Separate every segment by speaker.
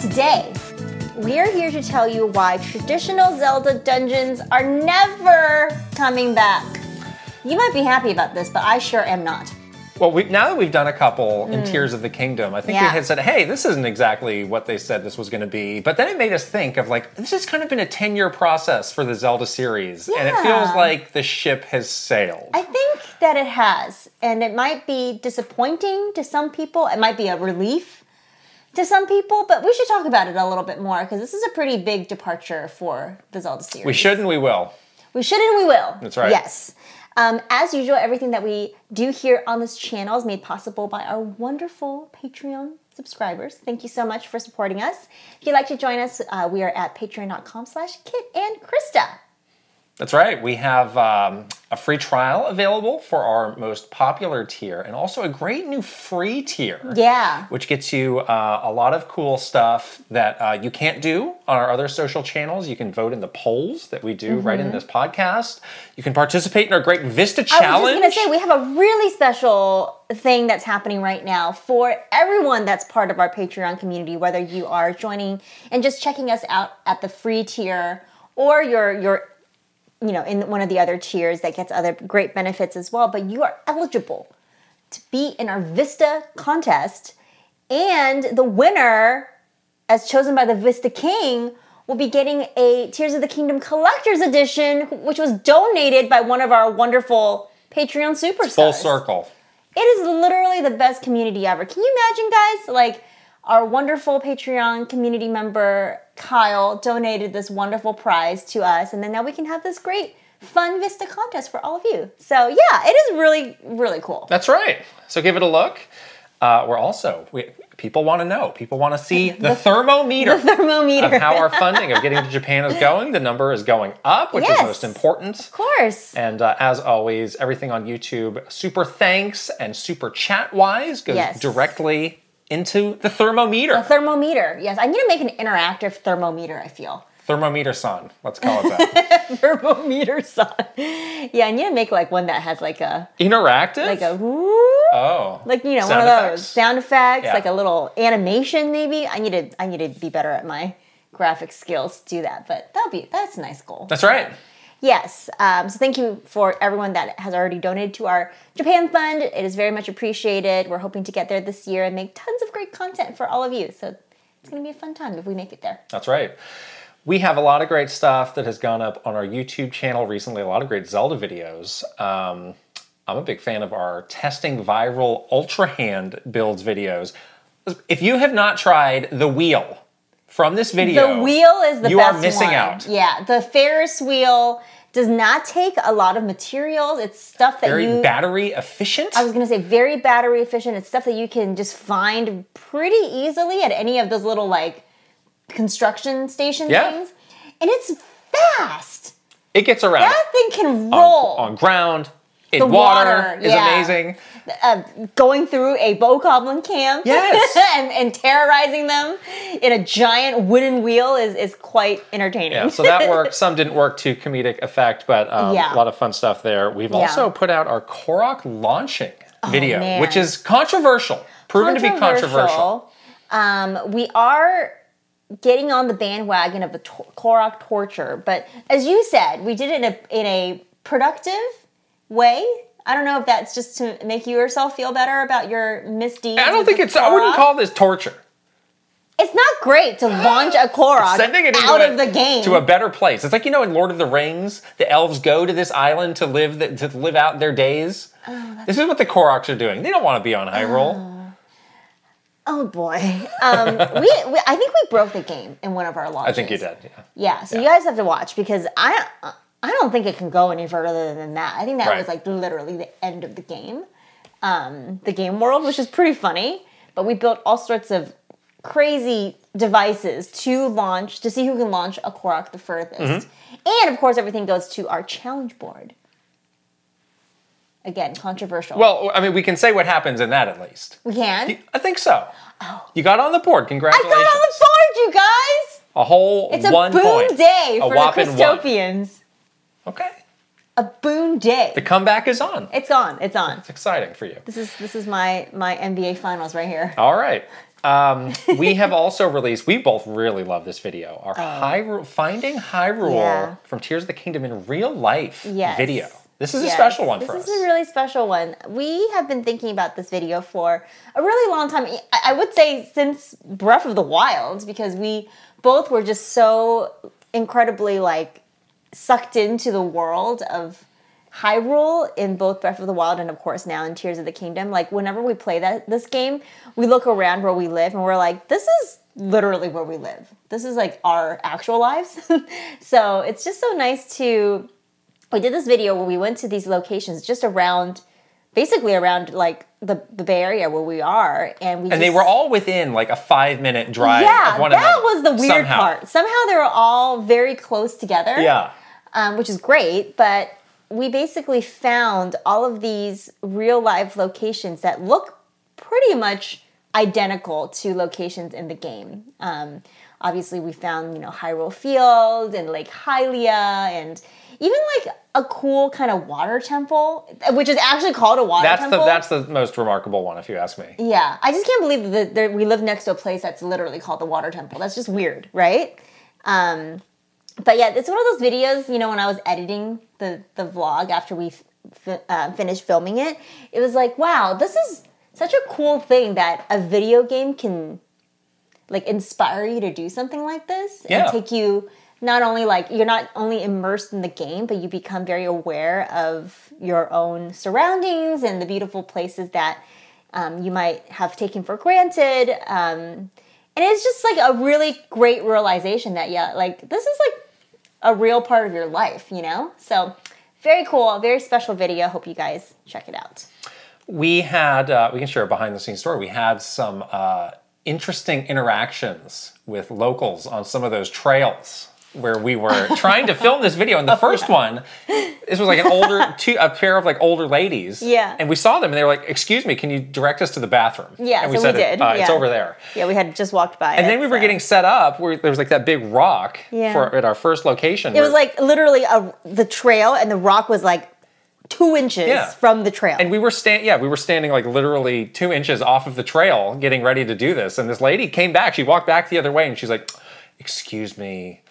Speaker 1: Today, we are here to tell you why traditional Zelda dungeons are never coming back. You might be happy about this, but I sure am not.
Speaker 2: Well, we, now that we've done a couple in Tears of the Kingdom, I think
Speaker 1: Hmm. Yeah.
Speaker 2: we had said, hey, this isn't exactly what they said this was going to be. But then it made us think of like, this has kind of been a 10 year process for the Zelda series. And it feels
Speaker 1: Yeah.
Speaker 2: like the ship has sailed.
Speaker 1: I think that it has, and it might be disappointing to some people. It might be a relief to some people, but we should talk about it a little bit more because this is a pretty big departure for the Zelda series.
Speaker 2: we should and we will.
Speaker 1: We should and we will.
Speaker 2: That's right.
Speaker 1: Yes. Um, as usual, everything that we do here on this channel is made possible by our wonderful Patreon subscribers. Thank you so much for supporting us. If you'd like to join us, uh, we are at patreon.com slash Kit and Krista.
Speaker 2: That's right. We have um, a free trial available for our most popular tier and also a great new free tier.
Speaker 1: Yeah.
Speaker 2: Which gets you uh, a lot of cool stuff that uh, you can't do on our other social channels. You can vote in the polls that we do right in this podcast. You can participate in our great Vista
Speaker 1: Mm-hmm. I was just
Speaker 2: Challenge.
Speaker 1: going to say, we have a really special thing that's happening right now for everyone that's part of our Patreon community, whether you are joining and just checking us out at the free tier or your your you know in one of the other tiers that gets other great benefits as well. But you are eligible to be in our Vista contest, and the winner, as chosen by the Vista King. Will be getting a Tears of the Kingdom Collector's Edition, which was donated by one of our wonderful Patreon superstars.
Speaker 2: Full circle.
Speaker 1: It is literally the best community ever. Can you imagine, guys? Like, our wonderful Patreon community member Kyle donated this wonderful prize to us, and then now we can have this great fun Vista contest for all of you. So, yeah, it is really, really cool.
Speaker 2: That's right. So give it a look. Uh, we're also, we, people want to know. People want to see the, thermometer.
Speaker 1: Thermometer.
Speaker 2: of how our funding of getting to Japan is going. The number is going up, which
Speaker 1: Yes.
Speaker 2: is most important.
Speaker 1: of course.
Speaker 2: And uh, as always, everything on YouTube, super thanks and super chat wise goes
Speaker 1: Yes.
Speaker 2: directly into the thermometer.
Speaker 1: Thermometer. Yes, I need to make an interactive thermometer, I feel.
Speaker 2: thermometer son, let's call it that.
Speaker 1: Thermometer song. Yeah, I need to make like one that has like a
Speaker 2: Interactive?
Speaker 1: like a whoo
Speaker 2: oh.
Speaker 1: like you know
Speaker 2: Sound
Speaker 1: one of
Speaker 2: effects.
Speaker 1: those sound effects
Speaker 2: Yeah.
Speaker 1: like a little animation maybe i need to i need to be better at my graphic skills to do that but that'll be that's a nice goal
Speaker 2: That's right.
Speaker 1: yes um, so thank you for everyone that has already donated to our japan fund it is very much appreciated we're hoping to get there this year and make tons of great content for all of you so it's going to be a fun time if we make it there
Speaker 2: That's right. We have a lot of great stuff that has gone up on our YouTube channel recently, a lot of great Zelda videos. Um, I'm a big fan of our testing viral Ultra Hand builds videos. If you have not tried the wheel from this video,
Speaker 1: The wheel is the
Speaker 2: you
Speaker 1: best
Speaker 2: are missing
Speaker 1: one.
Speaker 2: out.
Speaker 1: Yeah, the Ferris wheel does not take a lot of materials. It's stuff that
Speaker 2: Very
Speaker 1: you
Speaker 2: battery efficient.
Speaker 1: Mm. I was gonna say very battery efficient. It's stuff that you can just find pretty easily at any of those little like construction station
Speaker 2: Yeah.
Speaker 1: things, and it's fast.
Speaker 2: it gets around
Speaker 1: That thing can
Speaker 2: on,
Speaker 1: roll.
Speaker 2: on ground. In
Speaker 1: The
Speaker 2: water,
Speaker 1: water,
Speaker 2: is
Speaker 1: yeah.
Speaker 2: amazing.
Speaker 1: Uh, going through a bokoblin camp,
Speaker 2: Yes.
Speaker 1: and, and terrorizing them in a giant wooden wheel is is quite entertaining.
Speaker 2: Yeah, so that worked. Some didn't work to comedic effect, but um,
Speaker 1: Yeah.
Speaker 2: a lot of fun stuff there. We've also put out our Korok launching video,
Speaker 1: Oh, man.
Speaker 2: which is controversial, proven to be controversial.
Speaker 1: Um, we are getting on the bandwagon of the to- Korok torture, but as you said, we did it in a, in a productive way. I don't know if that's just to make you yourself feel better about your misdeeds.
Speaker 2: I don't
Speaker 1: with
Speaker 2: think
Speaker 1: the
Speaker 2: it's. I wouldn't
Speaker 1: Korok.
Speaker 2: call this torture.
Speaker 1: It's not great to launch a Korok
Speaker 2: Sending it into
Speaker 1: out
Speaker 2: a-
Speaker 1: of the game.
Speaker 2: to a better place. It's like you know in Lord of the Rings, the elves go to this island to live the, to live out their days. this is what the Koroks are doing. They don't want to be on Hyrule.
Speaker 1: oh boy, um, we, we I think we broke the game in one of our launches.
Speaker 2: I think you did. Yeah.
Speaker 1: Yeah, so you guys have to watch because I I don't think it can go any further than that. I think that
Speaker 2: Right.
Speaker 1: was like literally the end of the game, um, the game world, which is pretty funny. But we built all sorts of crazy devices to launch to see who can launch a Korok the furthest,
Speaker 2: Mm-hmm.
Speaker 1: and of course everything goes to our challenge board. Again, controversial.
Speaker 2: Well, I mean, we can say what happens in that at least.
Speaker 1: we can.
Speaker 2: I think so. You got on the board.
Speaker 1: Oh. I
Speaker 2: Congratulations.
Speaker 1: got on the board, you guys.
Speaker 2: A whole
Speaker 1: It's a
Speaker 2: one
Speaker 1: boon
Speaker 2: point.
Speaker 1: day
Speaker 2: a
Speaker 1: for the
Speaker 2: whopping one.
Speaker 1: Christopians.
Speaker 2: Okay.
Speaker 1: A boon day.
Speaker 2: The comeback is on. It's
Speaker 1: It's on. It's on.
Speaker 2: exciting for you.
Speaker 1: This is this is my my NBA finals right here.
Speaker 2: All right. Um, we have also released. We both really love this video. Our Hyrule, finding Hyrule
Speaker 1: Oh. Yeah.
Speaker 2: from Tears of the Kingdom in real life
Speaker 1: Yes.
Speaker 2: video. This is
Speaker 1: Yes,
Speaker 2: a special one for us.
Speaker 1: This is a really special one. We have been thinking about this video for a really long time. I I would say since Breath of the Wild because we both were just so incredibly like sucked into the world of Hyrule in both Breath of the Wild and of course now in Tears of the Kingdom. Like whenever we play that this game, we look around where we live and we're like, this is literally where we live. This is like our actual lives. so it's just so nice to we did this video where we went to these locations just around basically around like the, the Bay Area where we are and we
Speaker 2: and they were all within like a five minute drive
Speaker 1: yeah,
Speaker 2: of one
Speaker 1: that
Speaker 2: another.
Speaker 1: was the weird
Speaker 2: somehow.
Speaker 1: part. Somehow they were all very close together
Speaker 2: Yeah.
Speaker 1: um, which is great, but we basically found all of these real life locations that look pretty much identical to locations in the game. Um, obviously, we found, you know, Hyrule Field and Lake Hylia and even like a cool kind of water temple, which is actually called a water
Speaker 2: That's
Speaker 1: temple.
Speaker 2: the that's the most remarkable one, if you ask me.
Speaker 1: Yeah, I just can't believe that there, we live next to a place that's literally called the Water Temple. That's just weird, right? Um, but yeah, it's one of those videos. You know, when I was editing the the vlog after we f- fi- uh, finished filming it, it was like, wow, this is such a cool thing that a video game can like inspire you to do something like this
Speaker 2: Yeah.
Speaker 1: and take you not only like you're not only immersed in the game but you become very aware of your own surroundings and the beautiful places that um, you might have taken for granted um, and it's just like a really great realization that yeah like this is like a real part of your life you know so very cool very special video hope you guys check it out
Speaker 2: we had uh, we can share a behind the scenes story we had some uh, interesting interactions with locals on some of those trails where we were trying to film this video and
Speaker 1: Oh,
Speaker 2: the first one this was like an older two a pair of like older ladies
Speaker 1: Yeah.
Speaker 2: and we saw them and they were like excuse me can you direct us to the bathroom
Speaker 1: Yeah,
Speaker 2: and we
Speaker 1: so we
Speaker 2: said it-
Speaker 1: did,
Speaker 2: uh, it's
Speaker 1: yeah.
Speaker 2: over there
Speaker 1: yeah we had just walked by
Speaker 2: and then we were getting set up where there was like that big rock
Speaker 1: Yeah.
Speaker 2: for at our first location
Speaker 1: It was like literally a, the trail, and the rock was like two inches
Speaker 2: Yeah.
Speaker 1: from the trail.
Speaker 2: And we were stand yeah, we were standing like literally two inches off of the trail getting ready to do this. And this lady came back, she walked back the other way and she's like, Excuse me,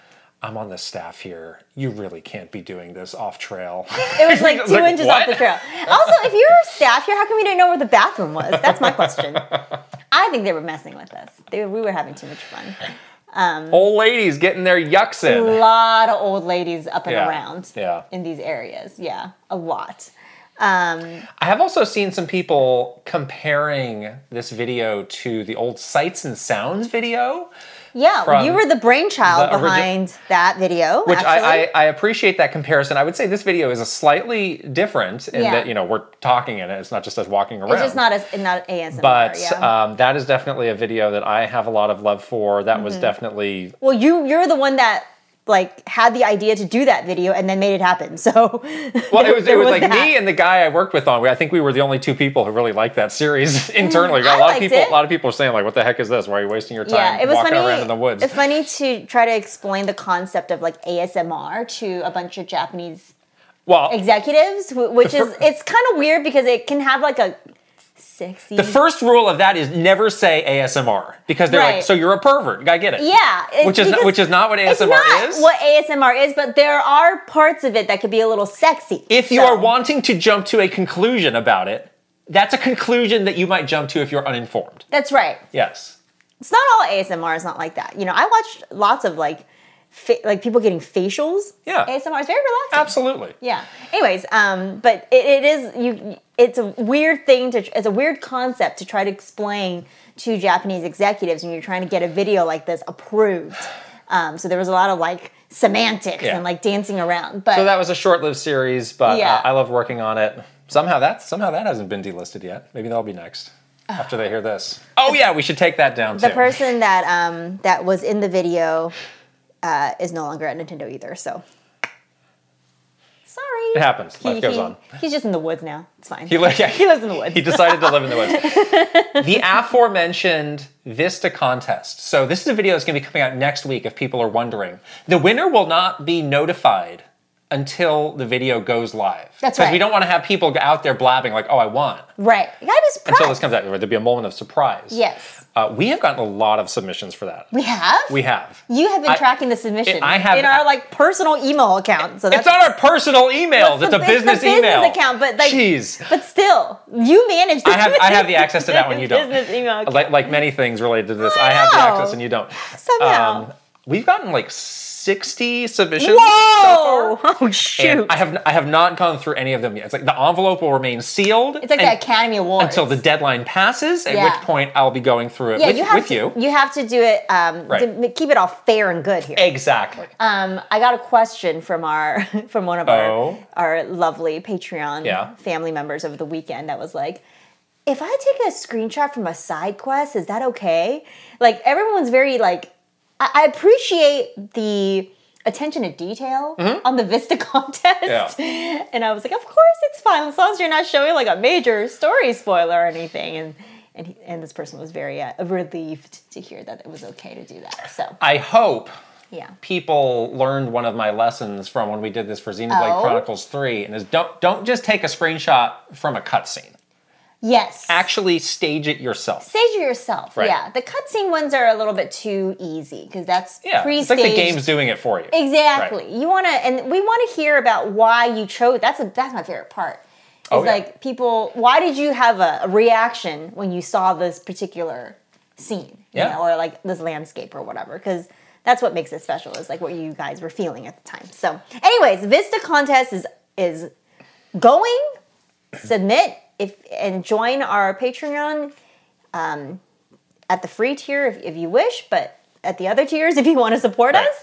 Speaker 2: I'm on the staff here. You really can't be doing this off trail.
Speaker 1: it was like
Speaker 2: was
Speaker 1: two
Speaker 2: like,
Speaker 1: inches
Speaker 2: "What?"
Speaker 1: off the trail. Also, if you were staff here, how come you didn't know where the bathroom was? That's my question. I think they were messing with us. They, we were having too much fun.
Speaker 2: Old ladies getting their yucks in.
Speaker 1: A lot of old ladies up and
Speaker 2: Yeah.
Speaker 1: around
Speaker 2: Yeah.
Speaker 1: in these areas. Yeah, a lot. Um,
Speaker 2: I have also seen some people comparing this video to the old Sights and Sounds video,
Speaker 1: yeah,
Speaker 2: From
Speaker 1: you were the brainchild
Speaker 2: the origi-
Speaker 1: behind that video.
Speaker 2: which I,
Speaker 1: actually.
Speaker 2: I, I appreciate that comparison. I would say this video is a slightly different in
Speaker 1: Yeah.
Speaker 2: that, you know, we're talking in it. It's not just us walking around.
Speaker 1: it's just not as not ASMR.
Speaker 2: but
Speaker 1: yeah.
Speaker 2: um, that is definitely a video that I have a lot of love for. That
Speaker 1: Mm-hmm.
Speaker 2: was definitely
Speaker 1: Well, you you're the one that like had the idea to do that video and then made it happen. So
Speaker 2: well. It was it
Speaker 1: there
Speaker 2: was,
Speaker 1: was
Speaker 2: like
Speaker 1: that.
Speaker 2: me and the guy I worked with on. I think we were the only two people who really liked that series internally.
Speaker 1: Mm, I
Speaker 2: a lot
Speaker 1: liked
Speaker 2: of people,
Speaker 1: it.
Speaker 2: a lot of people are saying like, "What the heck is this? Why are you wasting your time
Speaker 1: yeah, it was
Speaker 2: walking
Speaker 1: funny.
Speaker 2: around in the woods?"
Speaker 1: It's funny to try to explain the concept of like ASMR to a bunch of Japanese
Speaker 2: well,
Speaker 1: executives, wh- which
Speaker 2: The
Speaker 1: is
Speaker 2: fir-
Speaker 1: it's kind of weird because it can have like a sexy.
Speaker 2: the first rule of that is never say ASMR because they're
Speaker 1: Right.
Speaker 2: like, "So you're a pervert." I get it.
Speaker 1: yeah, it-
Speaker 2: which is not,
Speaker 1: because
Speaker 2: which is not what ASMR
Speaker 1: it's not
Speaker 2: is.
Speaker 1: What ASMR is, but there are parts of it that could be a little sexy.
Speaker 2: if you
Speaker 1: So-
Speaker 2: are wanting to jump to a conclusion about it, that's a conclusion that you might jump to if you're uninformed.
Speaker 1: that's right.
Speaker 2: Yes.
Speaker 1: it's not all ASMR is not like that. You know, I watched lots of like fa- like people getting facials.
Speaker 2: Yeah.
Speaker 1: ASMR is very relaxing.
Speaker 2: Absolutely.
Speaker 1: Yeah. Anyways, um, but it, it is you. It's a weird thing to. It's a weird concept to try to explain to Japanese executives when you're trying to get a video like this approved. Um, so there was a lot of like semantics
Speaker 2: Yeah.
Speaker 1: and like dancing around. But
Speaker 2: So that was a short-lived series, but
Speaker 1: Yeah.
Speaker 2: uh, I love working on it. Somehow that somehow that hasn't been delisted yet. Maybe that'll be next after they hear this. Oh yeah, we should take that down
Speaker 1: the
Speaker 2: too.
Speaker 1: person that um, that was in the video uh, is no longer at Nintendo either. So sorry,
Speaker 2: It happens. Life goes
Speaker 1: he,
Speaker 2: on.
Speaker 1: He's just in the woods now. It's fine.
Speaker 2: He li- yeah,
Speaker 1: he lives in the woods.
Speaker 2: he decided to live in the woods. the aforementioned Vista contest. So this is a video that's going to be coming out next week. If people are wondering, the winner will not be notified until the video goes live.
Speaker 1: That's
Speaker 2: Because
Speaker 1: right.
Speaker 2: we don't want to have people out there blabbing like, "Oh, I won."
Speaker 1: right. You gotta be surprised.
Speaker 2: Until this comes out, there'll be a moment of surprise.
Speaker 1: Yes,
Speaker 2: Uh, we have gotten a lot of submissions for that.
Speaker 1: we have.
Speaker 2: We have.
Speaker 1: you have been
Speaker 2: I-
Speaker 1: tracking the submission.
Speaker 2: I have-
Speaker 1: in our like personal email account. So that's
Speaker 2: It's on our personal emails. It's
Speaker 1: the-
Speaker 2: a
Speaker 1: the
Speaker 2: business email.
Speaker 1: account, but like,
Speaker 2: Jeez.
Speaker 1: but still, you manage.
Speaker 2: I have, I have the access to that one. You don't.
Speaker 1: Business email account.
Speaker 2: Like, like many things related to this, I,
Speaker 1: I
Speaker 2: have the
Speaker 1: know.
Speaker 2: access and you don't. um,
Speaker 1: Somehow.
Speaker 2: we've gotten like 60 submissions.
Speaker 1: Whoa! Oh shoot!
Speaker 2: And I have I have not gone through any of them yet. It's like the envelope will remain sealed.
Speaker 1: it's like
Speaker 2: and-
Speaker 1: the Academy Awards.
Speaker 2: until the deadline passes, at
Speaker 1: Yeah.
Speaker 2: which point I'll be going through it
Speaker 1: yeah,
Speaker 2: with,
Speaker 1: you have
Speaker 2: with
Speaker 1: to,
Speaker 2: you.
Speaker 1: have to do it. Um,
Speaker 2: Right.
Speaker 1: to m- keep it all fair and good here.
Speaker 2: Exactly.
Speaker 1: Um, I got a question from our from one of
Speaker 2: Oh.
Speaker 1: our our lovely Patreon
Speaker 2: Yeah.
Speaker 1: family members over the weekend that was like, if I take a screenshot from a side quest, is that okay? Like everyone's very like, I, I appreciate the attention to detail
Speaker 2: Mm-hmm.
Speaker 1: on the Vista contest, and I was like, of course it's fine as long as you're not showing like a major story spoiler or anything. And and he, and this person was very uh, relieved to hear that it was okay to do that. So
Speaker 2: I hope
Speaker 1: yeah.
Speaker 2: people learned one of my lessons from when we did this for Xenoblade
Speaker 1: Oh.
Speaker 2: Chronicles 3 and is don't don't just take a screenshot from a cutscene.
Speaker 1: Yes.
Speaker 2: Actually stage it yourself.
Speaker 1: stage it yourself.
Speaker 2: Right.
Speaker 1: Yeah, the cutscene ones are a little bit too easy because that's
Speaker 2: Yeah. It's
Speaker 1: pre-staged.
Speaker 2: like the game's doing it for you.
Speaker 1: Exactly. You want to, and we want to hear about why you chose. That's a, that's my favorite part. It's
Speaker 2: Oh, yeah.
Speaker 1: like people, why did you have a, a reaction when you saw this particular scene, you
Speaker 2: Yeah.
Speaker 1: know, or like this landscape or whatever? Because that's what makes it special is like what you guys were feeling at the time. So, anyways, Vista contest is is going. Submit if and join our Patreon um, at the free tier if, if you wish, but at the other tiers if you want to support
Speaker 2: Right.
Speaker 1: us.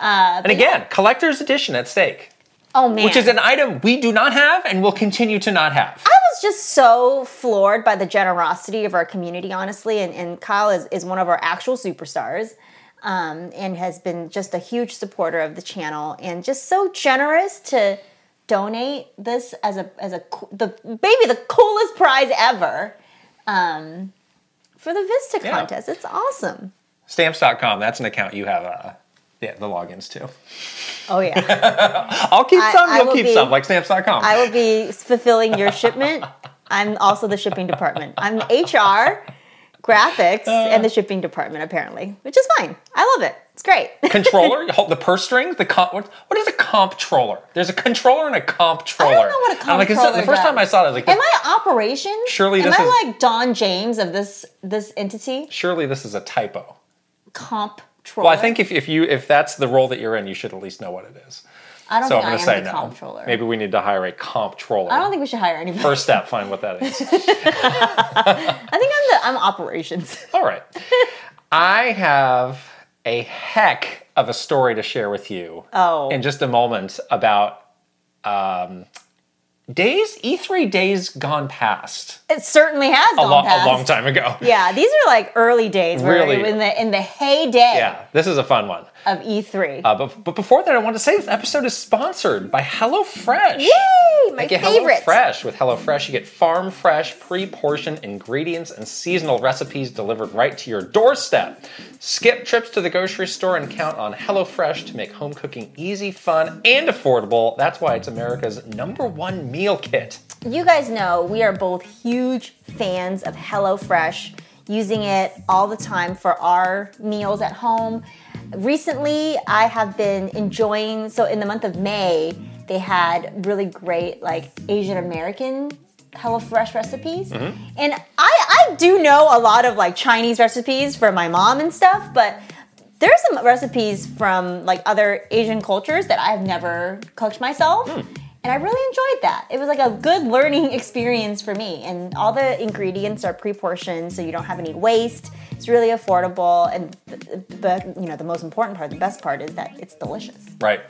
Speaker 2: And again, collector's edition at stake,
Speaker 1: Oh man.
Speaker 2: which is an item we do not have and will continue to not have.
Speaker 1: I was just so floored by the generosity of our community, honestly. And, and Kyle is, is one of our actual superstars um, and has been just a huge supporter of the channel and just so generous to donate this as a as a co- the maybe the coolest prize ever um, for the Vista
Speaker 2: Yeah.
Speaker 1: contest. It's awesome.
Speaker 2: Stamps.com, that's an account you have uh, yeah, the logins to.
Speaker 1: Oh yeah,
Speaker 2: I'll keep some,
Speaker 1: I
Speaker 2: you'll
Speaker 1: will
Speaker 2: keep
Speaker 1: be-
Speaker 2: some, like stamps.com.
Speaker 1: I will be fulfilling your shipment. I'm also the shipping department. I'm HR, graphics,
Speaker 2: Uh.
Speaker 1: and the shipping department apparently, which is fine. I love it. It's great.
Speaker 2: controller, you hold the purse strings, the comp. What, what is a comptroller? There's a controller and a comptroller.
Speaker 1: I don't know what a
Speaker 2: I'm like, is that-
Speaker 1: comptroller
Speaker 2: the first
Speaker 1: does.
Speaker 2: time I saw it, I was like,
Speaker 1: Am I operations?
Speaker 2: Surely
Speaker 1: Am
Speaker 2: this
Speaker 1: I
Speaker 2: is-
Speaker 1: like Don James of this this entity?
Speaker 2: surely this is a typo.
Speaker 1: Comp
Speaker 2: Well, I think if, if you if that's the role that you're in, you should at least know what it is.
Speaker 1: I don't
Speaker 2: So
Speaker 1: think
Speaker 2: I'm going
Speaker 1: I
Speaker 2: to
Speaker 1: am
Speaker 2: say
Speaker 1: the
Speaker 2: no.
Speaker 1: comptroller.
Speaker 2: Maybe we need to hire a comptroller.
Speaker 1: I don't think we should hire anybody.
Speaker 2: First step, find what that is.
Speaker 1: I think I'm the I'm operations.
Speaker 2: All right. I have a heck of a story to share with you
Speaker 1: Oh.
Speaker 2: in just a moment about um, days E3 days gone past.
Speaker 1: It certainly has
Speaker 2: a,
Speaker 1: gone
Speaker 2: long,
Speaker 1: past.
Speaker 2: a long time ago.
Speaker 1: Yeah, these are like early days, where
Speaker 2: Really.
Speaker 1: it was in the in the heyday
Speaker 2: Yeah, this is a fun one.
Speaker 1: of E E3.
Speaker 2: Uh, but, but before that, I want to say this episode is sponsored by HelloFresh.
Speaker 1: Yay, my
Speaker 2: Get
Speaker 1: favorite.
Speaker 2: HelloFresh. With HelloFresh, you get farm fresh, pre portioned ingredients and seasonal recipes delivered right to your doorstep. Skip trips to the grocery store and count on HelloFresh to make home cooking easy, fun, and affordable. That's why it's America's number one meal kit.
Speaker 1: You guys know we are both huge fans of HelloFresh, using it all the time for our meals at home. Recently, I have been enjoying, so in the month of May, they had really great like Asian American HelloFresh recipes. And I, I do know a lot of like Chinese recipes for my mom and stuff, but there are some recipes from like other Asian cultures that I've never cooked myself. And I really enjoyed that. It was like a good learning experience for me. And all the ingredients are pre-portioned, so you don't have any waste. It's really affordable, and the, the you know the most important part, the best part, is that it's delicious.
Speaker 2: Right.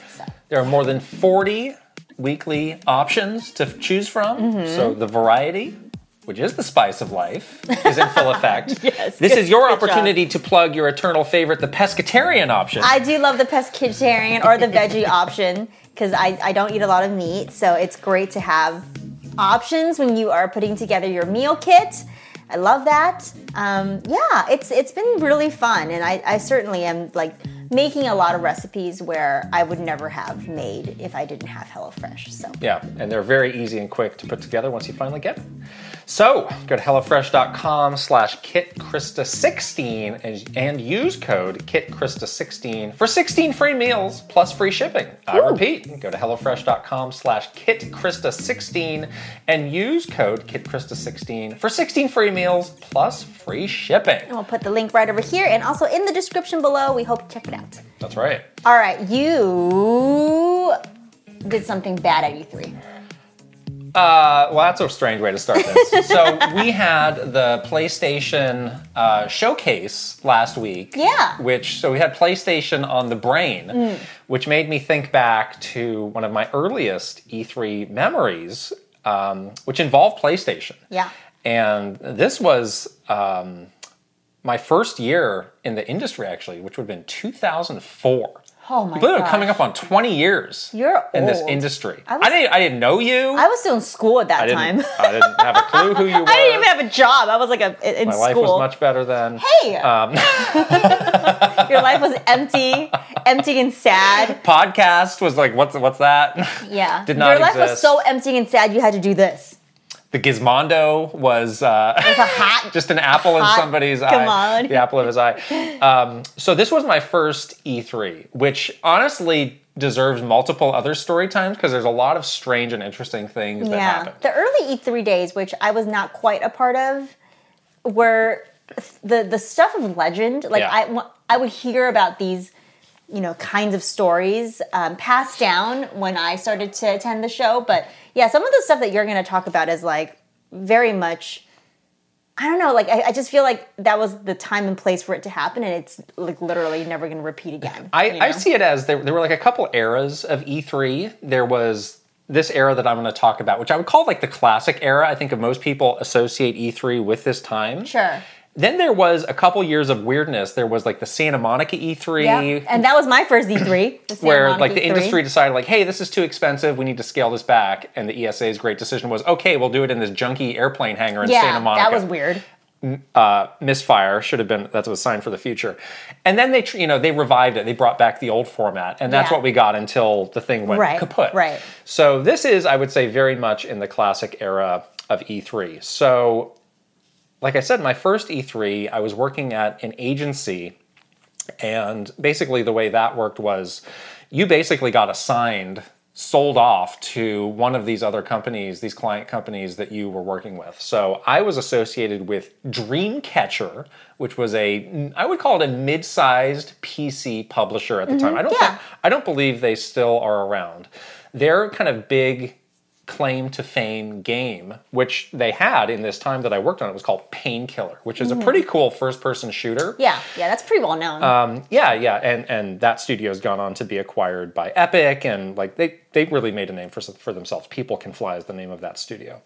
Speaker 2: There are more than 40 weekly options to f- choose from.
Speaker 1: Mm-hmm.
Speaker 2: So the variety, which is the spice of life, is in full effect.
Speaker 1: Yes,
Speaker 2: This
Speaker 1: good-
Speaker 2: is your
Speaker 1: good job.
Speaker 2: opportunity to plug your eternal favorite, the pescatarian option.
Speaker 1: I do love the pescatarian or the veggie option because I, I don't eat a lot of meat, so it's great to have options when you are putting together your meal kit. I love that. Um, yeah, it's it's been really fun, and I, I certainly am like making a lot of recipes where I would never have made if I didn't have HelloFresh. So
Speaker 2: yeah, and they're very easy and quick to put together once you finally get it. So go to HelloFresh.com slash KitKrista16 and, and use code KitKrista16 for 16 free meals plus free shipping. I repeat, go to HelloFresh.com slash KitKrista16 and use code KitKrista16 for 16 free meals plus free shipping.
Speaker 1: I'll put the link right over here and also in the description below. We hope you check it out.
Speaker 2: That's right.
Speaker 1: All right, you did something bad at E U3.
Speaker 2: Uh, well, that's a strange way to start this. so we had the PlayStation uh, showcase last week.
Speaker 1: Yeah. Mm.
Speaker 2: Which so we had PlayStation on the brain, which made me think back to one of my earliest E3 memories, um, which involved PlayStation.
Speaker 1: Yeah.
Speaker 2: And this was um, my first year in the industry, actually, which would have been 2004.
Speaker 1: Oh my
Speaker 2: Literally
Speaker 1: gosh.
Speaker 2: coming up on 20 years
Speaker 1: You're
Speaker 2: in this
Speaker 1: old.
Speaker 2: industry.
Speaker 1: I
Speaker 2: I,
Speaker 1: was-
Speaker 2: didn't, I didn't know you.
Speaker 1: I was still in school at that
Speaker 2: I didn't,
Speaker 1: time.
Speaker 2: I didn't have a clue who you were.
Speaker 1: I didn't even have a job. I was like a, in
Speaker 2: My life
Speaker 1: school.
Speaker 2: was much Um, better then.
Speaker 1: hey, your life was empty, empty and sad.
Speaker 2: Podcast was like, what's what's that?
Speaker 1: Yeah,
Speaker 2: Did not
Speaker 1: Your life was
Speaker 2: exist.
Speaker 1: so empty and sad. You had to do this.
Speaker 2: The Gizmondo was uh,
Speaker 1: It's a hat.
Speaker 2: just an apple in
Speaker 1: Hot
Speaker 2: somebody's eye.
Speaker 1: commodity.
Speaker 2: The apple of his eye. Um, so this was my first E3, which honestly deserves multiple other story times because there's a lot of strange and interesting things that
Speaker 1: yeah,
Speaker 2: happen.
Speaker 1: the early E3 days, which I was not quite a part of, were the the stuff of legend. Like
Speaker 2: Yeah.
Speaker 1: I wa- I would hear about these. You know, kinds of stories um, passed down when I started to attend the show. But yeah, some of the stuff that you're going to talk about is like very much I don't know, like I, I just feel like that was the time and place for it to happen and it's like literally never gonna repeat again.
Speaker 2: I,
Speaker 1: you
Speaker 2: I
Speaker 1: know?
Speaker 2: see it as there, there were like a couple eras of E3. There was this era that I'm going to talk about, which I would call like the classic era. I think of most people associate E3 with this time.
Speaker 1: Sure.
Speaker 2: Then there was a couple years of weirdness. There was like the Santa Monica E3,
Speaker 1: Yeah. And that was my first E3. the Santa
Speaker 2: where
Speaker 1: Monica E
Speaker 2: like the
Speaker 1: E3.
Speaker 2: industry decided like, hey, this is too expensive. We need to scale this back. And the ESA's great decision was, okay, we'll do it in this junky airplane hangar in
Speaker 1: yeah,
Speaker 2: Santa Monica
Speaker 1: That was weird.
Speaker 2: uh, misfire should have been that's a sign for the future and then they tr- you know they revived it they brought back the old format and that's
Speaker 1: Yeah.
Speaker 2: what we got until the thing went
Speaker 1: Right,
Speaker 2: kaput
Speaker 1: right.
Speaker 2: so this is i would say very much in the classic era of e3 so like i said my first e3 i was working at an agency and basically, the way that worked was you basically got assigned, sold off to one of these other companies, these client companies that you were working with. So I was associated with Dreamcatcher, which was a, I would call it a mid sized PC publisher at the time. I don't,
Speaker 1: yeah.
Speaker 2: think, I don't believe they still are around. They're kind of big claim to fame game, which they had in this time that I worked on. It was called Painkiller, which is a pretty cool first person shooter.
Speaker 1: Yeah, yeah, that's pretty well known.
Speaker 2: Uh, Yeah, yeah, and and that studio's gone on to be acquired by Epic, and like they they really made a name for s- for themselves. People Can Fly is the name of that studio.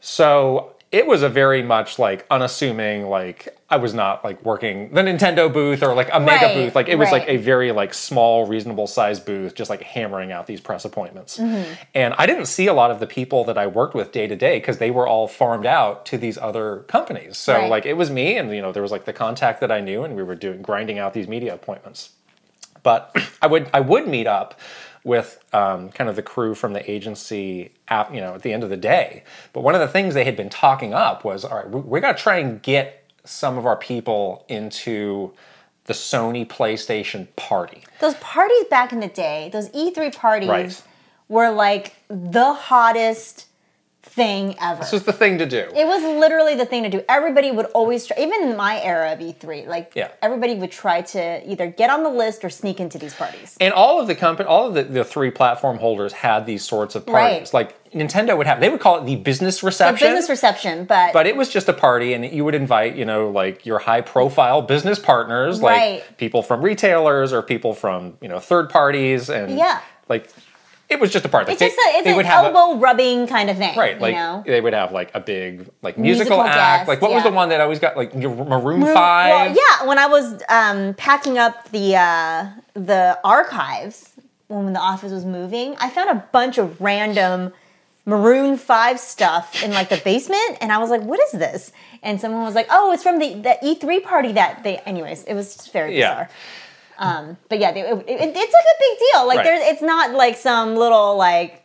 Speaker 2: So it was a very much like unassuming. Like I was not like working the Nintendo booth or like a mega
Speaker 1: Right,
Speaker 2: booth. Like it was
Speaker 1: right.
Speaker 2: like a very like small, reasonable sized booth, just like hammering out these press appointments. And I didn't see a lot of the people that I worked with day to day because they were all farmed out to these other companies. So
Speaker 1: Right.
Speaker 2: like it was me, and you know there was like the contact that I knew, and we were doing grinding out these media appointments but I would I would meet up with um, kind of the crew from the agency at you know at the end of the day. But one of the things they had been talking up was all right, we, we're gonna try and get some of our people into the Sony PlayStation party.
Speaker 1: those parties back in the day, those E3 E parties
Speaker 2: Right.
Speaker 1: were like the hottest thing ever.
Speaker 2: This was the thing to do.
Speaker 1: It was literally the thing to do. Everybody would always try, even in my era of E3, like
Speaker 2: Yeah.
Speaker 1: everybody would try to either get on the list or sneak into these parties.
Speaker 2: and all of the company, all of the, the three platform holders had these sorts of
Speaker 1: Right.
Speaker 2: parties. Like Nintendo would have, they would call it the business
Speaker 1: A
Speaker 2: reception.
Speaker 1: business reception, but,
Speaker 2: but it was just a party, and you would invite, you know, like your high-profile business partners, like
Speaker 1: Right.
Speaker 2: people from retailers or people from, you know, third parties, and
Speaker 1: Yeah.
Speaker 2: like it was just a party.
Speaker 1: it's
Speaker 2: They-
Speaker 1: just a, it's
Speaker 2: they
Speaker 1: an
Speaker 2: would have a-
Speaker 1: elbow rubbing kind of thing.
Speaker 2: Right, like
Speaker 1: you know?
Speaker 2: they would have like a big like musical,
Speaker 1: Musical
Speaker 2: act.
Speaker 1: guest,
Speaker 2: like what was
Speaker 1: yeah.
Speaker 2: the one that I always got like your Maroon
Speaker 1: Well,
Speaker 2: Five?
Speaker 1: yeah, when I was um, packing up the uh, the archives when the office was moving, I found a bunch of random Maroon Five stuff in like the basement, and I was like, "What is this?" And someone was like, "Oh, it's from the, the E3 party that they." Anyways, it was just very
Speaker 2: Yeah.
Speaker 1: bizarre. Um, but yeah, they, it, it- it's like a big deal. Like
Speaker 2: Right.
Speaker 1: there's, it's not like some little like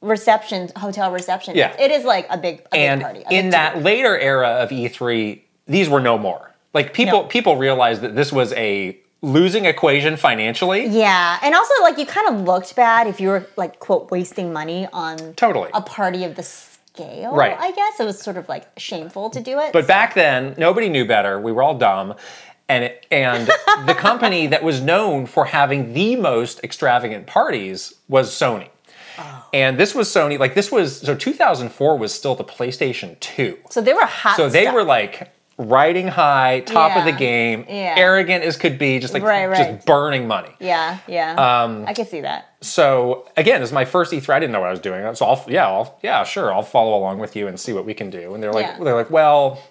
Speaker 1: reception hotel reception.
Speaker 2: Yeah.
Speaker 1: it is like a big, a big
Speaker 2: and
Speaker 1: party. a big
Speaker 2: in that
Speaker 1: deal.
Speaker 2: later era of E3, these were no more. Like people
Speaker 1: No.
Speaker 2: people realized that this was a losing equation financially.
Speaker 1: Yeah, and also like you kind of looked bad if you were like quote wasting money on
Speaker 2: Totally.
Speaker 1: a party of the scale.
Speaker 2: Right.
Speaker 1: I guess it was sort of like shameful to do it.
Speaker 2: But back then, nobody knew better. We were all dumb. And it, and the company that was known for having the most extravagant parties was Sony.
Speaker 1: Oh.
Speaker 2: And this was Sony, like this was so 2004 was still the PlayStation 2.
Speaker 1: so they were hot.
Speaker 2: So they
Speaker 1: stuff.
Speaker 2: were like riding high, top of the
Speaker 1: Yeah.
Speaker 2: game,
Speaker 1: Yeah.
Speaker 2: arrogant as could be, just like
Speaker 1: Right, right.
Speaker 2: just burning money.
Speaker 1: yeah, yeah. Um, I can see that.
Speaker 2: So again, this is my first E3. I didn't know what I was doing. So I'll yeah, I'll, yeah, sure, I'll follow along with you and see what we can do. And they're like
Speaker 1: Yeah.
Speaker 2: they're like, well,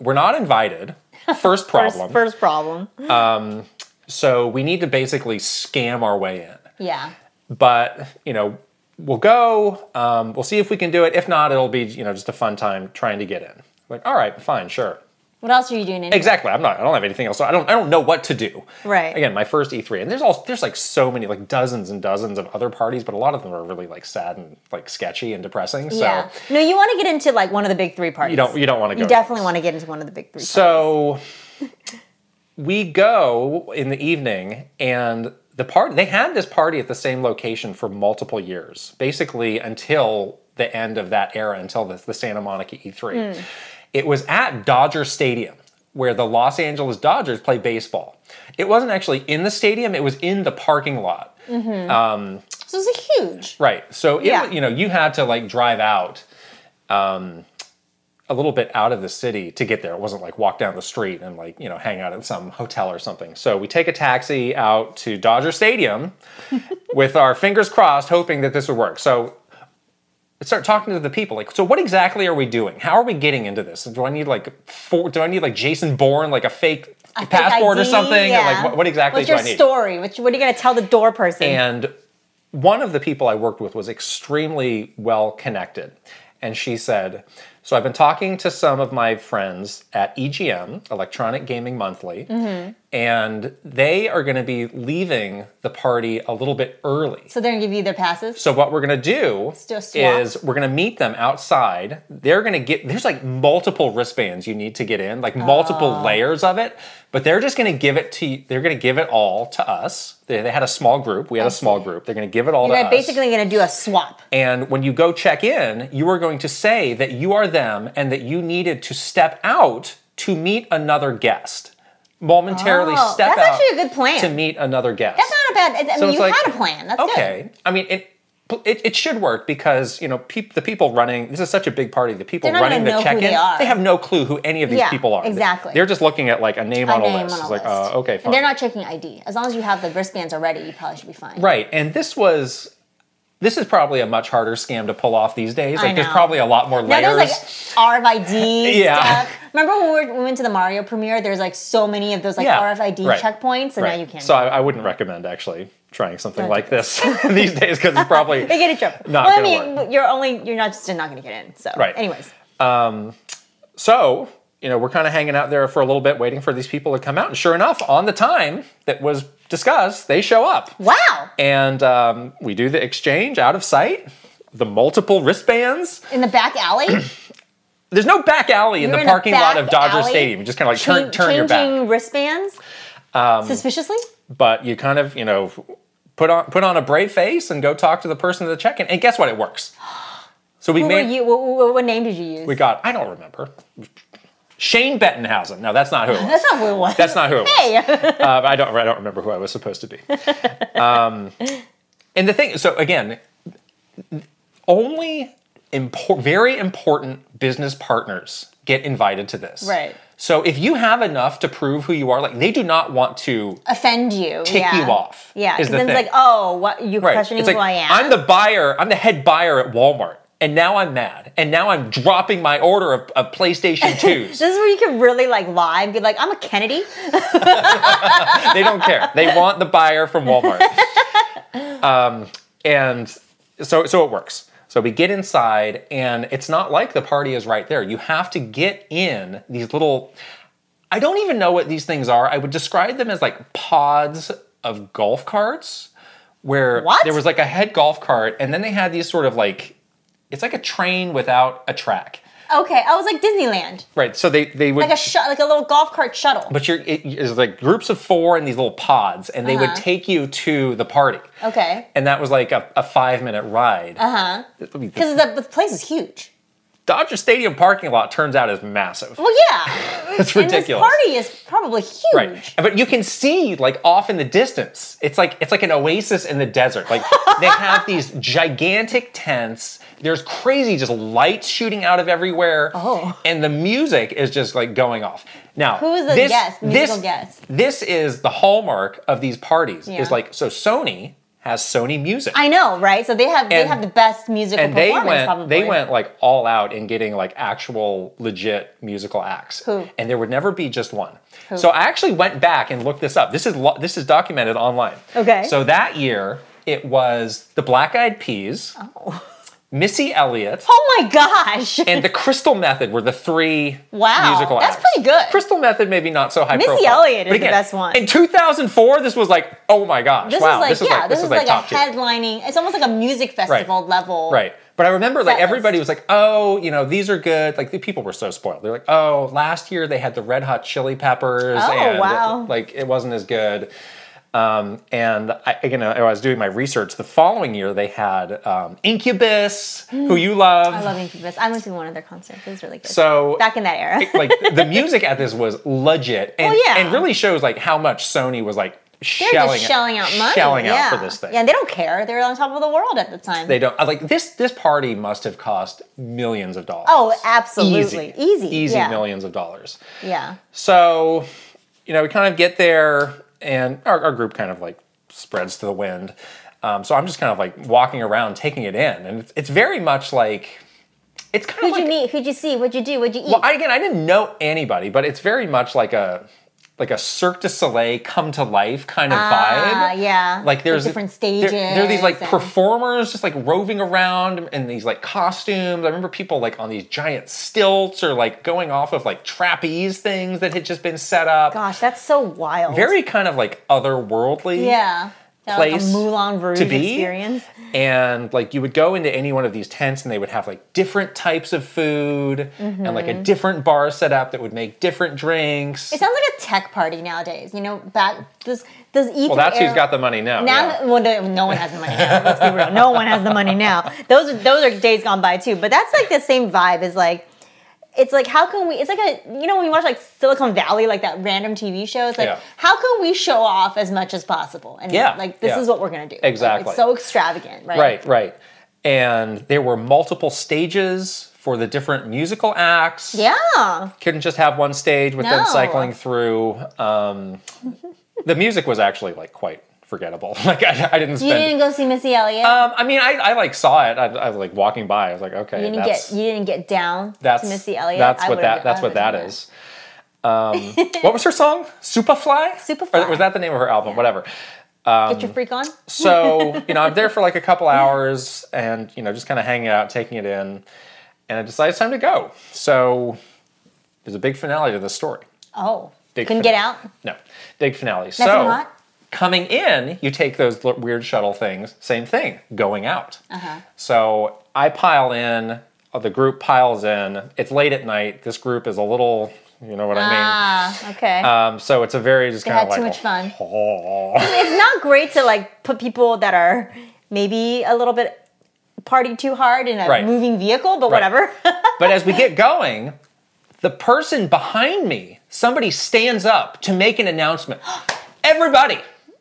Speaker 2: we're not invited. First problem.
Speaker 1: First, first problem.
Speaker 2: So we need to basically scam our way in.
Speaker 1: Yeah,
Speaker 2: But you know. We'll go. Um, we'll see if we can do it. If not, it'll be you know just a fun time trying to get in. Like, all right, fine, sure.
Speaker 1: what else are you doing? Anyway?
Speaker 2: Exactly. I'm not. I don't have anything else. So I don't. I don't know what to do.
Speaker 1: Right.
Speaker 2: Again, my first E3, and there's all there's like so many like dozens and dozens of other parties, but a lot of them are really like sad and like sketchy and depressing. So
Speaker 1: Yeah. No, you want to get into like one of the big three parties.
Speaker 2: you don't you don't want to go.
Speaker 1: You
Speaker 2: to
Speaker 1: definitely
Speaker 2: those.
Speaker 1: want to get into one of the big three.
Speaker 2: So we go in the evening, and the party they had this party at the same location for multiple years, basically until the end of that era, until the, the Santa Monica E3.
Speaker 1: Hmm.
Speaker 2: It was at Dodger Stadium where the Los Angeles Dodgers play baseball. It wasn't actually in the stadium; it was in the parking lot.
Speaker 1: parties. so it's a huge.
Speaker 2: Right. So it,
Speaker 1: Yeah.
Speaker 2: you know, you had to like drive out um, a little bit out of the city to get there. It wasn't like walk down the street and like, you know, hang out at some hotel or something. So we take a taxi out to Dodger Stadium with our fingers crossed, hoping that this would work. So I start talking to the people like so what exactly are we doing how are we getting into this do i need like four, do i need like jason bourne like a fake passport or
Speaker 1: ID,
Speaker 2: something
Speaker 1: yeah.
Speaker 2: or like what, what exactly
Speaker 1: What's
Speaker 2: do
Speaker 1: your
Speaker 2: i need
Speaker 1: story? What, what are you going to tell the door person?
Speaker 2: and one of the people I worked with was extremely well connected. And she said, So I've been talking to some of my friends at EGM, Electronic Gaming Monthly, and they are going to be leaving the party a little bit early.
Speaker 1: so they're going to give you their passes.
Speaker 2: So what we're gonna do
Speaker 1: do a swap.
Speaker 2: is we're gonna meet them outside. They're gonna get there's like multiple wristbands you need to get in, like multiple
Speaker 1: Oh.
Speaker 2: layers of it. But they're just gonna give it to they're gonna give it all to us. They, they had a small group. We had a small group. They're gonna give it all
Speaker 1: You're
Speaker 2: to us.
Speaker 1: basically going to do a swap.
Speaker 2: and when you go check in, you are going to say that you are them and that you needed to step out to meet another guest. Momentarily
Speaker 1: Oh,
Speaker 2: step
Speaker 1: that's
Speaker 2: out
Speaker 1: actually a good plan.
Speaker 2: to meet another guest.
Speaker 1: That's not a bad. I mean,
Speaker 2: So it's
Speaker 1: you
Speaker 2: like,
Speaker 1: had a plan. That's
Speaker 2: okay. I mean, it, it it should work because you know peop, the people running this is such a big party. The people
Speaker 1: They're not
Speaker 2: running
Speaker 1: gonna
Speaker 2: the
Speaker 1: know who
Speaker 2: check-in,
Speaker 1: they are.
Speaker 2: have no clue who any of these
Speaker 1: Yeah,
Speaker 2: people are.
Speaker 1: exactly.
Speaker 2: They're just looking at like a name
Speaker 1: good.
Speaker 2: on
Speaker 1: A
Speaker 2: a
Speaker 1: name
Speaker 2: list.
Speaker 1: on a
Speaker 2: it's like,
Speaker 1: list.
Speaker 2: uh, okay,
Speaker 1: And
Speaker 2: fine.
Speaker 1: they're not checking ID. As long as you have the wristbands already, you probably should be fine.
Speaker 2: right. And this was. This is probably a much harder scam to pull off these days.
Speaker 1: I
Speaker 2: Like, there's
Speaker 1: know.
Speaker 2: probably a lot more
Speaker 1: Now
Speaker 2: layers.
Speaker 1: there's like RFID
Speaker 2: Yeah.
Speaker 1: stuff. Remember when we, were, we went to the Mario premiere? There's like so many of those like
Speaker 2: Yeah,
Speaker 1: RFID
Speaker 2: right,
Speaker 1: checkpoints, and now
Speaker 2: right.
Speaker 1: you can't.
Speaker 2: So I, I wouldn't recommend actually trying something like this these days because it's probably
Speaker 1: they get in trouble.
Speaker 2: Not
Speaker 1: well, I
Speaker 2: gonna
Speaker 1: mean,
Speaker 2: work.
Speaker 1: you're only you're not just not going to get in. So,
Speaker 2: Right.
Speaker 1: anyways,
Speaker 2: So, you know, we're kind of hanging out there for a little bit, waiting for these people to come out. And sure enough, on the time that was discussed, they show up.
Speaker 1: wow.
Speaker 2: And um, we do the exchange out of sight, the multiple wristbands.
Speaker 1: In the back alley,
Speaker 2: There's no back alley in
Speaker 1: You're
Speaker 2: the
Speaker 1: in a
Speaker 2: parking lot of
Speaker 1: back
Speaker 2: Dodger
Speaker 1: alley,
Speaker 2: Stadium. You just kind of like turn,
Speaker 1: chan-
Speaker 2: turn your
Speaker 1: changing
Speaker 2: back. Um,
Speaker 1: wristbands suspiciously.
Speaker 2: But you kind of, you know, put on, put on a brave face and go talk to the person at the check in. And guess what? It works. So we
Speaker 1: What, were
Speaker 2: made
Speaker 1: you, what, what, what name did you use?
Speaker 2: we got I don't remember. Shane Bettenhausen. No, that's not who it was.
Speaker 1: That's not what it was.
Speaker 2: That's not who it was.
Speaker 1: hey.
Speaker 2: Uh, I don't I don't remember who I was supposed to be. Um, and the thing, so again, only impor- very important business partners get invited to this.
Speaker 1: Right.
Speaker 2: So if you have enough to prove who you are, like they do not want to
Speaker 1: Offend you.
Speaker 2: Tick
Speaker 1: yeah.
Speaker 2: you off
Speaker 1: Yeah. Because
Speaker 2: is the
Speaker 1: then
Speaker 2: thing.
Speaker 1: it's like, oh, what you're
Speaker 2: Right.
Speaker 1: questioning
Speaker 2: It's like,
Speaker 1: who I am.
Speaker 2: I'm the buyer. I'm the head buyer at Walmart, and now I'm mad, and now I'm dropping my order of, of PlayStation
Speaker 1: this is
Speaker 2: Twos.
Speaker 1: where you can really like lie and be like, I'm a Kennedy.
Speaker 2: they don't care. They want the buyer from Walmart. Um, and so so it works. So we get inside, and it's not like the party is right there. You have to get in these little. I don't even know what these things are. I would describe them as like pods of golf carts, where
Speaker 1: What?
Speaker 2: there was like a head golf cart, and then they had these sort of like, it's like a train without a track,
Speaker 1: Okay. I was like Disneyland.
Speaker 2: right? So they they would
Speaker 1: Like a sh- like a little golf cart shuttle.
Speaker 2: but you're it, it's like groups of four in these little pods, and they would take you to the party.
Speaker 1: okay.
Speaker 2: And that was like a, a five minute ride. Uh huh.
Speaker 1: Because the, the place is huge.
Speaker 2: Dodger Stadium parking lot turns out is massive.
Speaker 1: Well, yeah.
Speaker 2: It's ridiculous.
Speaker 1: And this party is probably huge.
Speaker 2: Right. But you can see like off in the distance. It's like it's like an oasis in the desert. Like they have these gigantic tents. There's crazy just lights shooting out of everywhere.
Speaker 1: Oh.
Speaker 2: And the music is just like going off. Now
Speaker 1: Who was the
Speaker 2: this,
Speaker 1: guest, musical
Speaker 2: this,
Speaker 1: guest?
Speaker 2: This is the hallmark of these parties.
Speaker 1: Yeah.
Speaker 2: Is like so Sony has Sony music.
Speaker 1: I know, right? So they have they
Speaker 2: And-
Speaker 1: have the best musical
Speaker 2: and they
Speaker 1: performance.
Speaker 2: went
Speaker 1: probably.
Speaker 2: they went like all out in getting like actual legit musical acts
Speaker 1: Who?
Speaker 2: and there would never be just one so i actually went back and looked this up this is lo- this is documented online
Speaker 1: Okay.
Speaker 2: so that year it was the black eyed peas missy elliott
Speaker 1: Oh my gosh!
Speaker 2: and the crystal method were the three
Speaker 1: Wow,
Speaker 2: musical
Speaker 1: that's
Speaker 2: acts.
Speaker 1: pretty good.
Speaker 2: crystal method maybe not so high
Speaker 1: Missy
Speaker 2: profile.
Speaker 1: Elliott
Speaker 2: But
Speaker 1: is the
Speaker 2: again,
Speaker 1: best one.
Speaker 2: in 2004 this was like oh my gosh
Speaker 1: this
Speaker 2: wow
Speaker 1: is like
Speaker 2: this is
Speaker 1: yeah,
Speaker 2: like
Speaker 1: this, is like,
Speaker 2: top
Speaker 1: a
Speaker 2: tier.
Speaker 1: headlining. It's almost like a music festival level.
Speaker 2: Right. But I remember like
Speaker 1: Set
Speaker 2: everybody was like, oh, you know, these are good. Like the people were so spoiled. They're like, oh, last year they had the red hot chili peppers.
Speaker 1: Oh,
Speaker 2: and
Speaker 1: wow.
Speaker 2: like it wasn't as good. Um, and I, you know, I was doing my research. The following year, they had um, Incubus, who you love.
Speaker 1: Mm. I love Incubus. I went to one of their concerts. It was really good.
Speaker 2: so
Speaker 1: back in that era,
Speaker 2: like the music at this was legit, and
Speaker 1: Well, yeah.
Speaker 2: and really shows like how much Sony was like
Speaker 1: they're
Speaker 2: shelling
Speaker 1: just shelling out money,
Speaker 2: shelling
Speaker 1: yeah.
Speaker 2: out for this thing.
Speaker 1: Yeah, they don't care. They're on top of the world at the time.
Speaker 2: They don't I- like this. This party must have cost millions of dollars.
Speaker 1: oh, absolutely, easy,
Speaker 2: easy, easy
Speaker 1: yeah.
Speaker 2: millions of dollars.
Speaker 1: Yeah,
Speaker 2: So, you know, we kind of get there, and our, our group kind of like spreads to the wind. Um, so I'm just kind of like walking around, taking it in, and it's, it's very much like it's kind
Speaker 1: who'd
Speaker 2: of like
Speaker 1: you meet? Who'd you see? What'd you do? What'd you eat?
Speaker 2: well, I, again, I didn't know anybody, but it's very much like a like a Cirque du Soleil come to life kind of
Speaker 1: Ah,
Speaker 2: vibe.
Speaker 1: yeah.
Speaker 2: Like there's
Speaker 1: different
Speaker 2: there-
Speaker 1: stages.
Speaker 2: There, are these like
Speaker 1: and-
Speaker 2: performers just like roving around in these like costumes. I remember people like on these giant stilts or like going off of like trapeze things that had just been set up.
Speaker 1: Gosh, that's so wild.
Speaker 2: Very kind of like otherworldly.
Speaker 1: yeah. That,
Speaker 2: Place
Speaker 1: like a Moulin Rouge
Speaker 2: to be.
Speaker 1: experience.
Speaker 2: And like you would go into any one of these tents and they would have like different types of food and like
Speaker 1: Mm-hmm.
Speaker 2: a different bar set up that would make different drinks.
Speaker 1: It sounds like a tech party nowadays. You know, back this this ether.
Speaker 2: well, that's
Speaker 1: era,
Speaker 2: who's got the money now.
Speaker 1: now.
Speaker 2: yeah.
Speaker 1: Well, no, no one has the money now. Let's be real. No one has the money now. Those are, those are days gone by too. But that's like the same vibe as like. It's like how can we? It's like a you know when you watch like Silicon Valley like that random TV show. It's like
Speaker 2: Yeah.
Speaker 1: how can we show off as much as possible? And
Speaker 2: Yeah,
Speaker 1: like this
Speaker 2: yeah.
Speaker 1: is what we're gonna do. Like,
Speaker 2: Exactly.
Speaker 1: it's so extravagant, right?
Speaker 2: Right, right. And there were multiple stages for the different musical acts.
Speaker 1: Yeah.
Speaker 2: Couldn't just have one stage with
Speaker 1: No.
Speaker 2: them cycling through. Um, the music was actually like quite forgettable. Like I, I didn't
Speaker 1: You
Speaker 2: spend.
Speaker 1: didn't go see Missy Elliott.
Speaker 2: um, I mean, I, I like saw it. I, I was like walking by. I was like, okay,
Speaker 1: you didn't
Speaker 2: that's
Speaker 1: get you didn't get down
Speaker 2: that's
Speaker 1: to Missy Elliott.
Speaker 2: That's
Speaker 1: I
Speaker 2: what
Speaker 1: would've-
Speaker 2: that. That's
Speaker 1: I
Speaker 2: what
Speaker 1: would've done
Speaker 2: that is. Um, what was her song? Superfly.
Speaker 1: Superfly.
Speaker 2: Or was that the name of her album? Whatever.
Speaker 1: Get
Speaker 2: Um,
Speaker 1: your freak on.
Speaker 2: So, you know, I'm there for like a couple hours and, you know, just kind of hanging out, taking it in. And I decide it's time to go. So there's a big finale to this story.
Speaker 1: Oh,
Speaker 2: Big
Speaker 1: couldn't
Speaker 2: finale.
Speaker 1: get out.
Speaker 2: No, big finale. so
Speaker 1: Nothing hot?
Speaker 2: coming in, you take those l- weird shuttle things, same thing, going out.
Speaker 1: Uh-huh.
Speaker 2: So I pile in, uh, the group piles in. It's late at night. This group is a little, you know what I mean?
Speaker 1: Ah, okay.
Speaker 2: Um, so it's a very just
Speaker 1: they
Speaker 2: kind
Speaker 1: had
Speaker 2: of like
Speaker 1: too much
Speaker 2: a- Oh.
Speaker 1: fun. it's not great to like put people that are maybe a little bit party too hard in a
Speaker 2: Right.
Speaker 1: moving vehicle, but whatever.
Speaker 2: but as we get going, the person behind me, somebody stands up to make an announcement. Everybody.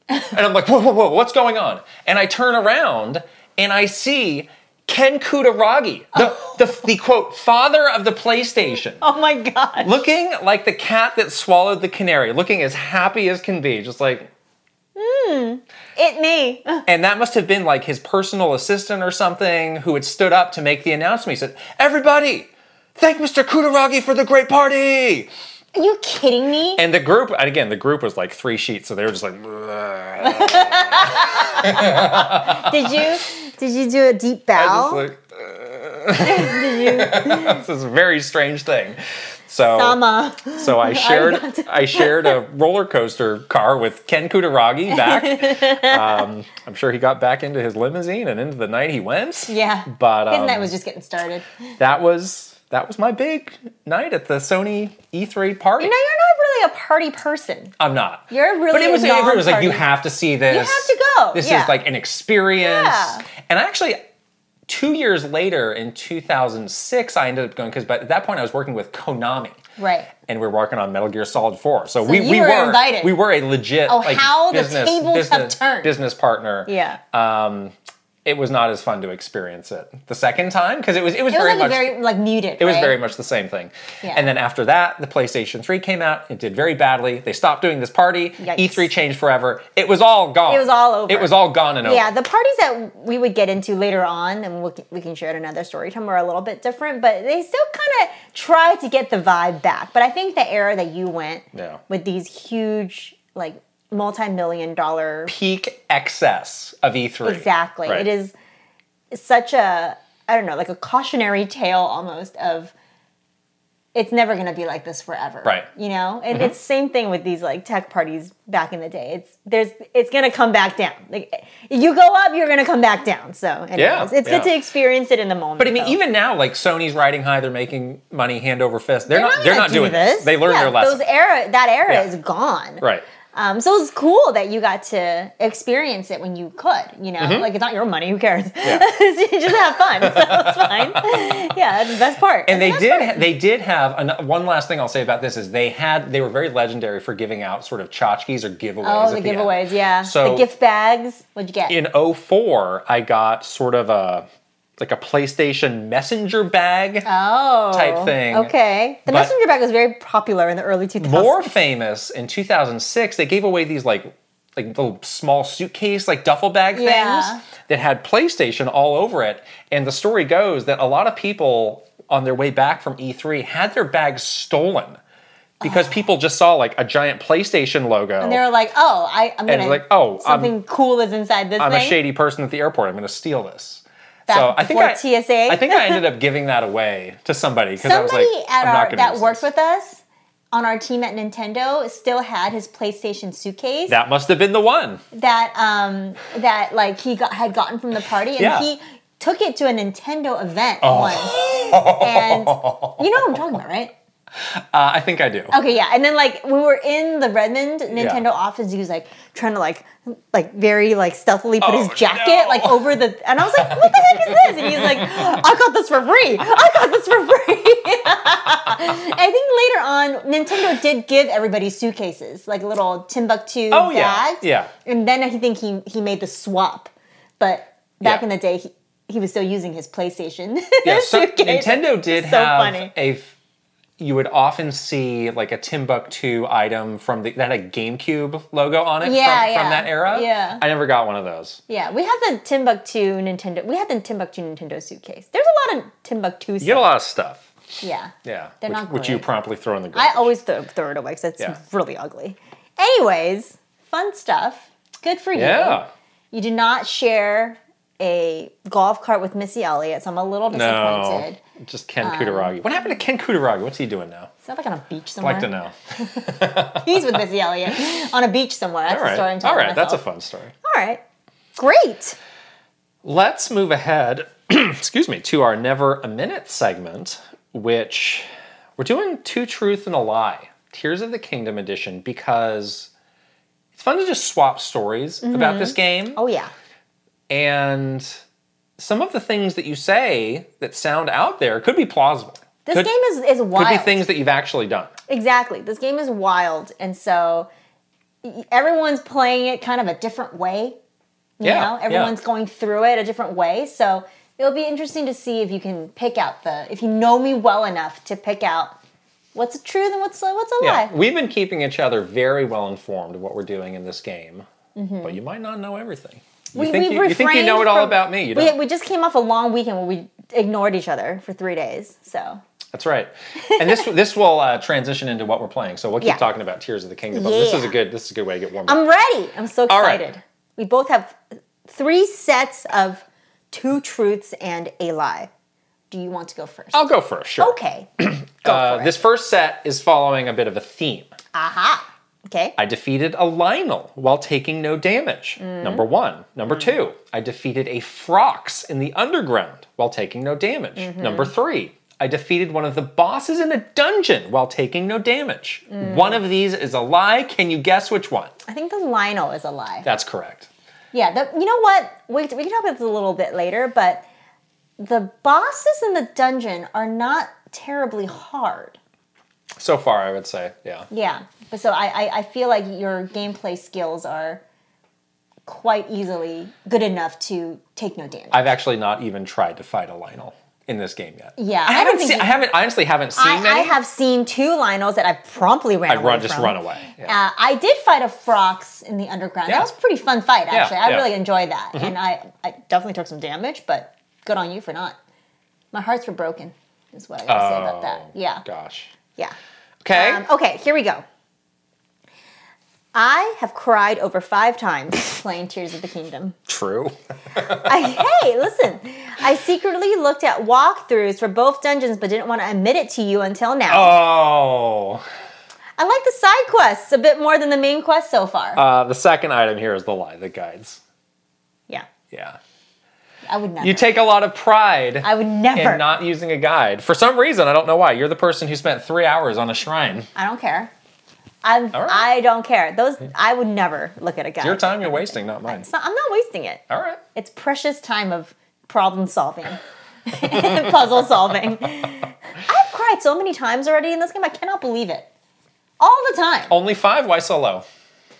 Speaker 2: And I'm like, whoa, whoa, whoa, what's going on? And I turn around and I see Ken Kutaragi, the, the, the quote, father of the PlayStation,
Speaker 1: oh my god.
Speaker 2: looking like the cat that swallowed the canary, looking as happy as can be, just like,
Speaker 1: It me.
Speaker 2: and that must have been like his personal assistant or something who had stood up to make the announcement. He said, Everybody, thank Mr. Kutaragi for the great party.
Speaker 1: Are you kidding me?
Speaker 2: And the group, and again, the group was like three sheets, so they were just like, "Ugh."
Speaker 1: did you did you do a deep bow?
Speaker 2: Just like, "Ugh." this is a very strange thing. So,
Speaker 1: Sama.
Speaker 2: so I shared I shared a roller coaster car with Ken Kutaragi back. um, I'm sure he got back into his limousine and into the night he went.
Speaker 1: Yeah.
Speaker 2: but
Speaker 1: His
Speaker 2: um,
Speaker 1: night was just getting started.
Speaker 2: that was that was my big night at the Sony E3 party.
Speaker 1: No, you're not really a party person.
Speaker 2: I'm not.
Speaker 1: You're really
Speaker 2: But it was
Speaker 1: a
Speaker 2: everyone was like, you
Speaker 1: non-party.
Speaker 2: have to see this.
Speaker 1: have to go,
Speaker 2: This
Speaker 1: yeah.
Speaker 2: is like an experience.
Speaker 1: Yeah.
Speaker 2: And I actually, two years later in 2006, I ended up going because by at that point I was working with Konami.
Speaker 1: Right.
Speaker 2: And we were working on Metal Gear Solid 4. So, we,
Speaker 1: you
Speaker 2: we
Speaker 1: were
Speaker 2: were,
Speaker 1: invited.
Speaker 2: we were a legit
Speaker 1: Oh,
Speaker 2: like,
Speaker 1: how the
Speaker 2: business,
Speaker 1: tables have
Speaker 2: business,
Speaker 1: turned.
Speaker 2: business partner.
Speaker 1: Yeah.
Speaker 2: Um, it was not as fun to experience it the second time because it was it was
Speaker 1: it was
Speaker 2: very
Speaker 1: like
Speaker 2: much
Speaker 1: a very like muted.
Speaker 2: it was
Speaker 1: right?
Speaker 2: very much the same thing.
Speaker 1: Yeah.
Speaker 2: And then after that, the PlayStation 3 came out. It did very badly. They stopped doing this party.
Speaker 1: Yikes.
Speaker 2: E3 changed forever. It was all gone.
Speaker 1: It was all over.
Speaker 2: It was all gone and over.
Speaker 1: Yeah, the parties that we would get into later on, and we'll, we can share it another story time, are a little bit different, but they still kind of try to get the vibe back. But I think the era that you went
Speaker 2: Yeah.
Speaker 1: with these huge, like, multi million dollar.
Speaker 2: Peak excess of E3.
Speaker 1: Exactly.
Speaker 2: Right.
Speaker 1: It is such a, I don't know, like a cautionary tale almost of it's never going to be like this forever.
Speaker 2: Right. Mm-hmm.
Speaker 1: You know? And it's same thing with these like tech parties back in the day. It's there's it's going to come back down. Like you go up, you're going to come back down. So, anyways,
Speaker 2: Yeah,
Speaker 1: it's good
Speaker 2: yeah.
Speaker 1: to experience it in the moment.
Speaker 2: But I mean,
Speaker 1: though.
Speaker 2: even now, like Sony's riding high, they're making money hand over fist. They're,
Speaker 1: They're
Speaker 2: not.
Speaker 1: not
Speaker 2: They're
Speaker 1: gonna
Speaker 2: not
Speaker 1: do
Speaker 2: doing
Speaker 1: this.
Speaker 2: this. They learned
Speaker 1: Yeah,
Speaker 2: their lesson.
Speaker 1: Those era that era
Speaker 2: Yeah.
Speaker 1: is gone.
Speaker 2: right.
Speaker 1: Um, so it was cool that you got to experience it when you could, you know?
Speaker 2: Mm-hmm.
Speaker 1: Like, it's not your money, who cares? You just have fun. So it's fine. yeah, that's the best part.
Speaker 2: And they did. They did have an, one last thing I'll say about this is they had. They were very legendary for giving out sort of tchotchkes or giveaways.
Speaker 1: Oh, the
Speaker 2: at end.
Speaker 1: giveaways, yeah.
Speaker 2: So-
Speaker 1: the gift bags. What'd you get?
Speaker 2: in 04 i got sort of a like a playstation messenger bag
Speaker 1: oh,
Speaker 2: type thing.
Speaker 1: Okay. The
Speaker 2: But-
Speaker 1: messenger bag was very popular in the early 2000s.
Speaker 2: more famous in 2006 they gave away these like like little small suitcase like duffel bag things
Speaker 1: Yeah.
Speaker 2: that had playstation all over it and the story goes that a lot of people on their way back from e3 had their bags stolen because people just saw like a giant playstation logo
Speaker 1: Oh. And they were like, oh, I, I'm
Speaker 2: And
Speaker 1: going to.
Speaker 2: like, oh, I'm-
Speaker 1: Something cool is inside this
Speaker 2: I'm
Speaker 1: thing.
Speaker 2: a shady person at the airport. I'm going to steal this.
Speaker 1: Back
Speaker 2: so I think
Speaker 1: before
Speaker 2: I,
Speaker 1: TSA?
Speaker 2: I think I ended up giving that away to somebody because I was like,
Speaker 1: Somebody at
Speaker 2: I'm not
Speaker 1: our
Speaker 2: gonna
Speaker 1: that
Speaker 2: use
Speaker 1: worked
Speaker 2: this.
Speaker 1: with us on our team at Nintendo still had his PlayStation suitcase.
Speaker 2: That must have been the one.
Speaker 1: that um that like he got had gotten from the party and
Speaker 2: Yeah.
Speaker 1: he took it to a Nintendo event once. And you know what I'm talking about, right?
Speaker 2: Uh, I think I do.
Speaker 1: Okay, yeah. And then like we were in the Redmond Nintendo office, he was like trying to like like very like stealthily put his
Speaker 2: Oh,
Speaker 1: jacket
Speaker 2: no.
Speaker 1: like over the and I was like, what the heck is this? And he's like, I got this for free. I got this for free. I think later on Nintendo did give everybody suitcases, like little Timbuktu
Speaker 2: Oh, yeah.
Speaker 1: bags.
Speaker 2: Yeah.
Speaker 1: And then I think he he made the swap. But back
Speaker 2: Yeah.
Speaker 1: in the day he, he was still using his PlayStation.
Speaker 2: Yeah, so
Speaker 1: suitcase.
Speaker 2: Nintendo did
Speaker 1: So
Speaker 2: have
Speaker 1: funny.
Speaker 2: a. f- You would often see like a Timbuktu item from the that had a GameCube logo on it
Speaker 1: Yeah,
Speaker 2: from,
Speaker 1: yeah,
Speaker 2: from that era.
Speaker 1: yeah.
Speaker 2: I never got one of those.
Speaker 1: Yeah, we had the Timbuktu Nintendo. We had the Timbuktu Nintendo suitcase. There's a lot of Timbuktu.
Speaker 2: You get a lot of stuff.
Speaker 1: Yeah.
Speaker 2: Yeah,
Speaker 1: They're
Speaker 2: which,
Speaker 1: not
Speaker 2: which you
Speaker 1: great.
Speaker 2: promptly throw in the
Speaker 1: I
Speaker 2: garbage.
Speaker 1: always throw, throw it away because it's
Speaker 2: Yeah.
Speaker 1: really ugly. Anyways, fun stuff. Good for you.
Speaker 2: yeah.
Speaker 1: You did not share a golf cart with Missy Elliott, so I'm a little
Speaker 2: No,
Speaker 1: disappointed. Um,
Speaker 2: just Ken Kutaragi. What happened to Ken Kutaragi? What's he doing now?
Speaker 1: It's not like on a beach
Speaker 2: I'd
Speaker 1: somewhere.
Speaker 2: like to know.
Speaker 1: He's with Missy Elliott on a beach somewhere. That's
Speaker 2: All
Speaker 1: the story I'm
Speaker 2: right. All
Speaker 1: telling
Speaker 2: right. That's a
Speaker 1: myself.
Speaker 2: fun story.
Speaker 1: All right. Great.
Speaker 2: Let's move ahead, excuse me, to our Never a Minute segment, which we're doing Two Truth and a Lie, Tears of the Kingdom edition, because
Speaker 1: Mm-hmm.
Speaker 2: it's fun to just swap stories about this game.
Speaker 1: Oh yeah.
Speaker 2: And some of the things that you say that sound out there could be plausible.
Speaker 1: This
Speaker 2: could,
Speaker 1: game is is
Speaker 2: could
Speaker 1: wild.
Speaker 2: be things that you've actually done.
Speaker 1: Exactly. This game is wild, and so y- everyone's playing it kind of a different way. You
Speaker 2: Yeah,
Speaker 1: know,
Speaker 2: yeah.
Speaker 1: everyone's going through it a different way. So it'll be interesting to see if you can pick out the if you know me well enough to pick out what's a truth and what's a, what's a
Speaker 2: Yeah,
Speaker 1: lie.
Speaker 2: we've been keeping each other very well informed of what we're doing in this game, but you might not know everything. You
Speaker 1: Mm-hmm. We,
Speaker 2: think
Speaker 1: we've
Speaker 2: you, you think you know it
Speaker 1: refrained
Speaker 2: all
Speaker 1: from-
Speaker 2: about me? You
Speaker 1: we,
Speaker 2: don't.
Speaker 1: we just came off a long weekend where we ignored each other for three days. So
Speaker 2: That's right. And this this will uh, transition into what we're playing. So we'll keep
Speaker 1: Yeah.
Speaker 2: talking about Tears of the Kingdom. But this is a
Speaker 1: Yeah.
Speaker 2: good this is a good way to get warmed up.
Speaker 1: I'm ready. I'm so
Speaker 2: All right.
Speaker 1: excited. We both have three sets of two truths and a lie. Do you want to go first?
Speaker 2: I'll go first. Sure.
Speaker 1: Okay.
Speaker 2: Uh, this first set is following a bit of a theme.
Speaker 1: Aha. Okay.
Speaker 2: I defeated a Lionel while taking no damage. Number one. Number two, I defeated a Frox in the underground while taking no damage. Number three, I defeated one of the bosses in a dungeon while taking no damage. One of these is a lie. Can you guess which one?
Speaker 1: I think the Lionel is a lie.
Speaker 2: That's correct.
Speaker 1: Yeah. The, you know what? We, we can talk about this a little bit later, but the bosses in the dungeon are not terribly hard.
Speaker 2: So far, I would say, yeah.
Speaker 1: Yeah. But so I, I, I feel like your gameplay skills are quite easily good enough to take no damage.
Speaker 2: I've actually not even tried to fight a Lionel in this game yet.
Speaker 1: Yeah,
Speaker 2: I
Speaker 1: I don't
Speaker 2: haven't
Speaker 1: think
Speaker 2: seen.
Speaker 1: you-
Speaker 2: I haven't I honestly haven't seen
Speaker 1: I,
Speaker 2: many.
Speaker 1: I have seen two Lionels that I promptly ran
Speaker 2: I
Speaker 1: away
Speaker 2: run, just
Speaker 1: from.
Speaker 2: run away.
Speaker 1: Uh,
Speaker 2: Yeah.
Speaker 1: I did fight a Frox in the underground.
Speaker 2: Yeah.
Speaker 1: That was a pretty fun fight, actually. I
Speaker 2: yeah. Mm-hmm.
Speaker 1: really enjoyed that. And I, I definitely took some damage, but good on you for not. My hearts were broken, is what I gotta say about
Speaker 2: Oh,
Speaker 1: that. Yeah.
Speaker 2: Gosh.
Speaker 1: Yeah.
Speaker 2: Okay.
Speaker 1: Um, okay, here we go. I have cried over five times playing Tears of the Kingdom.
Speaker 2: True.
Speaker 1: I, hey, listen. I secretly looked at walkthroughs for both dungeons, but didn't want to admit it to you until now.
Speaker 2: Oh.
Speaker 1: I like the side quests a bit more than the main quest so far.
Speaker 2: Uh, the second item here is the lie, the guides.
Speaker 1: yeah,
Speaker 2: Yeah.
Speaker 1: I would never.
Speaker 2: You take a lot of pride
Speaker 1: I would never.
Speaker 2: in not using a guide. For some reason, I don't know why. You're the person who spent three hours on a shrine.
Speaker 1: I don't care. I'm,
Speaker 2: right.
Speaker 1: I don't care. Those I would never look at a guy.
Speaker 2: Your time you're wasting, not mine.
Speaker 1: It's not- I'm not wasting it.
Speaker 2: All right.
Speaker 1: It's precious time of problem solving, and puzzle solving. I've cried so many times already in this game. I cannot believe it. All the time.
Speaker 2: Only five? Why so low?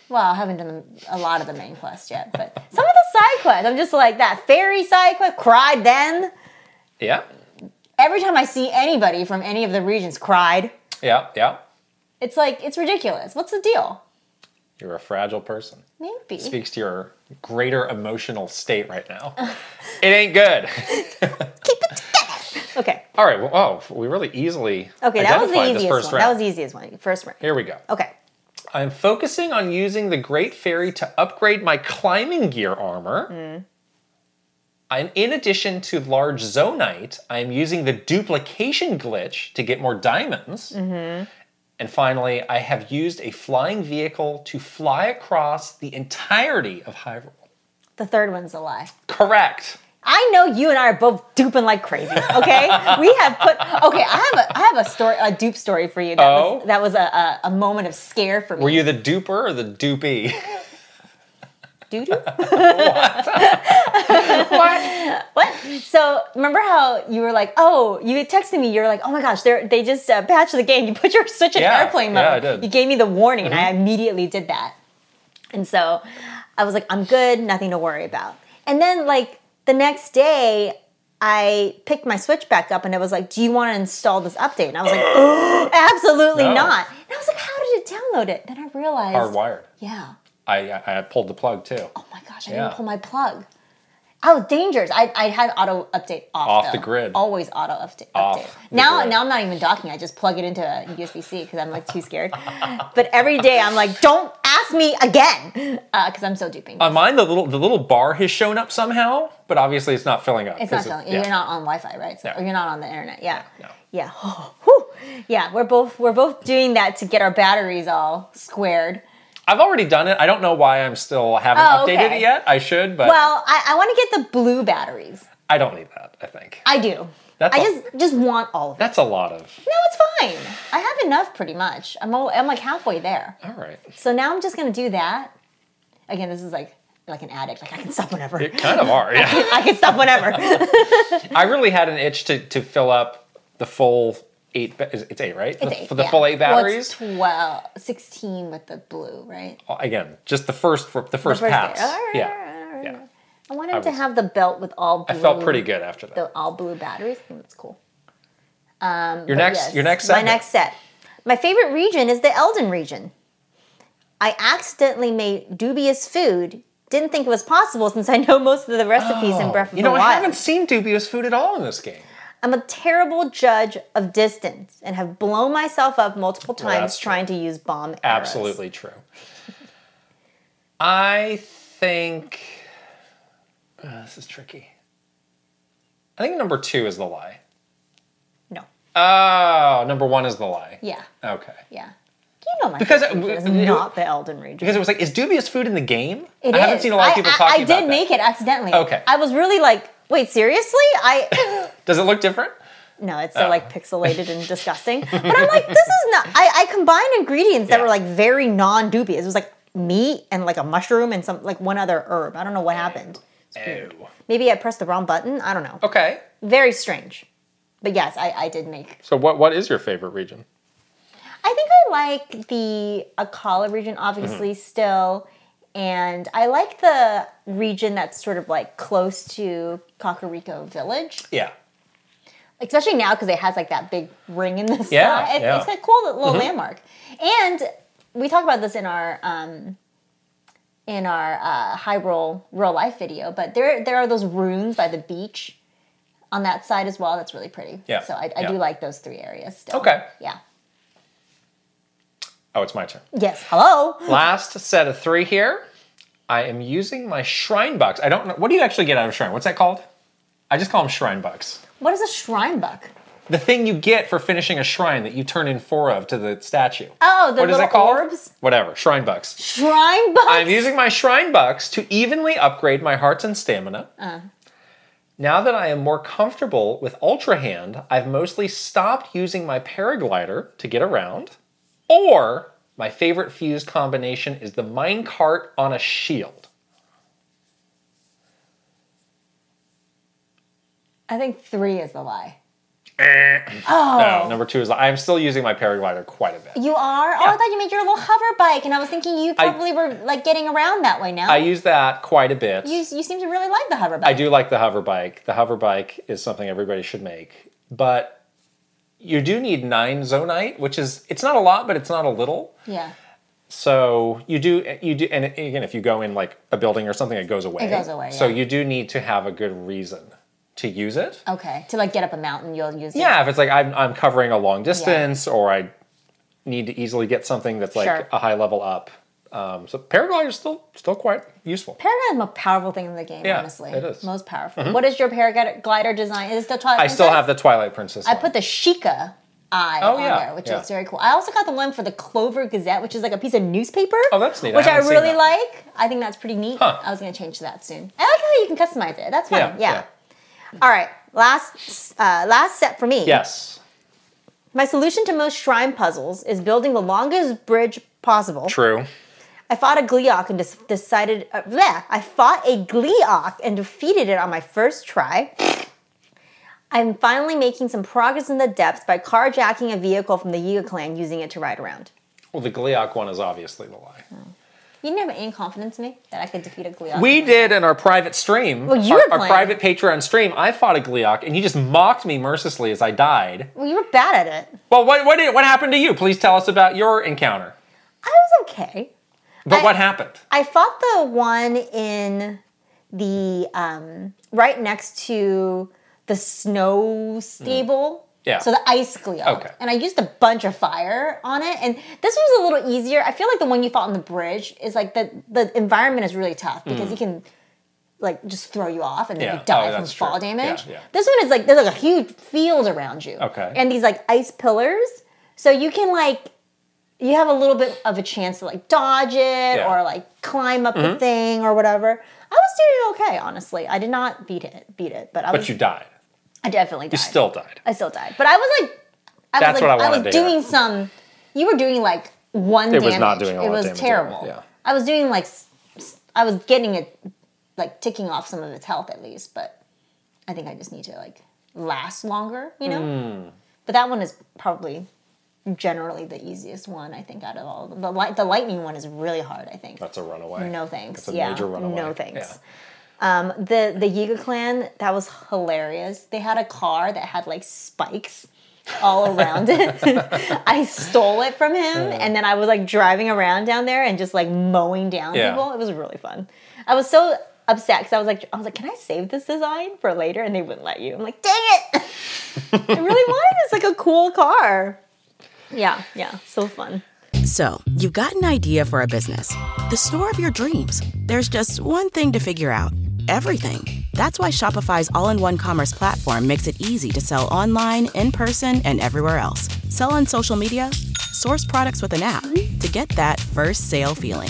Speaker 1: Well, I haven't done a lot of the main quest yet, but some of the side quests, I'm just like that fairy side quest. Cried then.
Speaker 2: Yeah.
Speaker 1: Every time I see anybody from any of the regions, cried.
Speaker 2: Yeah. Yeah.
Speaker 1: It's like it's ridiculous. What's the deal?
Speaker 2: You're a fragile person.
Speaker 1: Maybe.
Speaker 2: Speaks to your greater emotional state right now. it ain't good.
Speaker 1: Okay.
Speaker 2: All right. Well, oh, we really easily.
Speaker 1: Okay, that was the
Speaker 2: identified this
Speaker 1: easiest one.
Speaker 2: first
Speaker 1: That
Speaker 2: round.
Speaker 1: was the easiest one. First round.
Speaker 2: Here we go.
Speaker 1: Okay.
Speaker 2: I'm focusing on using the Great Fairy to upgrade my climbing gear armor.
Speaker 1: Hmm.
Speaker 2: And in addition to large zonite, I am using the duplication glitch to get more diamonds.
Speaker 1: Mm-hmm.
Speaker 2: And finally, I have used a flying vehicle to fly across the entirety of Hyrule.
Speaker 1: The third one's a lie.
Speaker 2: Correct.
Speaker 1: I know you and I are both duping like crazy. Okay, we have put. Okay, I have a I have a story a dupe story for you. That
Speaker 2: Oh?
Speaker 1: was that was a, a, a moment of scare for me.
Speaker 2: Were you the duper or the dupee?
Speaker 1: doo doo?
Speaker 2: what?
Speaker 1: What? So remember how you were like, oh, you had texted me. You're like, oh my gosh, they are they just uh, patched the game. You put your Switch in
Speaker 2: Yeah,
Speaker 1: airplane mode.
Speaker 2: yeah, I did. Mm-hmm.
Speaker 1: You gave me the warning, and I immediately did that. And so I was like, I'm good, nothing to worry about. And then like the next day, I picked my Switch back up, and it was like, do you want to install this update? And I was like, absolutely
Speaker 2: No.
Speaker 1: not. And I was like, how did it download it? Then I realized,
Speaker 2: Hardwired.
Speaker 1: yeah.
Speaker 2: I, I, I pulled the plug too.
Speaker 1: Oh my gosh, I
Speaker 2: Yeah.
Speaker 1: didn't pull my plug. Oh, dangers! I, I had auto update off.
Speaker 2: Off
Speaker 1: though.
Speaker 2: the grid.
Speaker 1: Always auto update.
Speaker 2: Off
Speaker 1: update.
Speaker 2: the
Speaker 1: Now
Speaker 2: grid.
Speaker 1: now I'm not even docking. I just plug it into a USB C because I'm like too scared. but every day I'm like, don't ask me again because I'm so duping.
Speaker 2: On mine, the little the little bar has shown up somehow, but obviously it's not filling up.
Speaker 1: it's not
Speaker 2: 'cause it-
Speaker 1: telling
Speaker 2: yeah.
Speaker 1: you're not on Wi-Fi, right? So,
Speaker 2: No.
Speaker 1: Or you're not on the internet. Yeah.
Speaker 2: No.
Speaker 1: Yeah. Whew. yeah. We're both we're both doing that to get our batteries all squared.
Speaker 2: I've already done it. I don't know why I'm still haven't
Speaker 1: Oh,
Speaker 2: updated
Speaker 1: okay.
Speaker 2: it yet. I should, but
Speaker 1: Well, I, I want to get the blue batteries.
Speaker 2: I don't need that. I think
Speaker 1: I do.
Speaker 2: That's
Speaker 1: I
Speaker 2: all-
Speaker 1: just just want all of them.
Speaker 2: that's a lot of.
Speaker 1: No, it's fine. I have enough pretty much. I'm all, I'm like halfway there.
Speaker 2: All right.
Speaker 1: So now I'm just gonna do that. Again, this is like like an addict. Like I can stop whenever.
Speaker 2: You kind of are, yeah.
Speaker 1: I can stop whenever.
Speaker 2: I really had an itch to, to fill up the full eight. ba- is- It's eight, right? the,
Speaker 1: Eight,
Speaker 2: For the
Speaker 1: yeah.
Speaker 2: full eight
Speaker 1: Well,
Speaker 2: batteries.
Speaker 1: it's 12, 16 with the blue, right?
Speaker 2: Again, just the first the first,
Speaker 1: First
Speaker 2: pass.
Speaker 1: day. All right, all
Speaker 2: yeah,
Speaker 1: right, all right.
Speaker 2: yeah.
Speaker 1: I wanted to
Speaker 2: was-
Speaker 1: have the belt with all
Speaker 2: I
Speaker 1: blue.
Speaker 2: felt pretty good after that.
Speaker 1: The all blue batteries. I think that's cool.
Speaker 2: Your
Speaker 1: But
Speaker 2: next,
Speaker 1: yes,
Speaker 2: your next
Speaker 1: My
Speaker 2: segment.
Speaker 1: next set. My favorite region is the Elden region. I accidentally made dubious food. Didn't think it was possible since I know most of the recipes in Breath of
Speaker 2: Oh. You
Speaker 1: the
Speaker 2: know, I
Speaker 1: Wild.
Speaker 2: haven't seen dubious food at all in this game.
Speaker 1: I'm a terrible judge of distance and have blown myself up multiple
Speaker 2: Well,
Speaker 1: times
Speaker 2: that's
Speaker 1: trying to use bomb arrows.
Speaker 2: Absolutely true. I think uh, this is tricky. I think number two is the lie.
Speaker 1: No.
Speaker 2: Oh, number one is the lie.
Speaker 1: Yeah.
Speaker 2: Okay.
Speaker 1: Yeah. You know my
Speaker 2: Because-
Speaker 1: favorite region
Speaker 2: w-
Speaker 1: is not the Elden region.
Speaker 2: Because it was like, is dubious food in the game?
Speaker 1: It
Speaker 2: I haven't
Speaker 1: is.
Speaker 2: seen a lot of
Speaker 1: I-
Speaker 2: people
Speaker 1: I,
Speaker 2: talking
Speaker 1: I
Speaker 2: about
Speaker 1: did
Speaker 2: that.
Speaker 1: make it accidentally.
Speaker 2: Okay.
Speaker 1: I was really like, wait, seriously? I
Speaker 2: Does it look different?
Speaker 1: no, it's so like
Speaker 2: Oh.
Speaker 1: pixelated and disgusting. But I'm like, this is not. I, I combined ingredients that
Speaker 2: Yeah.
Speaker 1: were like very non-dubious. It was like meat and like a mushroom and some like one other herb. I don't know what happened.
Speaker 2: Ew.
Speaker 1: Maybe I pressed the wrong button. I don't know.
Speaker 2: Okay.
Speaker 1: Very strange. But yes, I, I did make.
Speaker 2: So what what is your favorite region?
Speaker 1: I think I like the Akala region, obviously, still. And I like the region that's sort of like close to Kakariko Village.
Speaker 2: Yeah.
Speaker 1: especially now because it has like that big ring in the sky.
Speaker 2: Yeah,
Speaker 1: It-
Speaker 2: yeah. Mm-hmm.
Speaker 1: It's a cool little landmark. And we talk about this in our um, in our uh, Hyrule real life video, but there there are those ruins by the beach on that side as well. That's really pretty.
Speaker 2: Yeah,
Speaker 1: So I, I
Speaker 2: yeah.
Speaker 1: do like those three areas still.
Speaker 2: Okay.
Speaker 1: Yeah.
Speaker 2: Oh, it's my turn.
Speaker 1: Yes. Hello.
Speaker 2: Last set of three here. I am using my shrine bucks. I don't know. What do you actually get out of shrine? What's that called? I just call them shrine bucks.
Speaker 1: What is a shrine buck?
Speaker 2: The thing you get for finishing a shrine that you turn in four of to the statue.
Speaker 1: Oh, the
Speaker 2: what is
Speaker 1: little
Speaker 2: that called?
Speaker 1: orbs.
Speaker 2: Whatever. Shrine bucks.
Speaker 1: Shrine buck.
Speaker 2: I'm using my shrine bucks to evenly upgrade my hearts and stamina. Now that I am more comfortable with Ultra Hand, I've mostly stopped using my paraglider to get around. Or my favorite fuse combination is the minecart on a shield.
Speaker 1: I think three is the lie.
Speaker 2: No, number two is I'm still using my paraglider quite a bit.
Speaker 1: You are? Oh, I thought you made your little hover bike, and I was thinking you probably were like getting around that way now.
Speaker 2: I use that quite a bit.
Speaker 1: You, you seem to really like the hover
Speaker 2: I
Speaker 1: bike.
Speaker 2: do like the hover bike. The hover bike is something everybody should make, but you do need nine zonite, which is it's not a lot, but it's not a little.
Speaker 1: Yeah,
Speaker 2: So you do you do, and again, if you go in like a building or something, it goes away.
Speaker 1: It goes away,
Speaker 2: So
Speaker 1: yeah. Uh,
Speaker 2: you do need to have a good reason to use it.
Speaker 1: okay. To like get up a mountain, you'll use it.
Speaker 2: Yeah, if it's like I'm I'm covering a long distance or I need to easily get something that's like
Speaker 1: Sure.
Speaker 2: a high level up. Um, so paraglider is still still quite useful.
Speaker 1: Paraglider is the most powerful thing in the game,
Speaker 2: Yeah,
Speaker 1: honestly.
Speaker 2: it is. Mm-hmm.
Speaker 1: Most powerful. What is your paraglider design? Is it still Twilight
Speaker 2: I still
Speaker 1: Princess?
Speaker 2: have the Twilight Princess.
Speaker 1: I
Speaker 2: one.
Speaker 1: put the Sheikah eye
Speaker 2: Oh,
Speaker 1: on
Speaker 2: yeah,
Speaker 1: there, which
Speaker 2: yeah.
Speaker 1: is very cool. I also got the one for the Clover Gazette, which is like a piece of newspaper.
Speaker 2: Oh, that's neat. I
Speaker 1: Which I,
Speaker 2: haven't seen
Speaker 1: really
Speaker 2: that.
Speaker 1: like. I think that's pretty neat.
Speaker 2: Huh.
Speaker 1: I was going to change to that soon. I like how you can customize it. That's fun.
Speaker 2: Yeah,
Speaker 1: Yeah.
Speaker 2: yeah.
Speaker 1: All right. Last uh, last set for me.
Speaker 2: yes,
Speaker 1: My solution to most shrine puzzles is building the longest bridge possible.
Speaker 2: true.
Speaker 1: I fought a Gleeok and des- decided. Uh, bleh. I fought a Gleeok and defeated it on my first try. I'm finally making some progress in the depths by carjacking a vehicle from the Yiga clan, using it to ride around.
Speaker 2: Well, the Gliok one is obviously the lie.
Speaker 1: Uh-huh. You didn't have any confidence in me that I could defeat a Gleeok.
Speaker 2: We did in our private stream,
Speaker 1: Well, you
Speaker 2: our,
Speaker 1: were
Speaker 2: our
Speaker 1: playing.
Speaker 2: private Patreon stream. I fought a Gliok, and you just mocked me mercilessly as I died.
Speaker 1: well, you were bad at it.
Speaker 2: Well, what what, did, what happened to you? Please tell us about your encounter.
Speaker 1: I was okay.
Speaker 2: But
Speaker 1: I-
Speaker 2: what happened?
Speaker 1: I fought the one in the um, right next to the snow stable.
Speaker 2: Yeah.
Speaker 1: So the ice Gleeok.
Speaker 2: Okay.
Speaker 1: And I used a bunch of fire on it. And this was a little easier. I feel like the one you fought on the bridge is like the the environment is really tough because you can like just throw you off and then
Speaker 2: Mm. Yeah.
Speaker 1: you die
Speaker 2: Oh,
Speaker 1: from
Speaker 2: that's true.
Speaker 1: fall damage.
Speaker 2: Yeah, yeah.
Speaker 1: This one is like there's like a huge field around you.
Speaker 2: Okay.
Speaker 1: And these like ice pillars. So you can like you have a little bit of a chance to like dodge it or like climb up
Speaker 2: Mm-hmm.
Speaker 1: the thing or whatever. I was doing okay, honestly. I did not beat it, beat it, but I
Speaker 2: But
Speaker 1: was.
Speaker 2: you died.
Speaker 1: I definitely Um, died.
Speaker 2: You still died.
Speaker 1: I still died, but I was like, I
Speaker 2: That's
Speaker 1: was
Speaker 2: what I
Speaker 1: like, I,
Speaker 2: wanted
Speaker 1: was
Speaker 2: to hear.
Speaker 1: doing some. You were doing like one.
Speaker 2: It
Speaker 1: damage.
Speaker 2: was not doing a lot
Speaker 1: It
Speaker 2: of
Speaker 1: was
Speaker 2: damage at all,
Speaker 1: terrible.
Speaker 2: yeah.
Speaker 1: I was doing like. s- s- I was getting it, like ticking off some of its health at least, but I think I just need to like last longer, you know?
Speaker 2: Hmm.
Speaker 1: But that one is probably generally the easiest one, I think, out of all. The, light, the lightning one is really hard, I think.
Speaker 2: That's a runaway.
Speaker 1: No thanks.
Speaker 2: That's a
Speaker 1: yeah.
Speaker 2: major runaway.
Speaker 1: No thanks.
Speaker 2: Yeah.
Speaker 1: Um, the the Yiga clan that was hilarious. They had a car that had like spikes all around it. I stole it from him, and then I was like driving around down there and just like mowing down
Speaker 2: Yeah.
Speaker 1: people. It was really fun. I was so upset because I was like, I was like, can I save this design for later? And they wouldn't let you. I'm like, dang it! I really wanted it. It's like a cool car. Yeah, yeah, so fun.
Speaker 3: So, you've got an idea for a business, the store of your dreams. There's just one thing to figure out everything. That's why Shopify's all in one commerce platform makes it easy to sell online, in person, and everywhere else. Sell on social media, source products with an app to get that first sale feeling.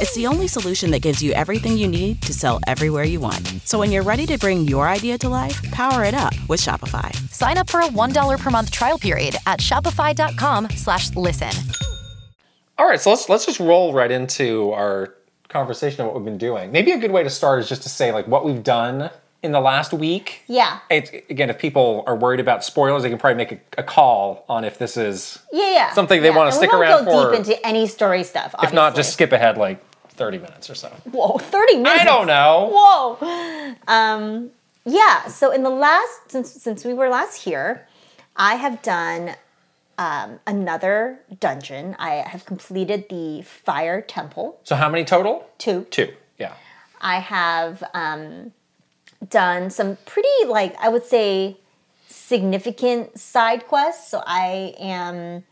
Speaker 3: It's the only solution that gives you everything you need to sell everywhere you want. So, when you're ready to bring your idea to life, power it up with Shopify.
Speaker 4: Sign up for a $1 per month trial period at shopify.com slash listen.
Speaker 2: All right, so let's let's just roll right into our conversation of what we've been doing. Maybe a good way to start is just to say like what we've done in the last week.
Speaker 1: Yeah,
Speaker 2: It's, again, if people are worried about spoilers, they can probably make a, a call on if this is
Speaker 1: yeah, yeah.
Speaker 2: Something they
Speaker 1: Yeah,
Speaker 2: wanna
Speaker 1: and
Speaker 2: stick
Speaker 1: we won't
Speaker 2: around
Speaker 1: go
Speaker 2: for.
Speaker 1: deep into any story stuff.
Speaker 2: if not,
Speaker 1: obviously.
Speaker 2: just skip ahead like thirty minutes or so.
Speaker 1: whoa, thirty minutes.
Speaker 2: I don't know.
Speaker 1: Whoa. Um, yeah. So in the last since since we were last here, I have done um, another dungeon. I have completed the Fire Temple
Speaker 2: So how many total?
Speaker 1: two.
Speaker 2: Two. Yeah.
Speaker 1: I have um, done some pretty like I would say significant side quests. So I am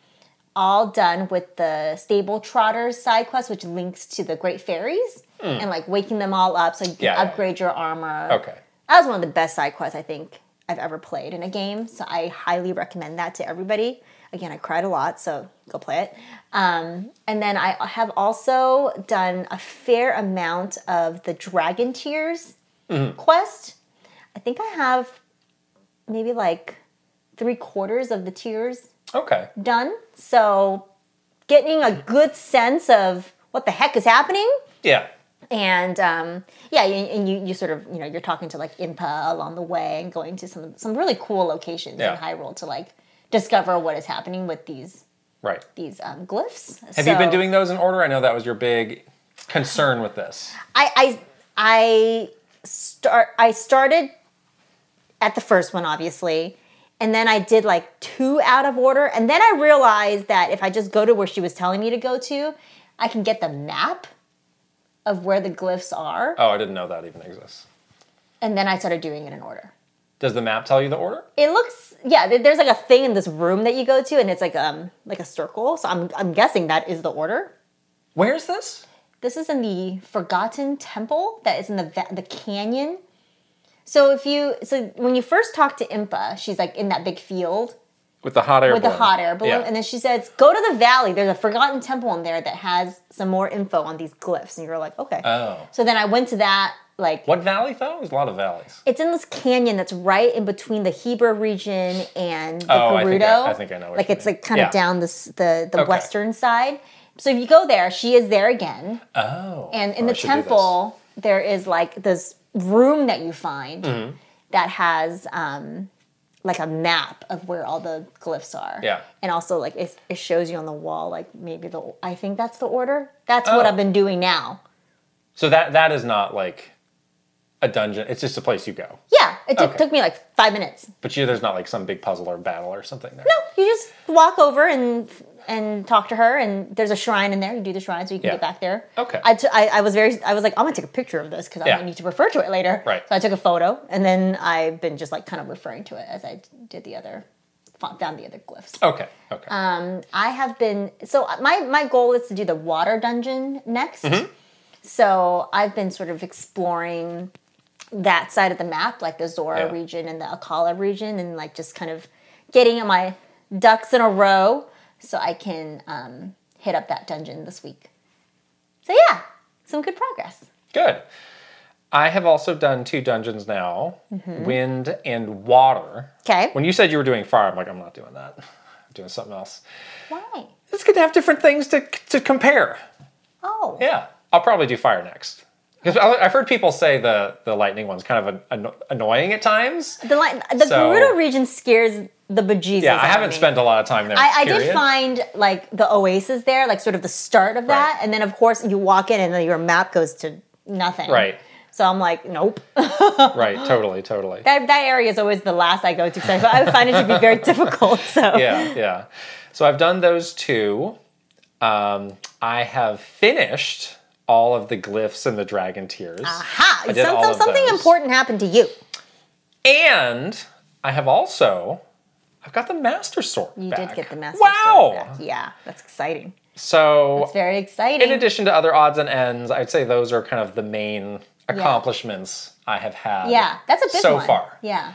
Speaker 1: all done with the stable trotters side quest, which links to the great fairies and like waking them all up so you can
Speaker 2: Yeah, yeah, yeah.
Speaker 1: upgrade your armor.
Speaker 2: Okay.
Speaker 1: That was one of the best side quests I think I've ever played in a game. So I highly recommend that to everybody. Again, I cried a lot, so go play it. Um, and then I have also done a fair amount of the Dragon Tears quest. I think I have maybe like three quarters of the tiers
Speaker 2: Okay.
Speaker 1: done. So getting a good sense of what the heck is happening
Speaker 2: Yeah.
Speaker 1: and um, yeah, you, and you, you sort of you know you're talking to like Impa along the way and going to some some really cool locations
Speaker 2: Yeah.
Speaker 1: in Hyrule to like discover what is happening with these
Speaker 2: Right.
Speaker 1: these um, glyphs.
Speaker 2: Have you been doing those in order? I know that was your big concern with this.
Speaker 1: I I I start I started at the first one obviously, and then I did like two out of order, and then I realized that if I just go to where she was telling me to go to, I can get the map of where the glyphs are,
Speaker 2: Oh, I didn't know that even exists.
Speaker 1: and then I started doing it in order.
Speaker 2: Does the map tell you the order?
Speaker 1: It looks yeah. there- There's like a thing in this room that you go to, and it's like um like a circle. So I'm I'm guessing that is the order.
Speaker 2: Where's this?
Speaker 1: This is in the Forgotten Temple that is in the va- the canyon. So if you so when you first talk to Impa, she's like in that big field
Speaker 2: With the hot air
Speaker 1: with the
Speaker 2: balloon.
Speaker 1: hot air balloon,
Speaker 2: Yeah.
Speaker 1: and then she says, "Go to the valley. There's a Forgotten Temple in there that has some more info on these glyphs." And you're like, "Okay."
Speaker 2: Oh.
Speaker 1: So then I went to that like
Speaker 2: What valley though? There's a lot of valleys.
Speaker 1: it's in this canyon that's right in between the Hebrew region and the
Speaker 2: Oh, I think
Speaker 1: Gerudo.
Speaker 2: I- I think I know what
Speaker 1: Like
Speaker 2: you
Speaker 1: it's
Speaker 2: mean.
Speaker 1: like kind of
Speaker 2: Yeah.
Speaker 1: down this the the
Speaker 2: Okay.
Speaker 1: western side. So if you go there, she is there again.
Speaker 2: Oh.
Speaker 1: And in
Speaker 2: Oh, I
Speaker 1: the
Speaker 2: should do this.
Speaker 1: temple, there is like this room that you find
Speaker 2: Mm-hmm.
Speaker 1: that has um, like a map of where all the glyphs are.
Speaker 2: Yeah.
Speaker 1: And also like it, it shows you on the wall like maybe the I think that's the order. That's
Speaker 2: Oh.
Speaker 1: what I've been doing now.
Speaker 2: So that that is not like a dungeon. It's just a place you go.
Speaker 1: Yeah, it took-
Speaker 2: Okay.
Speaker 1: took me like five minutes.
Speaker 2: But you, there's not like some big puzzle or battle or something there.
Speaker 1: you just walk over and and talk to her and there's a shrine in there you do the shrine so you can
Speaker 2: Yeah.
Speaker 1: get back there
Speaker 2: Okay.
Speaker 1: I, t- I, I was very i was like i'm gonna take a picture of this because i'm
Speaker 2: Yeah.
Speaker 1: gonna need to refer to it later
Speaker 2: Right.
Speaker 1: so i took a photo and then i've been just like kind of referring to it as i did the other found found the other glyphs
Speaker 2: Okay. Okay.
Speaker 1: Um, i have been so my my goal is to do the water dungeon next
Speaker 2: Mm-hmm.
Speaker 1: so i've been sort of exploring that side of the map like the zora
Speaker 2: Yeah.
Speaker 1: region and the akala region and like just kind of getting my ducks in a row so i can um, hit up that dungeon this week so yeah some good progress
Speaker 2: Good. I have also done two dungeons now,
Speaker 1: Mm-hmm.
Speaker 2: wind and water.
Speaker 1: 'Kay.
Speaker 2: When you said you were doing fire, I'm like, I'm not doing that. I'm doing something else.
Speaker 1: why
Speaker 2: It's good to have different things to to compare.
Speaker 1: oh
Speaker 2: Yeah. I'll probably do fire next. Because I've heard people say the the lightning one's kind of an, anno- annoying at times.
Speaker 1: The li- the
Speaker 2: So-
Speaker 1: Gerudo region scares the bejesus.
Speaker 2: Yeah,
Speaker 1: out
Speaker 2: I
Speaker 1: of
Speaker 2: haven't
Speaker 1: me.
Speaker 2: spent a lot of time there.
Speaker 1: I, I did
Speaker 2: period.
Speaker 1: find like the oasis there, like sort of the start of that,
Speaker 2: Right.
Speaker 1: and then of course you walk in and then your map goes to nothing.
Speaker 2: Right.
Speaker 1: So I'm like, nope.
Speaker 2: Right, totally, totally.
Speaker 1: That, that area is always the last I go to because I I find it to be very difficult. So
Speaker 2: yeah, yeah. So I've done those two. Um, I have finished all of the glyphs and the dragon tears.
Speaker 1: ha,
Speaker 2: I did
Speaker 1: some-
Speaker 2: all
Speaker 1: some-
Speaker 2: of
Speaker 1: something
Speaker 2: those.
Speaker 1: important happened to you.
Speaker 2: And I have also I've got the master sword.
Speaker 1: You
Speaker 2: back.
Speaker 1: did get the master
Speaker 2: Wow.
Speaker 1: sword back. Yeah, that's exciting.
Speaker 2: So
Speaker 1: It's very exciting.
Speaker 2: in addition to other odds and ends, I'd say those are kind of the main accomplishments I have had.
Speaker 1: yeah, that's a big
Speaker 2: so
Speaker 1: one.
Speaker 2: far.
Speaker 1: Yeah.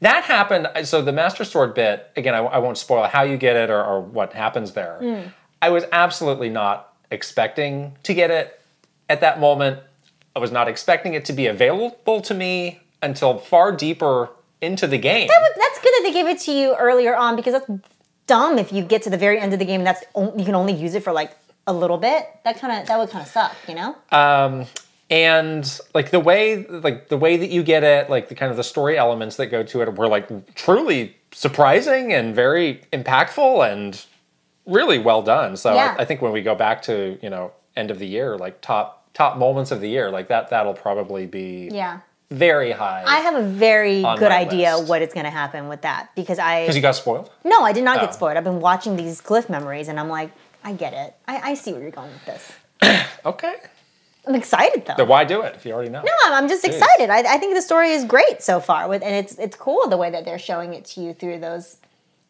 Speaker 2: That happened. So the master sword bit again. I, I won't spoil how you get it or, or what happens there.
Speaker 1: Mm.
Speaker 2: I was absolutely not expecting to get it at that moment. I was not expecting it to be available to me until far deeper into the game.
Speaker 1: That's good that they gave it to you earlier on because that's dumb if you get to the very end of the game and that's on- you can only use it for like a little bit. That kind of that would kind of suck, you know?
Speaker 2: Uh, and like the way like the way that you get it like the kind of the story elements that go to it were like truly surprising and very impactful and really well done so
Speaker 1: Yeah.
Speaker 2: I, I think when we go back to you know end of the year like top top moments of the year like that that'll probably be
Speaker 1: yeah.
Speaker 2: very high
Speaker 1: I have a very
Speaker 2: On
Speaker 1: good
Speaker 2: my
Speaker 1: idea
Speaker 2: list.
Speaker 1: what is going to happen with that because I
Speaker 2: because you got spoiled
Speaker 1: No, I did not
Speaker 2: Oh.
Speaker 1: get spoiled. I've been watching these glyph memories, and I'm like, I get it. I, I see where you're going with this.
Speaker 2: okay
Speaker 1: I'm excited though.
Speaker 2: then why do it if you already know
Speaker 1: No, I'm, I'm just excited. I, I think the story is great so far, with and it's it's cool the way that they're showing it to you through those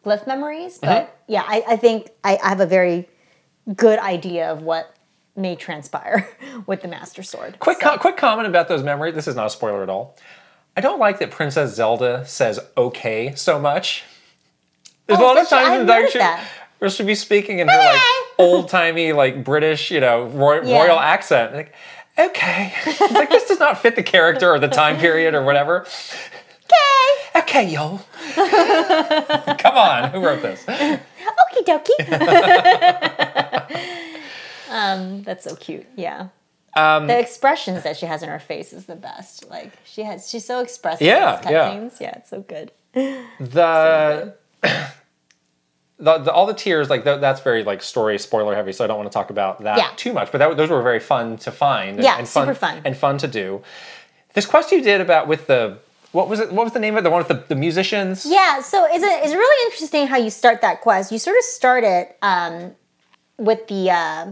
Speaker 1: glyph memories. But
Speaker 2: Mm-hmm.
Speaker 1: yeah, I, I think I, I have a very good idea of what may transpire with the Master Sword.
Speaker 2: Quick, co- quick comment about those memories. This is not a spoiler at all. I don't like that Princess Zelda says "okay" so much. There's
Speaker 1: Oh,
Speaker 2: a lot
Speaker 1: that's-
Speaker 2: of times
Speaker 1: I've
Speaker 2: in like
Speaker 1: noticed
Speaker 2: she,
Speaker 1: that.
Speaker 2: where she'll be speaking in her like
Speaker 1: Okay.
Speaker 2: old timey like British, you know, roy-
Speaker 1: Yeah.
Speaker 2: royal accent. Like, okay, it's like this does not fit the character or the time period or whatever.
Speaker 1: Okay,
Speaker 2: Okay, y'all. Come on, who wrote this?
Speaker 1: okie dokie. um, that's so cute. Yeah.
Speaker 2: Um,
Speaker 1: the expressions that she has in her face is the best. Like she has, she's so expressive. in
Speaker 2: Yeah,
Speaker 1: these
Speaker 2: yeah.
Speaker 1: cutscenes. yeah, it's so good.
Speaker 2: the, the, the all the tears like tho- that's very like story spoiler heavy so i don't want to talk about that
Speaker 1: Yeah.
Speaker 2: too much but that, those were very fun to find and,
Speaker 1: Yeah,
Speaker 2: and fun,
Speaker 1: super fun.
Speaker 2: and fun to do this quest you did about with the what was it what was the name of it? the one with the, the musicians
Speaker 1: Yeah, so it's, a, it's really interesting how you start that quest. You sort of start it um, with the uh,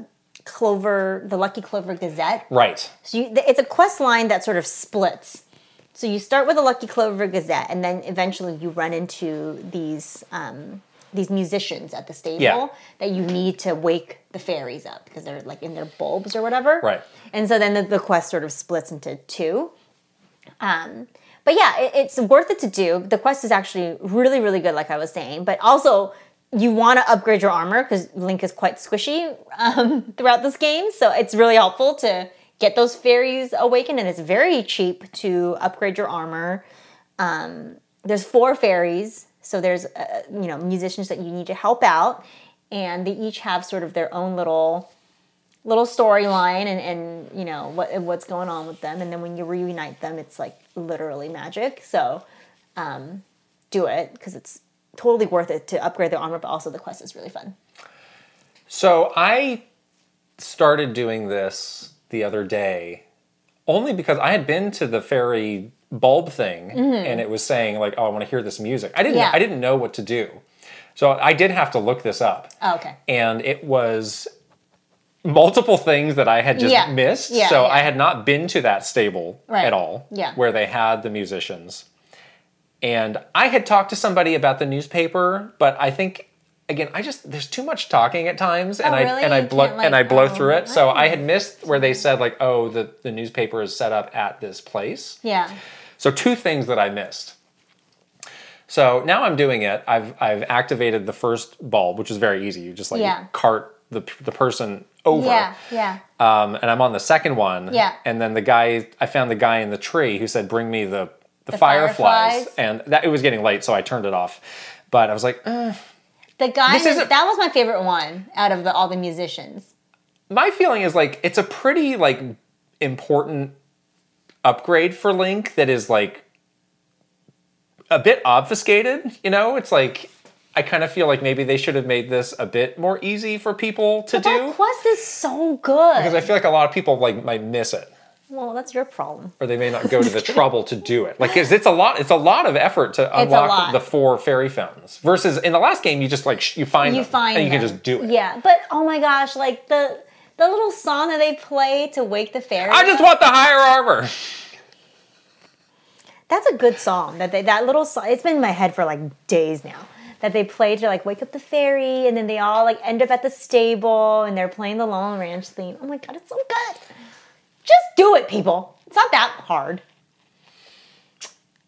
Speaker 1: Clover, the Lucky Clover Gazette.
Speaker 2: right
Speaker 1: So you, th- it's a quest line that sort of splits. So you start with the Lucky Clover Gazette, and then eventually you run into these um, these musicians at the stable
Speaker 2: Yeah.
Speaker 1: that you need to wake the fairies up because they're like in their bulbs or whatever.
Speaker 2: Right.
Speaker 1: And so then the, the quest sort of splits into two. Um, but yeah, it, it's worth it to do. The quest is actually really, really good, like I was saying. But also, you want to upgrade your armor because Link is quite squishy um, throughout this game. So it's really helpful to get those fairies awakened, and it's very cheap to upgrade your armor. Um, there's four fairies, so there's uh, you know musicians that you need to help out, and they each have sort of their own little little storyline and, and you know what and what's going on with them and then when you reunite them it's like literally magic so um, do it because it's totally worth it to upgrade their armor but also the quest is really fun
Speaker 2: So I started doing this the other day only because I had been to the fairy bulb thing and it was saying like, "Oh, I want to hear this music." I didn't
Speaker 1: Mm-hmm. Yeah.
Speaker 2: I didn't know what to do. So I did have to look this up.
Speaker 1: Oh, okay
Speaker 2: And it was multiple things that I had just
Speaker 1: Yeah.
Speaker 2: missed.
Speaker 1: Yeah,
Speaker 2: so
Speaker 1: yeah.
Speaker 2: I had not been to that stable
Speaker 1: Right.
Speaker 2: at all
Speaker 1: Yeah.
Speaker 2: where they had the musicians. And I had talked to somebody about the newspaper, but I think again, I just there's too much talking at times and
Speaker 1: Oh,
Speaker 2: I
Speaker 1: really?
Speaker 2: and I
Speaker 1: You
Speaker 2: blow
Speaker 1: can't, like-
Speaker 2: and I blow
Speaker 1: oh,
Speaker 2: through it. So I had missed where they said like, "Oh, the the newspaper is set up at this place."
Speaker 1: yeah
Speaker 2: So two things that I missed. So now I'm doing it. I've I've activated the first bulb, which is very easy. You just like
Speaker 1: Yeah.
Speaker 2: cart the the person over.
Speaker 1: yeah yeah
Speaker 2: Um, and I'm on the second one.
Speaker 1: Yeah.
Speaker 2: And then the guy, I found the guy in the tree who said, "Bring me the the,
Speaker 1: fireflies.
Speaker 2: fireflies. And that it was getting late, so I turned it off. But I was like, "Eh."
Speaker 1: the guy
Speaker 2: This
Speaker 1: in the-
Speaker 2: isn't-
Speaker 1: that was my favorite one out of the, all the musicians
Speaker 2: my feeling is like it's a pretty like important upgrade for Link that is like a bit obfuscated. You know, it's like I kind of feel like maybe they should have made this a bit more easy for people to
Speaker 1: That
Speaker 2: do
Speaker 1: quest is so good.
Speaker 2: because I feel like a lot of people like might miss it
Speaker 1: well, that's your problem.
Speaker 2: or they may not go to the trouble to do it. Like 'cause it's a lot it's a lot of effort to
Speaker 1: a
Speaker 2: unlock
Speaker 1: lot.
Speaker 2: the four fairy fountains versus in the last game you just like sh- you find
Speaker 1: You
Speaker 2: them
Speaker 1: find
Speaker 2: and you can
Speaker 1: them.
Speaker 2: just do it.
Speaker 1: Yeah, but oh my gosh, like the the little song that they play to wake the fairy.
Speaker 2: I just want the higher armor.
Speaker 1: That's a good song. That they, that little song. It's been in my head for like days now. That they play to like wake up the fairy, and then they all like end up at the stable, and they're playing the Lone Ranch theme. Oh my god, it's so good. Just do it, people. It's not that hard.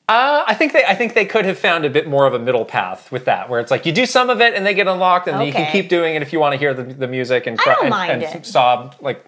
Speaker 2: Uh, I think they I think they could have found a bit more of a middle path with that, where it's like you do some of it and they get unlocked, and then you can
Speaker 1: Okay.
Speaker 2: keep doing it if you want to hear the, the music and
Speaker 1: don't
Speaker 2: and,
Speaker 1: mind
Speaker 2: and
Speaker 1: it.
Speaker 2: sob like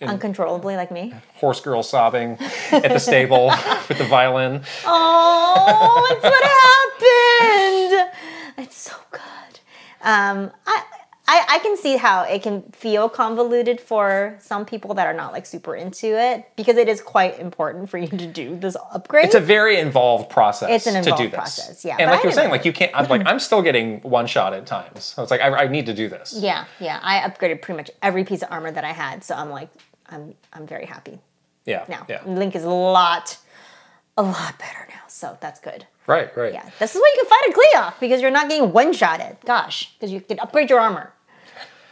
Speaker 1: Uncontrollably, like me.
Speaker 2: horse girl sobbing at the stable with the violin.
Speaker 1: Oh, it's what happened. It's so good. Um, I, I I can see how it can feel convoluted for some people that are not like super into it because it is quite important for you to do this upgrade.
Speaker 2: It's a very involved process.
Speaker 1: It's an
Speaker 2: to do
Speaker 1: involved
Speaker 2: this.
Speaker 1: process, yeah, but
Speaker 2: and like
Speaker 1: I
Speaker 2: you were saying,
Speaker 1: didn't-
Speaker 2: like you can't. I'm like I'm still getting one shot at times. So it's like I, I need to do this.
Speaker 1: yeah, yeah. I upgraded pretty much every piece of armor that I had, so I'm like, I'm I'm very happy
Speaker 2: Yeah.
Speaker 1: now.
Speaker 2: Yeah.
Speaker 1: Link is a lot, a lot better now, so that's good.
Speaker 2: Right. Right.
Speaker 1: Yeah, this is why you can fight a Glea because you're not getting one shot at. Gosh, because you can upgrade your armor.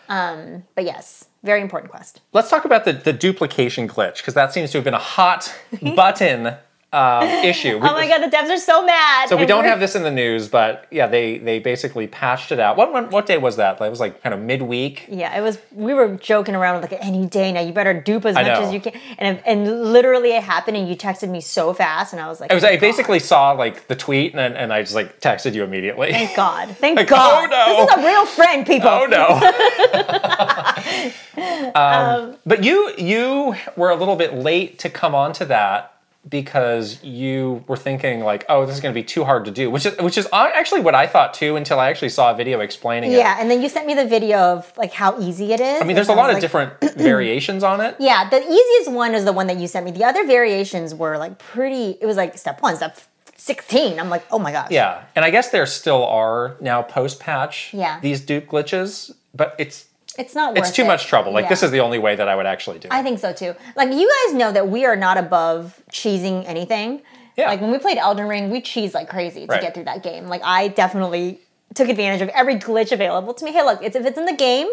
Speaker 1: Um, but yes, very important quest.
Speaker 2: Let's talk about the, the duplication glitch because that seems to have been a hot button uh, issue. We-
Speaker 1: Oh my god, the devs are so mad.
Speaker 2: So we
Speaker 1: and
Speaker 2: don't
Speaker 1: we're-
Speaker 2: have this in the news, but yeah, they they basically patched it out. What what, what day was that? That was like kind of midweek.
Speaker 1: Yeah, it was. We were joking around like any day now. You better dupe as
Speaker 2: I
Speaker 1: much
Speaker 2: know.
Speaker 1: as you can. And and literally it happened, and you texted me so fast, and I was like,
Speaker 2: I was
Speaker 1: "Oh
Speaker 2: I
Speaker 1: my
Speaker 2: basically saw like the tweet and and I just like texted you immediately.
Speaker 1: God, God, thank
Speaker 2: Like,
Speaker 1: God,
Speaker 2: oh no.
Speaker 1: this is a real friend, people.
Speaker 2: oh no. um, but you you were a little bit late to come onto that because you were thinking like, oh, this is going to be too hard to do, which is which is hon- actually what I thought too until I actually saw a video explaining it.
Speaker 1: Yeah, and then you sent me the video of like how easy it is.
Speaker 2: I mean, there's a lot of different variations on it.
Speaker 1: Yeah, the easiest one is the one that you sent me. The other variations were like pretty. It was like step one, step sixteen. I'm like, oh my gosh.
Speaker 2: Yeah, and I guess there still are now post patch.
Speaker 1: Yeah.
Speaker 2: These dupe glitches, but it's
Speaker 1: it's not. Worth
Speaker 2: it's too
Speaker 1: it.
Speaker 2: much trouble. Like this
Speaker 1: Yeah.
Speaker 2: is the only way that I would actually do. it.
Speaker 1: I think so too. Like you guys know that we are not above cheesing anything.
Speaker 2: Yeah.
Speaker 1: Like when we played Elden Ring, we cheesed like crazy to
Speaker 2: Right.
Speaker 1: get through that game. Like I definitely took advantage of every glitch available to me. Hey, look, it's if it's in the game,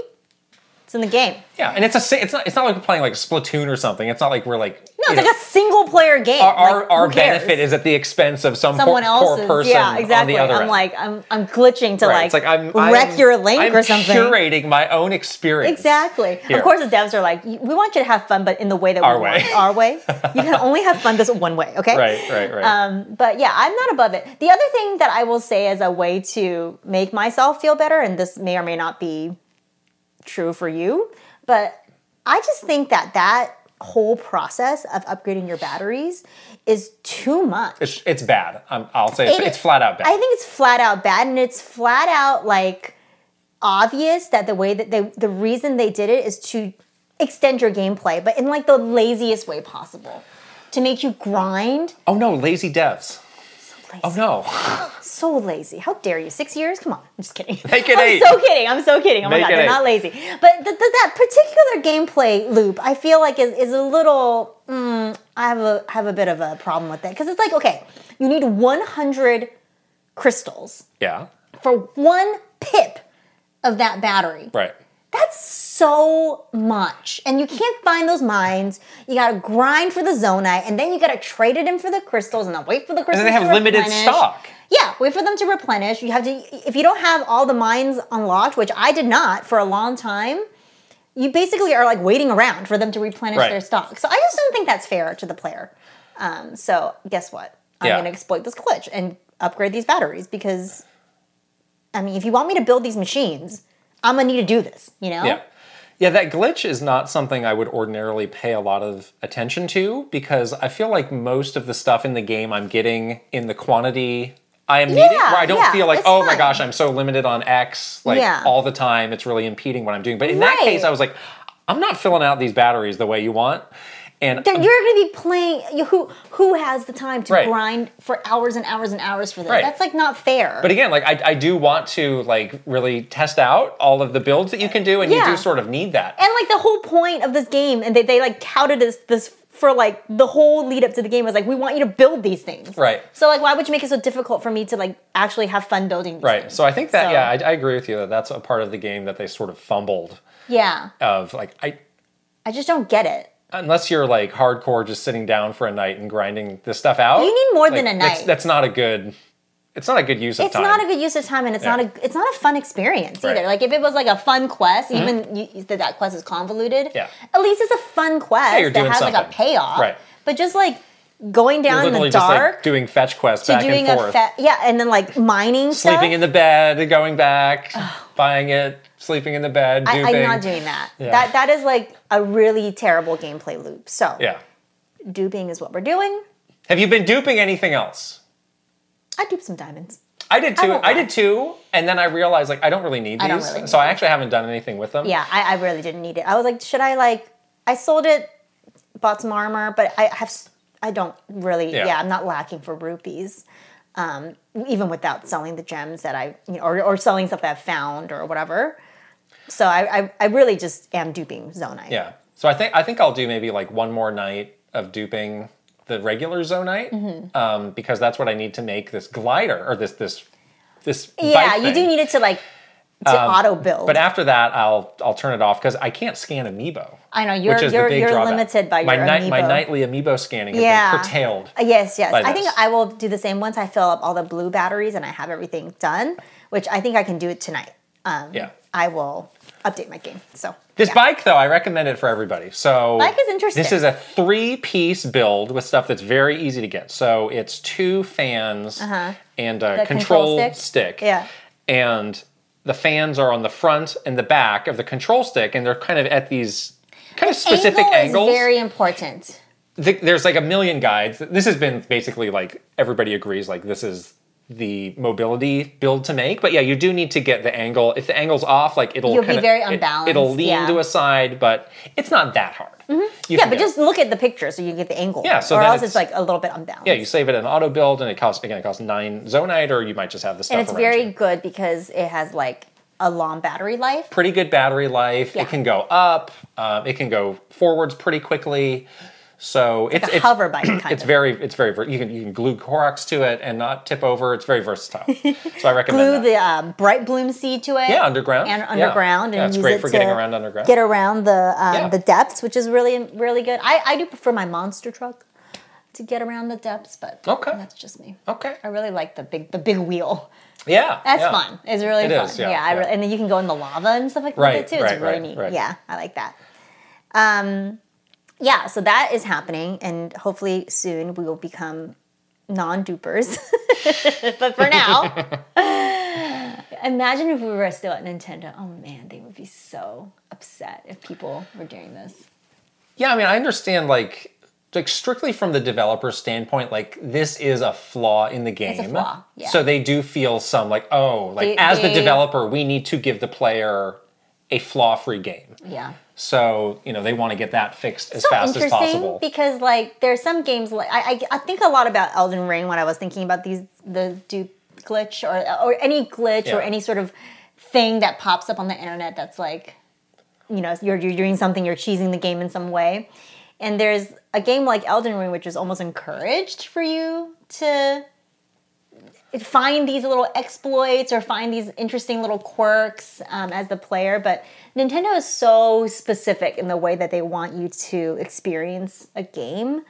Speaker 1: it's in the game.
Speaker 2: yeah, and it's a si- it's not it's not like we're playing like Splatoon or something. It's not like we're like
Speaker 1: No, it's like a single player game.
Speaker 2: our our,
Speaker 1: Like, who
Speaker 2: our
Speaker 1: cares?
Speaker 2: benefit is at the expense of some
Speaker 1: someone
Speaker 2: poor,
Speaker 1: else's.
Speaker 2: poor person
Speaker 1: yeah, exactly.
Speaker 2: on the other
Speaker 1: I'm
Speaker 2: end.
Speaker 1: like I'm I'm glitching to
Speaker 2: Right,
Speaker 1: like,
Speaker 2: it's like I'm
Speaker 1: wreck
Speaker 2: I'm-
Speaker 1: your link
Speaker 2: I'm
Speaker 1: or something.
Speaker 2: Curating my own experience.
Speaker 1: Exactly.
Speaker 2: Here.
Speaker 1: Of course, the devs are like, "You- we want you to have fun, but in the way that
Speaker 2: Our
Speaker 1: we
Speaker 2: way.
Speaker 1: want, our way. You can only have fun this one way, okay?
Speaker 2: Right, right, right.
Speaker 1: Um, but yeah, I'm not above it. The other thing that I will say as a way to make myself feel better, and this may or may not be true for you, but I just think that that whole process of upgrading your batteries is too much.
Speaker 2: it's, it's bad. i I'll say it's,
Speaker 1: It-
Speaker 2: it's flat out bad.
Speaker 1: I think it's flat out bad, and it's flat out like obvious that the way that they, the reason they did it is to extend your gameplay, but in like the laziest way possible, to make you grind.
Speaker 2: oh no, lazy devs.
Speaker 1: Lazy.
Speaker 2: Oh no.
Speaker 1: So lazy. How dare you? Six years? Come on. I'm just kidding.
Speaker 2: Make it
Speaker 1: I'm
Speaker 2: eight.
Speaker 1: so kidding. I'm so kidding. Oh
Speaker 2: Make
Speaker 1: my
Speaker 2: it
Speaker 1: god, they're
Speaker 2: eight.
Speaker 1: not lazy. But th- th- that particular gameplay loop, I feel like is, is a little. Mm, I have a have a bit of a problem with it because it's like okay, you need 100 crystals
Speaker 2: Yeah.
Speaker 1: for one pip of that battery.
Speaker 2: Right.
Speaker 1: That's so much. And you can't find those mines. You gotta grind for the zonite, and then you gotta trade it in for the crystals, and then wait for the crystals.
Speaker 2: And they have
Speaker 1: to
Speaker 2: limited
Speaker 1: replenish.
Speaker 2: stock.
Speaker 1: Yeah, wait for them to replenish. You have to if you don't have all the mines unlocked, which I did not for a long time, you basically are like waiting around for them to replenish
Speaker 2: Right.
Speaker 1: their stock. So I just don't think that's fair to the player. Um, so guess what? I'm
Speaker 2: Yeah.
Speaker 1: gonna exploit this glitch and upgrade these batteries because I mean, if you want me to build these machines, I'm gonna need to do this, you know?
Speaker 2: Yeah. Yeah, that glitch is not something I would ordinarily pay a lot of attention to because I feel like most of the stuff in the game I'm getting in the quantity I am needing, where I don't
Speaker 1: yeah,
Speaker 2: feel like,
Speaker 1: it's
Speaker 2: oh my
Speaker 1: fine.
Speaker 2: gosh, I'm so limited on X, like
Speaker 1: Yeah.
Speaker 2: all the time. It's really impeding what I'm doing. But in that
Speaker 1: Right.
Speaker 2: case, I was like, I'm not filling out these batteries the way you want. And
Speaker 1: Then you're going to be playing. you- Who who has the time to
Speaker 2: Right.
Speaker 1: grind for hours and hours and hours for this?
Speaker 2: Right.
Speaker 1: That's like not fair.
Speaker 2: But again, like I, I do want to like really test out all of the builds that you can do, and you
Speaker 1: Yeah.
Speaker 2: do sort of need that.
Speaker 1: and like the whole point of this game, and they, they like touted this this for like the whole lead up to the game was like we want you to build these things.
Speaker 2: Right.
Speaker 1: So like, why would you make it so difficult for me to like actually have fun building? These
Speaker 2: right.
Speaker 1: Things?
Speaker 2: So I think that
Speaker 1: So-
Speaker 2: yeah, I, I agree with you that that's a part of the game that they sort of fumbled.
Speaker 1: yeah,
Speaker 2: Of like I
Speaker 1: I just don't get it.
Speaker 2: unless you're like hardcore, just sitting down for a night and grinding this stuff out.
Speaker 1: You need more than
Speaker 2: like,
Speaker 1: a
Speaker 2: That's,
Speaker 1: night.
Speaker 2: that's not a good. It's not a good use of
Speaker 1: It's
Speaker 2: time.
Speaker 1: not a good use of time, and it's
Speaker 2: Yeah.
Speaker 1: not a it's not a fun experience either.
Speaker 2: Right. Mm-hmm.
Speaker 1: Like if it was like a fun quest, even you, you- that that quest is convoluted.
Speaker 2: Yeah.
Speaker 1: At least it's a fun quest
Speaker 2: you're
Speaker 1: that
Speaker 2: doing
Speaker 1: has like a
Speaker 2: something.
Speaker 1: payoff.
Speaker 2: Right.
Speaker 1: But just like going
Speaker 2: You're
Speaker 1: down in
Speaker 2: literally
Speaker 1: the
Speaker 2: just
Speaker 1: dark
Speaker 2: like doing fetch quests
Speaker 1: to
Speaker 2: back
Speaker 1: doing
Speaker 2: and
Speaker 1: a
Speaker 2: forth,
Speaker 1: fe- yeah, and then like mining stuff.
Speaker 2: sleeping in the bed, going back, buying it, sleeping in the bed,
Speaker 1: I, I'm
Speaker 2: duping.
Speaker 1: not doing that. That that is like a really terrible gameplay loop. So
Speaker 2: Yeah.
Speaker 1: duping is what we're doing.
Speaker 2: Have you been duping anything else?
Speaker 1: I dupe some diamonds.
Speaker 2: I did too.
Speaker 1: won't
Speaker 2: I,
Speaker 1: lie.
Speaker 2: did too, and then I realized like I don't really need these,
Speaker 1: I don't really
Speaker 2: so
Speaker 1: need
Speaker 2: I actually haven't done anything with them.
Speaker 1: Yeah, I, I really didn't need it. I was like, should I like? I sold it, bought some armor, but I have s- I don't really.
Speaker 2: Yeah.
Speaker 1: Yeah, I'm not lacking for rupees, um, even without selling the gems that I you know, or or selling stuff that I've found or whatever. So I I, I really just am duping Zonite.
Speaker 2: yeah. So I think I think I'll do maybe like one more night of duping the regular Zonite, um, because that's what I need to make this glider or this this this.
Speaker 1: Yeah,
Speaker 2: bike
Speaker 1: you do
Speaker 2: thing. Um,
Speaker 1: need it to like to auto build.
Speaker 2: But after that, I'll I'll turn it off because I can't scan Amiibo.
Speaker 1: I know, you're- you're- you're limited by
Speaker 2: my
Speaker 1: your
Speaker 2: My
Speaker 1: Amiibo.
Speaker 2: nightly Amiibo scanning has
Speaker 1: Yeah.
Speaker 2: been curtailed.
Speaker 1: Uh, Yes, yes.
Speaker 2: by
Speaker 1: I think
Speaker 2: this.
Speaker 1: I will do the same once I fill up all the blue batteries and I have everything done, which I think I can do it tonight. Um,
Speaker 2: Yeah.
Speaker 1: I will update my game. So
Speaker 2: This bike, though, I recommend it for everybody. So
Speaker 1: Bike is interesting.
Speaker 2: This is a three-piece build with stuff that's very easy to get. So it's two fans and a
Speaker 1: Uh-huh. The
Speaker 2: control,
Speaker 1: control
Speaker 2: stick.
Speaker 1: stick? Yeah.
Speaker 2: and the fans are on the front and the back of the control stick, and they're kind of at these kind of specific
Speaker 1: angle
Speaker 2: angles.
Speaker 1: is very important.
Speaker 2: Th- There's like a million guides. This has been basically like everybody agrees. Like this is the mobility build to make but yeah you do need to get the angle if the angle's off like it'll
Speaker 1: You'll be
Speaker 2: kinda-
Speaker 1: very
Speaker 2: it-
Speaker 1: unbalanced,
Speaker 2: it'll lean
Speaker 1: yeah. Mm-hmm.
Speaker 2: to a side but it's not that hard You
Speaker 1: Yeah,
Speaker 2: can
Speaker 1: but
Speaker 2: do it.
Speaker 1: just look at the picture so you get the angle.
Speaker 2: Yeah, so
Speaker 1: or
Speaker 2: then
Speaker 1: else it's,
Speaker 2: it's-
Speaker 1: like a little bit unbalanced.
Speaker 2: yeah you save it in auto build and it costs again it costs nine zonite or you might just have the stuff
Speaker 1: and it's
Speaker 2: around
Speaker 1: very
Speaker 2: you.
Speaker 1: good because it has like a long battery life.
Speaker 2: pretty good battery life
Speaker 1: Yeah.
Speaker 2: it can go up um, it can go forwards pretty quickly so it's, it's
Speaker 1: Hover bike kind
Speaker 2: it's
Speaker 1: of.
Speaker 2: very it's very ver- you can you can glue Koroks to it and not tip over it's very versatile so i recommend
Speaker 1: Glue
Speaker 2: that.
Speaker 1: the um, bright bloom seed to it.
Speaker 2: Yeah, underground.
Speaker 1: And
Speaker 2: Yeah.
Speaker 1: underground,
Speaker 2: Yeah,
Speaker 1: and
Speaker 2: it's
Speaker 1: use
Speaker 2: great
Speaker 1: it
Speaker 2: for
Speaker 1: to
Speaker 2: getting around underground.
Speaker 1: Get around the um,
Speaker 2: Yeah.
Speaker 1: the depths, which is really really good. I, I do prefer my monster truck to get around the depths, but
Speaker 2: Okay.
Speaker 1: that's just me.
Speaker 2: okay
Speaker 1: I really like the big the big wheel.
Speaker 2: yeah
Speaker 1: That's
Speaker 2: yeah.
Speaker 1: fun. It's really
Speaker 2: It
Speaker 1: fun.
Speaker 2: is, yeah,
Speaker 1: yeah, I
Speaker 2: yeah.
Speaker 1: really, and then you can go in the lava and stuff like
Speaker 2: Right,
Speaker 1: that too. It's
Speaker 2: right,
Speaker 1: really
Speaker 2: right,
Speaker 1: neat.
Speaker 2: right.
Speaker 1: Yeah, I like that. Um, yeah, so that is happening, and hopefully soon we will become non-dupers. but for now, imagine if we were still at Nintendo. Oh man, they would be so upset if people were doing this.
Speaker 2: Yeah, I mean, I understand like like strictly from the developer standpoint, like this is a flaw in the game.
Speaker 1: a flaw, yeah.
Speaker 2: So they do feel some like, oh, like
Speaker 1: They-
Speaker 2: as the
Speaker 1: they-
Speaker 2: developer, we need to give the player a flaw-free game.
Speaker 1: Yeah.
Speaker 2: So, you know, they want to get that fixed as
Speaker 1: so
Speaker 2: fast as
Speaker 1: interesting
Speaker 2: possible.
Speaker 1: because like there's some games like I, I I think a lot about Elden Ring when I was thinking about these the dupe glitch or or any glitch or
Speaker 2: Yeah.
Speaker 1: any sort of thing that pops up on the internet that's like you know you're you're doing something you're cheesing the game in some way and there's a game like Elden Ring which is almost encouraged for you to find these little exploits or find these interesting little quirks um, as the player but nintendo is so specific in the way that they want you to experience a game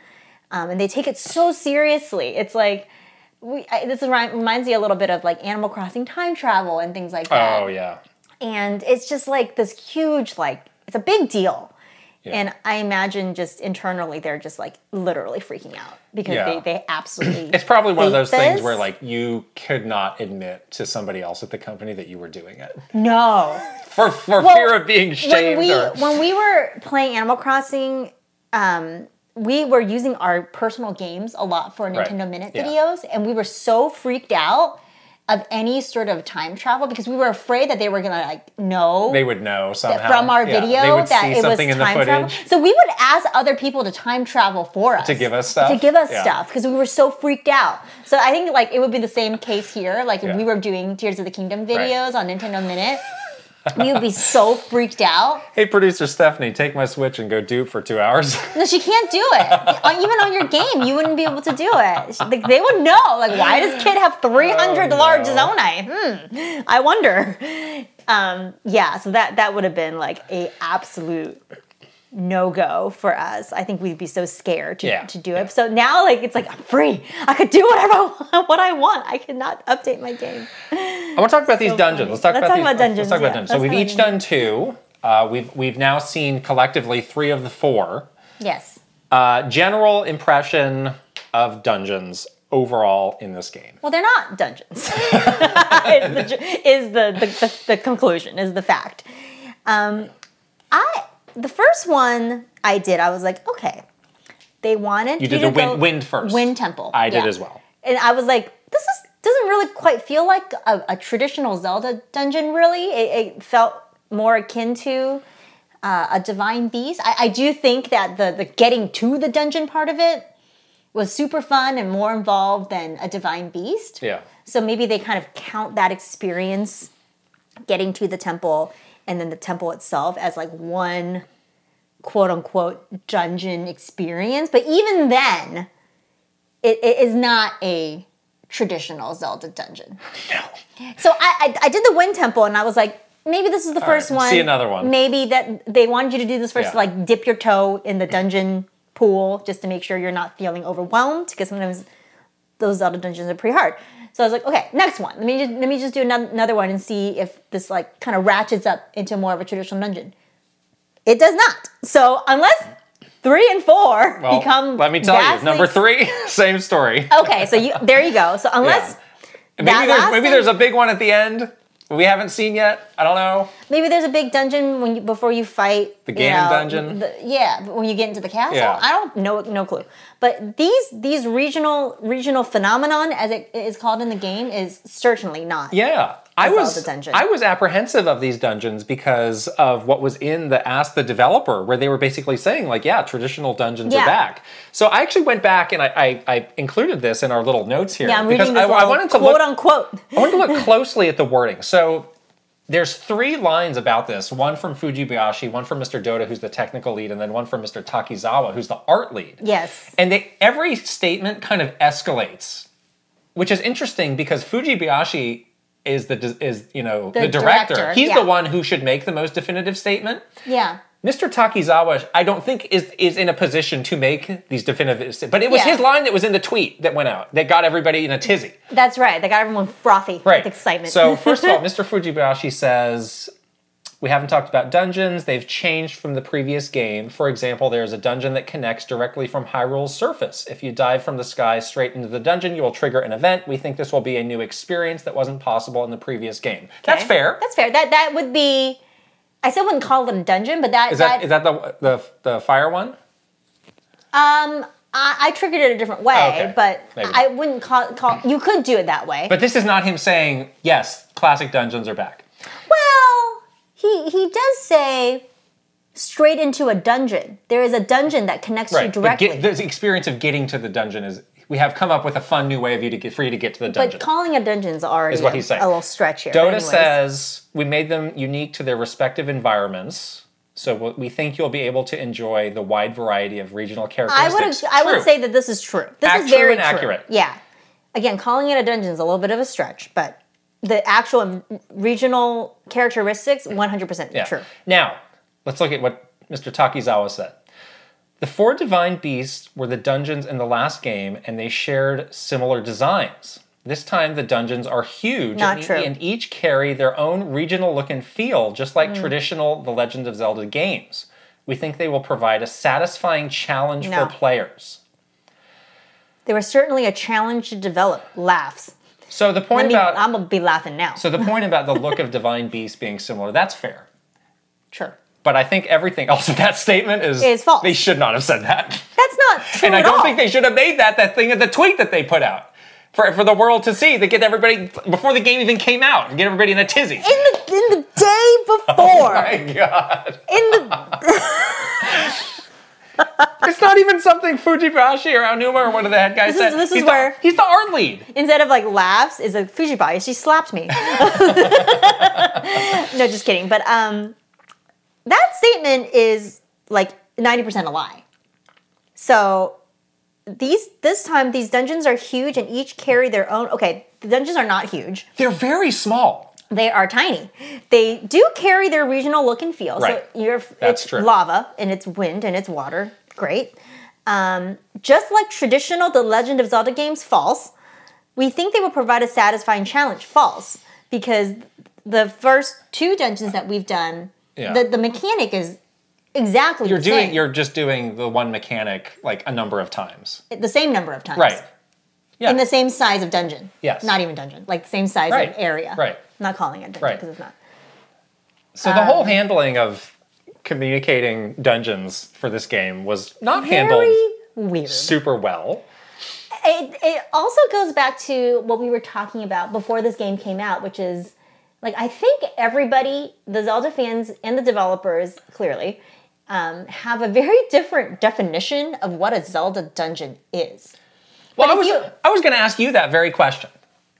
Speaker 1: um, and they take it so seriously it's like we, I, this remi- reminds me a little bit of like animal crossing time travel and things like that
Speaker 2: oh yeah.
Speaker 1: and it's just like this huge like it's a big deal and i imagine just internally they're just like literally freaking out because
Speaker 2: Yeah.
Speaker 1: they, they absolutely
Speaker 2: It's probably one of
Speaker 1: hate
Speaker 2: those things where
Speaker 1: this.
Speaker 2: like you could not admit to somebody else at the company that you were doing it.
Speaker 1: no
Speaker 2: For for
Speaker 1: Well,
Speaker 2: fear of being
Speaker 1: when
Speaker 2: shamed
Speaker 1: we
Speaker 2: or
Speaker 1: when we were playing Animal Crossing, um, we were using our personal games a lot for Nintendo Minute
Speaker 2: Yeah.
Speaker 1: videos, and we were so freaked out of any sort of time travel because we were afraid that they were gonna like know
Speaker 2: They would know somehow
Speaker 1: from our
Speaker 2: Yeah,
Speaker 1: video
Speaker 2: they would
Speaker 1: that
Speaker 2: see
Speaker 1: it was
Speaker 2: something
Speaker 1: time
Speaker 2: in the footage.
Speaker 1: travel. So we would ask other people to time travel for us
Speaker 2: To give us stuff?
Speaker 1: to give us
Speaker 2: Yeah.
Speaker 1: stuff because we were so freaked out. So I think like it would be the same case here. Like if
Speaker 2: Yeah.
Speaker 1: we were doing Tears of the Kingdom videos on Nintendo Minute. We would be so freaked out.
Speaker 2: Hey, producer Stephanie, take my Switch and go dupe for two hours.
Speaker 1: No, she can't do it. On- Even on your game, you wouldn't be able to do it. She- Like, they would know. Like, why does kid have
Speaker 2: Oh,
Speaker 1: 300 large zonai? Hmm. I wonder. Um, yeah, so that that would have been like a absolute no go for us. I think we'd be so scared to,
Speaker 2: Yeah,
Speaker 1: to do
Speaker 2: yeah.
Speaker 1: it. So now, like, it's like I'm free. I could do whatever I want. What I want. I cannot update my game.
Speaker 2: I want to talk about these dungeons. Let's talk
Speaker 1: Let's
Speaker 2: about
Speaker 1: talk
Speaker 2: these.
Speaker 1: about
Speaker 2: let's- Let's talk about
Speaker 1: dungeons,
Speaker 2: dungeons.
Speaker 1: yeah.
Speaker 2: So we've
Speaker 1: Let's
Speaker 2: each
Speaker 1: talk
Speaker 2: done two. Uh, we've we've now seen collectively three of the four.
Speaker 1: Yes.
Speaker 2: Uh, general impression of dungeons overall in this game.
Speaker 1: Well, they're not dungeons. is the, is the, the, the, the conclusion, is the fact. Um, I The first one I did, I was like, okay, they wanted
Speaker 2: You did
Speaker 1: to
Speaker 2: the wind,
Speaker 1: go
Speaker 2: wind first.
Speaker 1: Wind Temple.
Speaker 2: I did
Speaker 1: yeah.
Speaker 2: as well.
Speaker 1: And I was like, this is doesn't really quite feel like a, a traditional Zelda dungeon, really. It, it felt more akin to uh, a divine beast. I, I do think that the, the getting to the dungeon part of it was super fun and more involved than a divine beast.
Speaker 2: Yeah.
Speaker 1: So maybe they kind of count that experience getting to the temple and then the temple itself as like one quote unquote dungeon experience. But even then, it, it is not a traditional Zelda dungeon. No. So I, I, I did the Wind Temple and I was like, maybe this is the first
Speaker 2: right,
Speaker 1: one.
Speaker 2: see another one.
Speaker 1: Maybe that they wanted you to do this first,
Speaker 2: Yeah.
Speaker 1: to like dip your toe in the dungeon pool just to make sure you're not feeling overwhelmed because sometimes those Zelda dungeons are pretty hard. So I was like, okay, next one. Let me just, let me just do another, another one and see if this like kind of ratchets up into more of a traditional dungeon. It does not. So unless three and four
Speaker 2: Well,
Speaker 1: become
Speaker 2: let me tell you,
Speaker 1: vastly-
Speaker 2: number three, same story.
Speaker 1: Okay, so you there you go. So unless
Speaker 2: Maybe
Speaker 1: that
Speaker 2: there's
Speaker 1: last
Speaker 2: maybe
Speaker 1: thing-
Speaker 2: there's a big one at the end we haven't seen yet. I don't know.
Speaker 1: maybe there's a big dungeon when you before you fight
Speaker 2: The
Speaker 1: you
Speaker 2: Ganon
Speaker 1: know,
Speaker 2: dungeon?
Speaker 1: the- yeah, but when you get into the castle,
Speaker 2: Yeah.
Speaker 1: I don't know, no clue. But these these regional regional phenomenon, as it is called in the game, is certainly not.
Speaker 2: Yeah. I
Speaker 1: Zelda
Speaker 2: was
Speaker 1: dungeon.
Speaker 2: I was apprehensive of these dungeons because of what was in the Ask the Developer, where they were basically saying, like, yeah, traditional dungeons
Speaker 1: Yeah.
Speaker 2: are back. So I actually went back and I, I, I included this in our little notes here.
Speaker 1: Yeah, I'm
Speaker 2: because
Speaker 1: reading this
Speaker 2: I, I
Speaker 1: little
Speaker 2: wanted to
Speaker 1: quote
Speaker 2: look,
Speaker 1: unquote.
Speaker 2: I wanted to look closely at the wording. So there's three lines about this one from Fujibayashi, one from Mr. Doda, who's the technical lead, and then one from Mr. Takizawa, who's the art lead.
Speaker 1: Yes.
Speaker 2: And they, every statement kind of escalates, which is interesting because Fujibayashi is the is you know the, director.
Speaker 1: director,
Speaker 2: He's
Speaker 1: yeah.
Speaker 2: the one who should make the most definitive statement.
Speaker 1: Yeah.
Speaker 2: Mr. Takizawa, I don't think is is in a position to make these definitive. sta- But it was
Speaker 1: Yeah.
Speaker 2: his line that was in the tweet that went out that got everybody in a tizzy.
Speaker 1: That's right. They got everyone frothy
Speaker 2: Right.
Speaker 1: with excitement.
Speaker 2: So first of all, Mr. Fujibayashi says we haven't talked about dungeons. They've changed from the previous game. For example, there's a dungeon that connects directly from Hyrule's surface. If you dive from the sky straight into the dungeon, you will trigger an event. We think this will be a new experience that wasn't possible in the previous game. That's fair.
Speaker 1: That's fair. That that would be. I still wouldn't call it a dungeon, but that
Speaker 2: is that is
Speaker 1: that
Speaker 2: that the the, the fire one?
Speaker 1: um I, I triggered it a different way,
Speaker 2: Okay.
Speaker 1: but
Speaker 2: Maybe.
Speaker 1: I wouldn't call call. You could do it that way.
Speaker 2: But this is not him saying yes. Classic dungeons are back.
Speaker 1: well, he he does say straight into a dungeon. There is a dungeon that connects you
Speaker 2: Right. But
Speaker 1: directly.
Speaker 2: get, the experience of getting to the dungeon is we have come up with a fun new way of you to get for you to get to the
Speaker 1: but
Speaker 2: dungeon.
Speaker 1: calling a dungeon's already
Speaker 2: is what
Speaker 1: a-
Speaker 2: he's saying.
Speaker 1: a little stretch here.
Speaker 2: Dota
Speaker 1: anyways.
Speaker 2: says we made them unique to their respective environments, so we- we think you'll be able to enjoy the wide variety of regional
Speaker 1: I
Speaker 2: characteristics.
Speaker 1: would ag- I
Speaker 2: True.
Speaker 1: would say that this is true. This
Speaker 2: Ac-
Speaker 1: is
Speaker 2: true
Speaker 1: very
Speaker 2: and accurate.
Speaker 1: Yeah. Again, calling it a dungeon is a little bit of a stretch, but the actual m- regional characteristics 100%
Speaker 2: Yeah.
Speaker 1: true.
Speaker 2: Now let's look at what Mr. Takizawa said. The four divine beasts were the dungeons in the last game, and they shared similar designs. This time, the dungeons are huge
Speaker 1: Not
Speaker 2: and, e-
Speaker 1: true.
Speaker 2: and each carry their own regional look and feel, just
Speaker 1: Mm.
Speaker 2: like traditional The Legend of Zelda games. We think they will provide a satisfying challenge
Speaker 1: No.
Speaker 2: for players.
Speaker 1: They were certainly a challenge to develop. Laughs.
Speaker 2: So the
Speaker 1: I
Speaker 2: point
Speaker 1: mean,
Speaker 2: about
Speaker 1: I'm going to be laughing now.
Speaker 2: so the point about the look of divine beasts being similar, that's fair.
Speaker 1: true.
Speaker 2: But I think everything else in that statement is
Speaker 1: Is false.
Speaker 2: They should not have said that.
Speaker 1: That's not true
Speaker 2: and I
Speaker 1: at
Speaker 2: don't
Speaker 1: all.
Speaker 2: think they should have made that that thing of the tweet that they put out. for, for the world to see. They get everybody before the game even came out. Get everybody in a tizzy.
Speaker 1: In the in the day
Speaker 2: Oh,
Speaker 1: before.
Speaker 2: My God,
Speaker 1: in the
Speaker 2: it's not even something Fujibashi or Aonuma or one of the head guys
Speaker 1: This is-
Speaker 2: said.
Speaker 1: this is
Speaker 2: he's
Speaker 1: where-
Speaker 2: the, he's the art lead.
Speaker 1: instead of like laughs is a Fujibayashi. She slapped me. no, just kidding. But um, that statement is like ninety percent a lie. So these this time these dungeons are huge and each carry their own. Okay, the dungeons are not huge.
Speaker 2: They're very small.
Speaker 1: They are tiny. They do carry their regional look and feel.
Speaker 2: Right.
Speaker 1: So you're
Speaker 2: That's
Speaker 1: it's
Speaker 2: true.
Speaker 1: lava and it's wind and it's water. Great. Um, just like traditional The Legend of Zelda games, false. We think they will provide a satisfying challenge. False, because the first two dungeons that we've done,
Speaker 2: Yeah.
Speaker 1: the, the mechanic is exactly
Speaker 2: You're
Speaker 1: the
Speaker 2: doing.
Speaker 1: same.
Speaker 2: You're just doing the one mechanic like a number of times.
Speaker 1: the same number of times,
Speaker 2: Right. Yeah.
Speaker 1: In the same size of dungeon.
Speaker 2: Yes.
Speaker 1: Not even dungeon. Like the same size
Speaker 2: Right.
Speaker 1: of area.
Speaker 2: Right.
Speaker 1: I'm not calling it dungeon
Speaker 2: Right.
Speaker 1: because it's not.
Speaker 2: So the
Speaker 1: Um,
Speaker 2: whole handling of communicating dungeons for this game was not handled
Speaker 1: Very weird.
Speaker 2: super well.
Speaker 1: it, it also goes back to what we were talking about before this game came out, which is like I think everybody, the Zelda fans and the developers, clearly, um, have a very different definition of what a Zelda dungeon is.
Speaker 2: Well, I
Speaker 1: if
Speaker 2: was
Speaker 1: you-
Speaker 2: I was going to ask you that very question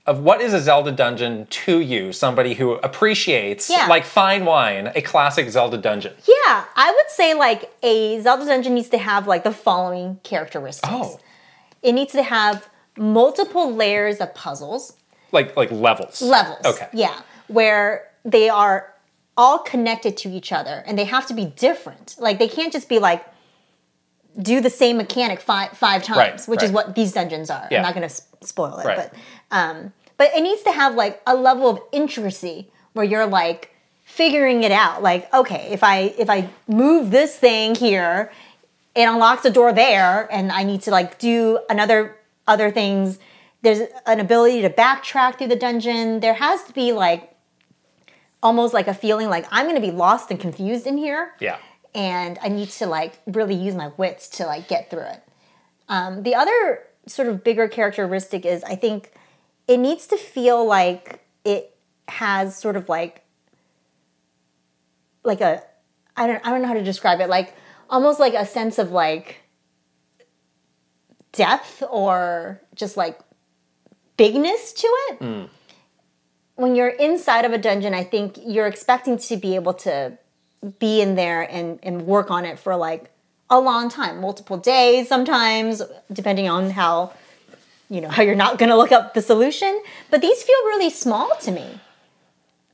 Speaker 2: of what is a Zelda dungeon to you, somebody who appreciates
Speaker 1: Yeah.
Speaker 2: like fine wine, a classic Zelda dungeon.
Speaker 1: Yeah, I would say like a Zelda dungeon needs to have like the following characteristics.
Speaker 2: Oh,
Speaker 1: It needs to have multiple layers of puzzles.
Speaker 2: like like levels.
Speaker 1: levels.
Speaker 2: Okay.
Speaker 1: Yeah, where they are all connected to each other and they have to be different. Like they can't just be like do the same mechanic five five times,
Speaker 2: Right,
Speaker 1: which is
Speaker 2: right.
Speaker 1: what these dungeons are.
Speaker 2: Yeah.
Speaker 1: I'm not going to spoil it,
Speaker 2: Right.
Speaker 1: but um, but it needs to have like a level of intricacy where you're like figuring it out. Like okay, if I if I move this thing here, it unlocks a door there and i need to like do another other things there's an ability to backtrack through the dungeon there has to be like almost like a feeling like i'm going to be lost and confused in here
Speaker 2: Yeah.
Speaker 1: and i need to like really use my wits to like get through it um, the other sort of bigger characteristic is i think it needs to feel like it has sort of like like a I don't I don't know how to describe it like almost like a sense of like depth or just like bigness to it. When you're inside of a dungeon, I think you're expecting to be able to be in there and and work on it for like a long time, multiple days sometimes depending on how you know how you're not going to look up the solution, but these feel really small to me.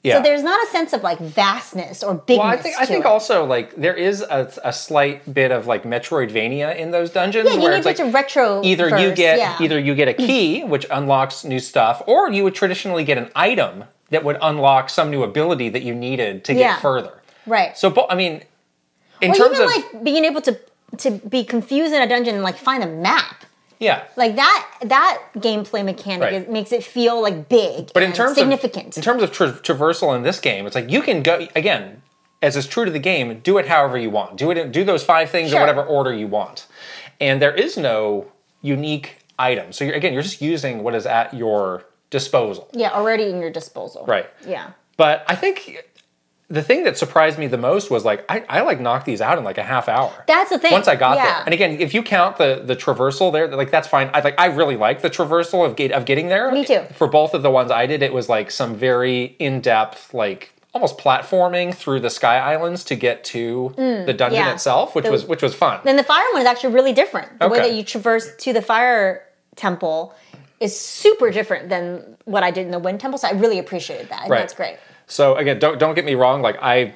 Speaker 2: Yeah.
Speaker 1: So there's not a sense of like vastness or bigness.
Speaker 2: well, I think I
Speaker 1: to
Speaker 2: think
Speaker 1: it.
Speaker 2: also like there is a, a slight bit of like Metroidvania in those dungeons
Speaker 1: Yeah, you
Speaker 2: where
Speaker 1: need
Speaker 2: it's like
Speaker 1: to retro.
Speaker 2: either you
Speaker 1: first,
Speaker 2: get
Speaker 1: yeah.
Speaker 2: either you get a key which unlocks new stuff or you would traditionally get an item that would unlock some new ability that you needed to
Speaker 1: Yeah.
Speaker 2: get further
Speaker 1: right.
Speaker 2: so bo- i mean in
Speaker 1: or
Speaker 2: terms
Speaker 1: even
Speaker 2: of
Speaker 1: like being able to to be confused in a dungeon and like find a map.
Speaker 2: yeah
Speaker 1: Like that that gameplay mechanic
Speaker 2: Right.
Speaker 1: is, makes it feel like big,
Speaker 2: but
Speaker 1: and
Speaker 2: in terms
Speaker 1: significant.
Speaker 2: of in terms of tra- traversal in this game it's like you can go again as is true to the game do it however you want do it do those five things
Speaker 1: Sure.
Speaker 2: in whatever order you want and there is no unique item so you're, again you're just using what is at your disposal
Speaker 1: yeah, already in your disposal.
Speaker 2: right
Speaker 1: Yeah.
Speaker 2: But I think the thing that surprised me the most was like I, I like knocked these out in like a half hour.
Speaker 1: That's the thing,
Speaker 2: Once I got
Speaker 1: yeah.
Speaker 2: there, and again, if you count the the traversal there, like that's fine. I like I really like the traversal of get, of getting there.
Speaker 1: Me too.
Speaker 2: For both of the ones I did, it was like some very in depth like almost platforming through the sky islands to get to the dungeon
Speaker 1: Mm, yeah.
Speaker 2: itself, which was which was fun.
Speaker 1: Then the fire one is actually really different. The way
Speaker 2: Okay.
Speaker 1: that you traverse to the fire temple is super different than what I did in the wind temple. So I really appreciated that. And
Speaker 2: Right.
Speaker 1: that's great.
Speaker 2: So again, don't don't get me wrong. Like I,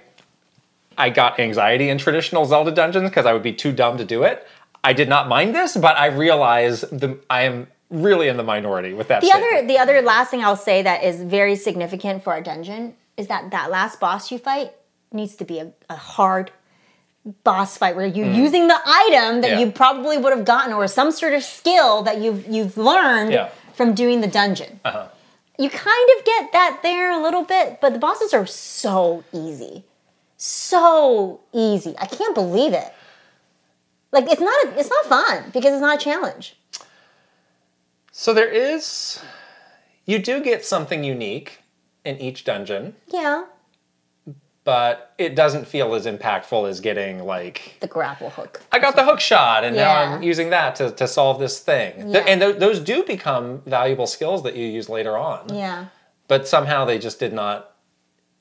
Speaker 2: I got anxiety in traditional Zelda dungeons because I would be too dumb to do it. I did not mind this, but I realize the I am really in the minority with that.
Speaker 1: The
Speaker 2: statement.
Speaker 1: other, the other last thing I'll say that is very significant for our dungeon is that that last boss you fight needs to be a, a hard boss fight where you're using the item that
Speaker 2: Mm. Yeah.
Speaker 1: you probably would have gotten or some sort of skill that you've you've learned
Speaker 2: Yeah. Uh-huh.
Speaker 1: from doing the dungeon. You kind of get that there a little bit, but the bosses are so easy, so easy. I can't believe it. Like it's not a, it's not fun because it's not a challenge.
Speaker 2: So there is, you do get something unique in each dungeon,
Speaker 1: Yeah.
Speaker 2: but it doesn't feel as impactful as getting like
Speaker 1: The grapple hook.
Speaker 2: I got the hook shot, and
Speaker 1: Yeah.
Speaker 2: now I'm using that to, to solve this thing. Th-
Speaker 1: Yeah.
Speaker 2: and th- those do become valuable skills that you use later on.
Speaker 1: Yeah.
Speaker 2: But somehow they just did not.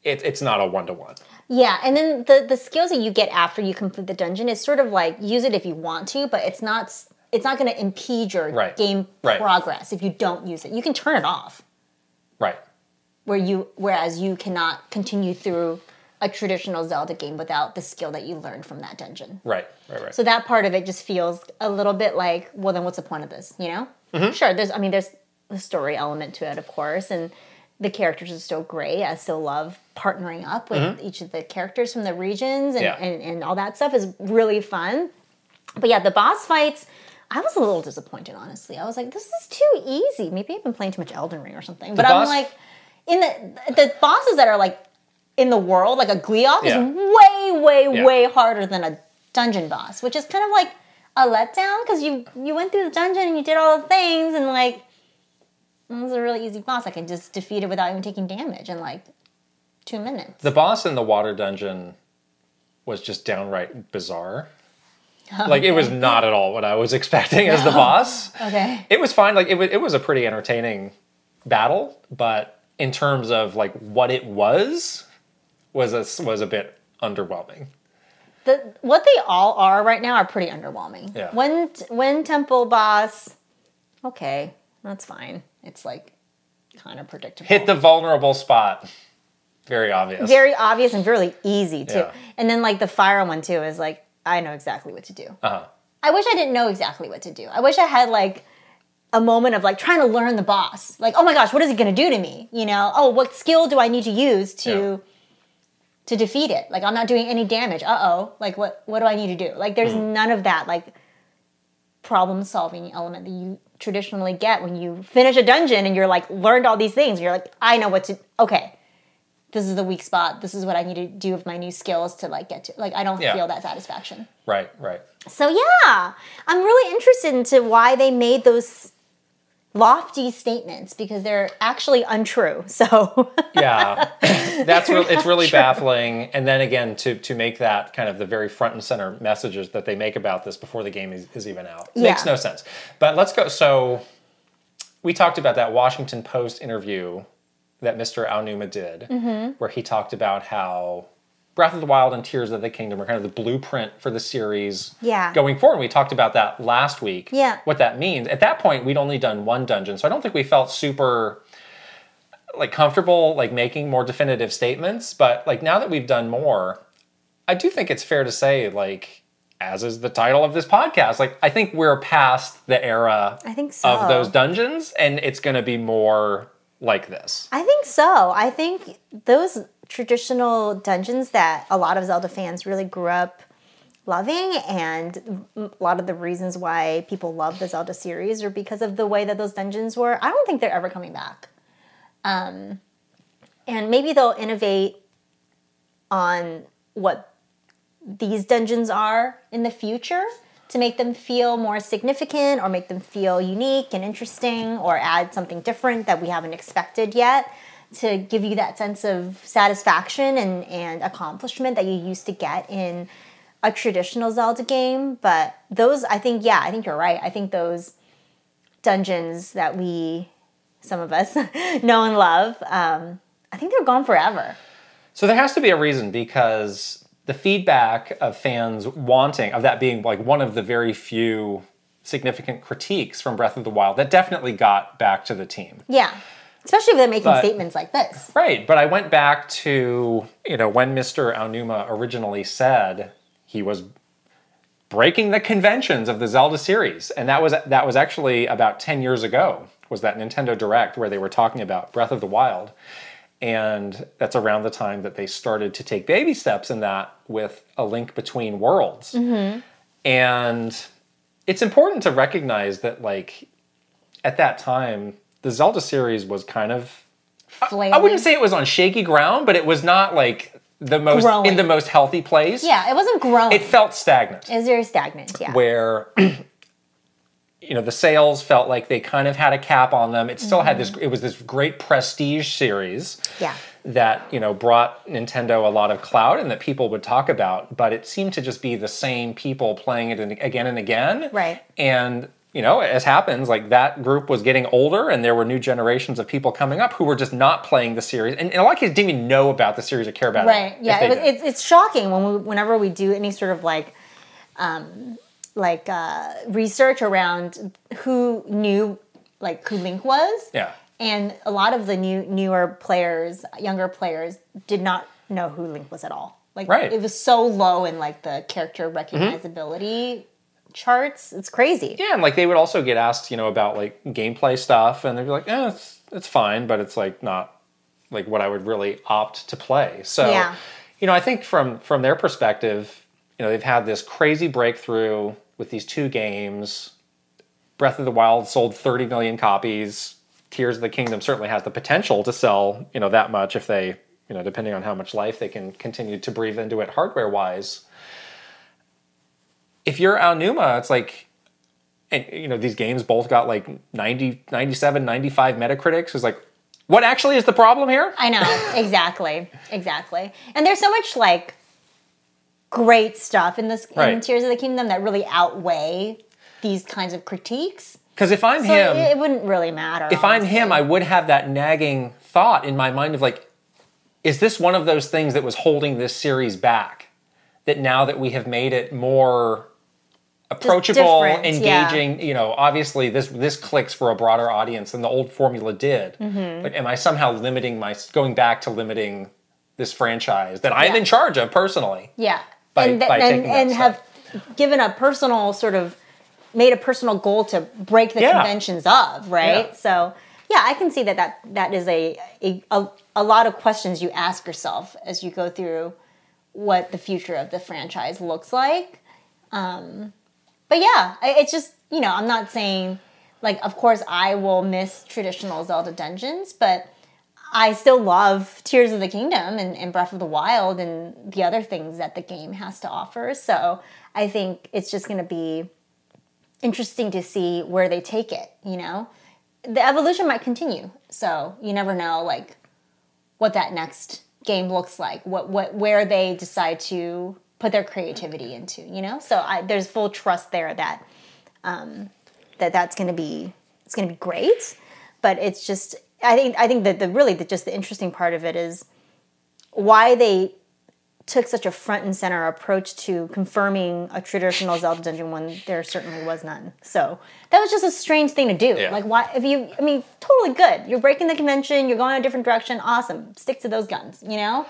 Speaker 2: It, it's not a one to one.
Speaker 1: Yeah, and then the the skills that you get after you complete the dungeon is sort of like use it if you want to, but it's not s- it's not going to impede your
Speaker 2: Right.
Speaker 1: game
Speaker 2: Right.
Speaker 1: progress if you don't use it. You can turn it off,
Speaker 2: Right.
Speaker 1: where you whereas you cannot continue through a traditional Zelda game without the skill that you learned from that dungeon.
Speaker 2: Right. Right. Right.
Speaker 1: So that part of it just feels a little bit like, well, then what's the point of this? You know?
Speaker 2: Mm-hmm.
Speaker 1: Sure, there's, I mean, there's the story element to it, of course, and the characters are still great. I still love partnering up with each of the characters from the regions and,
Speaker 2: Mm-hmm. Yeah.
Speaker 1: and, and all that stuff is really fun. But yeah, the boss fights, I was a little disappointed, honestly. I was like, this is too easy. Maybe I've been playing too much Elden Ring or something. But I'm
Speaker 2: boss-
Speaker 1: like, in the the bosses that are like in the world, like a Gleeoth,
Speaker 2: Yeah.
Speaker 1: is way, way,
Speaker 2: Yeah.
Speaker 1: way harder than a dungeon boss, which is kind of like a letdown because you you went through the dungeon and you did all the things and like this is a really easy boss. I can just defeat it without even taking damage in like two minutes.
Speaker 2: the boss in the water dungeon was just downright bizarre. Like it was not at all what I was expecting as the boss.
Speaker 1: Okay.
Speaker 2: It was fine. Like it was, it was a pretty entertaining battle, but in terms of like what it was, was a, was a bit underwhelming.
Speaker 1: The, what they all are right now are pretty underwhelming.
Speaker 2: Yeah.
Speaker 1: When when temple boss, okay, that's fine. It's like kind of predictable.
Speaker 2: hit the vulnerable spot. Very obvious.
Speaker 1: very obvious and really easy too.
Speaker 2: Yeah.
Speaker 1: And then like the fire one too is like I know exactly what to do.
Speaker 2: Uh-huh.
Speaker 1: I wish I didn't know exactly what to do. I wish I had like a moment of like trying to learn the boss. Like, oh my gosh, what is it going to do to me? You know, oh, what skill do I need to use to
Speaker 2: Yeah.
Speaker 1: to defeat it? Like, I'm not doing any damage. Uh oh, like what what do I need to do? Like, there's
Speaker 2: Hmm.
Speaker 1: none of that like problem solving element that you traditionally get when you finish a dungeon and you're like learned all these things. You're like, I know what to. Okay, this is the weak spot. This is what I need to do with my new skills to like get to. Like, I don't
Speaker 2: Yeah.
Speaker 1: feel that satisfaction.
Speaker 2: Right, right.
Speaker 1: So yeah, I'm really interested into why they made those lofty statements because they're actually untrue. So
Speaker 2: Yeah. That's real it's really baffling. And then again to to make that kind of the very front and center messages that they make about this before the game is, is even out. Makes
Speaker 1: Yeah.
Speaker 2: no sense. But let's go so we talked about that Washington Post interview that Mr. Aonuma did
Speaker 1: Mm-hmm.
Speaker 2: where he talked about how Breath of the Wild and Tears of the Kingdom are kind of the blueprint for the series
Speaker 1: Yeah.
Speaker 2: going forward. We talked about that last week.
Speaker 1: Yeah.
Speaker 2: What that means. At that point, we'd only done one dungeon, so I don't think we felt super like comfortable like making more definitive statements. But like now that we've done more, I do think it's fair to say like as is the title of this podcast, like I think we're past the era
Speaker 1: I think so.
Speaker 2: of those dungeons, and it's going to be more like this.
Speaker 1: I think so. I think those traditional dungeons that a lot of Zelda fans really grew up loving, and a lot of the reasons why people love the Zelda series are because of the way that those dungeons were. I don't think they're ever coming back. Um, and maybe they'll innovate on what these dungeons are in the future to make them feel more significant or make them feel unique and interesting or add something different that we haven't expected yet to give you that sense of satisfaction and, and accomplishment that you used to get in a traditional Zelda game. But those, I think, yeah, I think you're right. I think those dungeons that we, some of us, know and love, um, I think they're gone forever.
Speaker 2: So there has to be a reason because the feedback of fans wanting of that being like one of the very few significant critiques from Breath of the Wild that definitely got back to the team.
Speaker 1: Yeah. Especially if they're making
Speaker 2: But-
Speaker 1: statements like this.
Speaker 2: Right, but I went back to, you know, when Mr. Aonuma originally said he was breaking the conventions of the Zelda series, and that was that was actually about 10 years ago was that Nintendo Direct where they were talking about Breath of the Wild. And that's around the time that they started to take baby steps in that with a link between worlds. And it's important to recognize that like at that time the Zelda series was kind of I wouldn't say it was on shaky ground, but it was not like the most
Speaker 1: Growing.
Speaker 2: in the most healthy place.
Speaker 1: Yeah, it wasn't growing.
Speaker 2: It felt stagnant.
Speaker 1: It was very stagnant. Yeah.
Speaker 2: Where you know the sales felt like they kind of had a cap on them it still had this it was this great prestige series
Speaker 1: Mm-hmm. Yeah.
Speaker 2: that you know brought nintendo a lot of clout and that people would talk about but it seemed to just be the same people playing it in- again and again
Speaker 1: Right.
Speaker 2: and you know as happens like that group was getting older and there were new generations of people coming up who were just not playing the series and in a lot of cases didn't even know about the series or care about it
Speaker 1: Right.
Speaker 2: if
Speaker 1: Yeah.
Speaker 2: they
Speaker 1: It was,
Speaker 2: did.
Speaker 1: it's, it's shocking when we, whenever we do any sort of like, um, like uh, research around who knew like who Link was.
Speaker 2: yeah
Speaker 1: And a lot of the new newer players, younger players, did not know who Link was at all. Like
Speaker 2: Right.
Speaker 1: it was so low in like the character recognizability
Speaker 2: Mm-hmm.
Speaker 1: charts. It's crazy.
Speaker 2: Yeah, and like they would also get asked, you know, about like gameplay stuff, and they'd be like, "Eh, it's it's fine, but it's like not like what I would really opt to play." So,
Speaker 1: Yeah.
Speaker 2: you know, I think from from their perspective, you know, they've had this crazy breakthrough with these two games. Breath of the Wild sold 30 million copies. Tears of the Kingdom certainly has the potential to sell, you know, that much if they, you know, depending on how much life they can continue to breathe into it hardware wise if you're Aonuma, it's like, and you know, these games both got like 90, 97, 95 Metacritics. It's like, what actually is the problem here?
Speaker 1: I know, exactly, exactly. And there's so much like great stuff in this in
Speaker 2: Right.
Speaker 1: Tears of the Kingdom that really outweigh these kinds of critiques.
Speaker 2: Because if I'm
Speaker 1: So
Speaker 2: him,
Speaker 1: it, it wouldn't really matter.
Speaker 2: if I'm him, I would have that nagging thought in my mind of like, is this one of those things that was holding this series back? That now that we have made it more approachable,
Speaker 1: different, yeah.
Speaker 2: engaging, you know, obviously this this clicks for a broader audience than the old formula did.
Speaker 1: Mm-hmm.
Speaker 2: Like, am I somehow limiting my going back to limiting this franchise that I'm
Speaker 1: Yeah.
Speaker 2: in charge of personally?
Speaker 1: Yeah.
Speaker 2: By-
Speaker 1: and th-
Speaker 2: by
Speaker 1: and,
Speaker 2: taking that
Speaker 1: and have
Speaker 2: step.
Speaker 1: given a personal sort of made a personal goal to break the
Speaker 2: Yeah.
Speaker 1: conventions of, right?
Speaker 2: Yeah.
Speaker 1: So yeah, I can see that that, that is a, a, a, a lot of questions you ask yourself as you go through what the future of the franchise looks like. Um, but yeah, I- it's just, you know, I'm not saying like, of course I will miss traditional Zelda dungeons, but I still love Tears of the Kingdom and, and Breath of the Wild and the other things that the game has to offer. So I think it's just going to be interesting to see where they take it, you know? The evolution might continue. So you never know like what that next game looks like, what what where they decide to put their creativity into, you know? So I, there's full trust there that um, that that's going to be it's going to be great but it's just I think I think that the really the, just the interesting part of it is why they took such a front and center approach to confirming a traditional Zelda dungeon when there certainly was none. So that was just a strange thing to do.
Speaker 2: Yeah.
Speaker 1: Like why if you I mean totally good. You're breaking the convention, you're going a different direction, awesome. Stick to those guns, you know?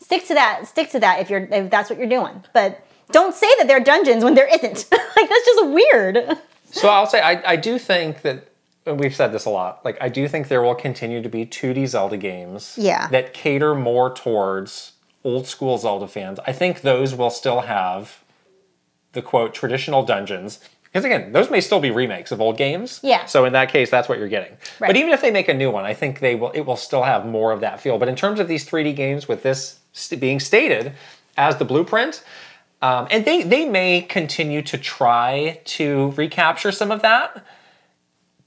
Speaker 1: Stick to that, stick to that if you're if that's what you're doing. But don't say that there are dungeons when there isn't. like that's just weird.
Speaker 2: So I'll say I, I do think that and we've said this a lot. Like I do think there will continue to be 2D Zelda games
Speaker 1: Yeah.
Speaker 2: that cater more towards old school Zelda fans. I think those will still have the quote traditional dungeons. Because again, those may still be remakes of old games.
Speaker 1: Yeah.
Speaker 2: So in that case, that's what you're getting.
Speaker 1: Right.
Speaker 2: But even if they make a new one, I think they will. It will still have more of that feel. But in terms of these 3D games, with this st- being stated as the blueprint, um, and they they may continue to try to recapture some of that,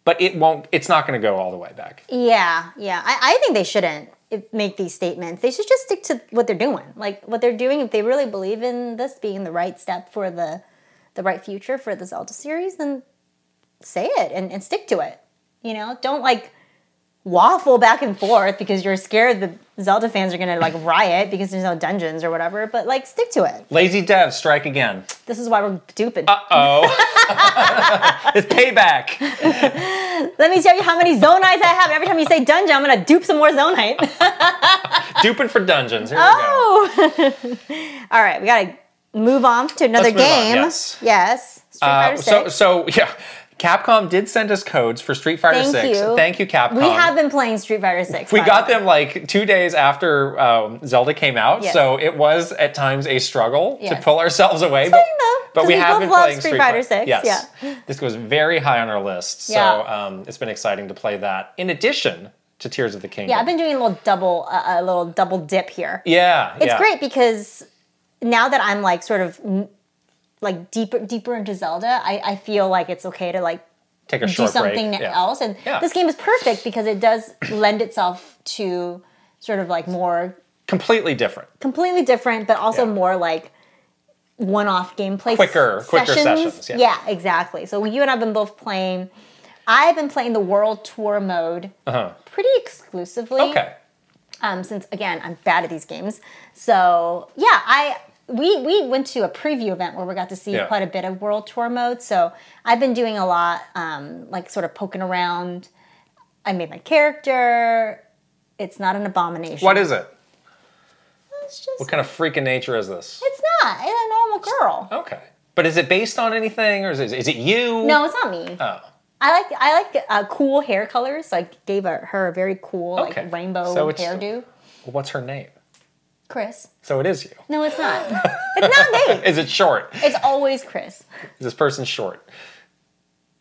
Speaker 2: but it won't. It's not going to go all the way back.
Speaker 1: Yeah, yeah. I, I think they shouldn't if- make these statements. They should just stick to what they're doing. Like what they're doing, if they really believe in this being the right step for the the right future for the Zelda series, then say it and, and stick to it. You know, don't like waffle back and forth because you're scared the Zelda fans are gonna like riot because there's no dungeons or whatever. But like stick to it.
Speaker 2: Lazy devs strike again.
Speaker 1: This is why we're stupid.
Speaker 2: Oh, it's payback.
Speaker 1: Let me tell you how many zone nights I have. Every time you say dungeon, I'm gonna dupe some more zone night.
Speaker 2: Duping for dungeons. Here we
Speaker 1: Oh,
Speaker 2: go.
Speaker 1: All right, we gotta move on to another
Speaker 2: Let's move on,
Speaker 1: game.
Speaker 2: yes. Uh,
Speaker 1: Yes. Street Fighter
Speaker 2: so
Speaker 1: 6.
Speaker 2: so yeah capcom did send us codes for street fighter
Speaker 1: Thank
Speaker 2: 6
Speaker 1: you.
Speaker 2: thank you capcom
Speaker 1: we have been playing Street Fighter Six.
Speaker 2: uh, We
Speaker 1: by
Speaker 2: got
Speaker 1: the way.
Speaker 2: them like two days after um, Zelda came out,
Speaker 1: Yes.
Speaker 2: so it was at times a struggle
Speaker 1: Yes.
Speaker 2: to pull ourselves away.
Speaker 1: fine, though,
Speaker 2: but
Speaker 1: 'cause
Speaker 2: we
Speaker 1: we
Speaker 2: have
Speaker 1: both
Speaker 2: been
Speaker 1: love
Speaker 2: playing
Speaker 1: Street
Speaker 2: Street
Speaker 1: Fighter
Speaker 2: Fighter
Speaker 1: 6,
Speaker 2: Yes,
Speaker 1: yeah.
Speaker 2: this was very high on our list, so
Speaker 1: Yeah.
Speaker 2: um, it's been exciting to play that. In addition to Tears of the Kingdom,
Speaker 1: Yeah, I've been doing a little double, uh, a little double dip here.
Speaker 2: yeah,
Speaker 1: It's great because now that I'm like sort of mm, like deeper, deeper into Zelda, I, I feel like it's okay to like
Speaker 2: Take a
Speaker 1: do
Speaker 2: short break.
Speaker 1: something
Speaker 2: Yeah.
Speaker 1: else. And
Speaker 2: Yeah.
Speaker 1: this game is perfect because it does lend itself to sort of like more
Speaker 2: Completely different.
Speaker 1: completely different, but also
Speaker 2: Yeah.
Speaker 1: more like one-off gameplay.
Speaker 2: Quicker-
Speaker 1: sessions.
Speaker 2: quicker sessions, yeah.
Speaker 1: exactly. So you and I've been both playing. I've been playing the world tour mode pretty exclusively.
Speaker 2: Uh-huh. Okay.
Speaker 1: Um, since again, I'm bad at these games. So yeah, I we we went to a preview event where we got to see
Speaker 2: Yeah.
Speaker 1: quite a bit of world tour mode. So I've been doing a lot, um, like sort of poking around. I made my character. It's not an abomination.
Speaker 2: What is it?
Speaker 1: It's just
Speaker 2: What kind of freak in nature is this?
Speaker 1: It's not. It's a normal girl.
Speaker 2: Okay. But is it based on anything, or is it, is it you?
Speaker 1: No, it's not me.
Speaker 2: Oh,
Speaker 1: I like I like uh, cool hair colors. So I gave a, her a very cool
Speaker 2: Okay.
Speaker 1: like rainbow
Speaker 2: So it's-
Speaker 1: hairdo.
Speaker 2: well, what's her name?
Speaker 1: Chris.
Speaker 2: So it is you.
Speaker 1: No, it's not. it's not me.
Speaker 2: Is it short? Is
Speaker 1: It's always Chris.
Speaker 2: this person short?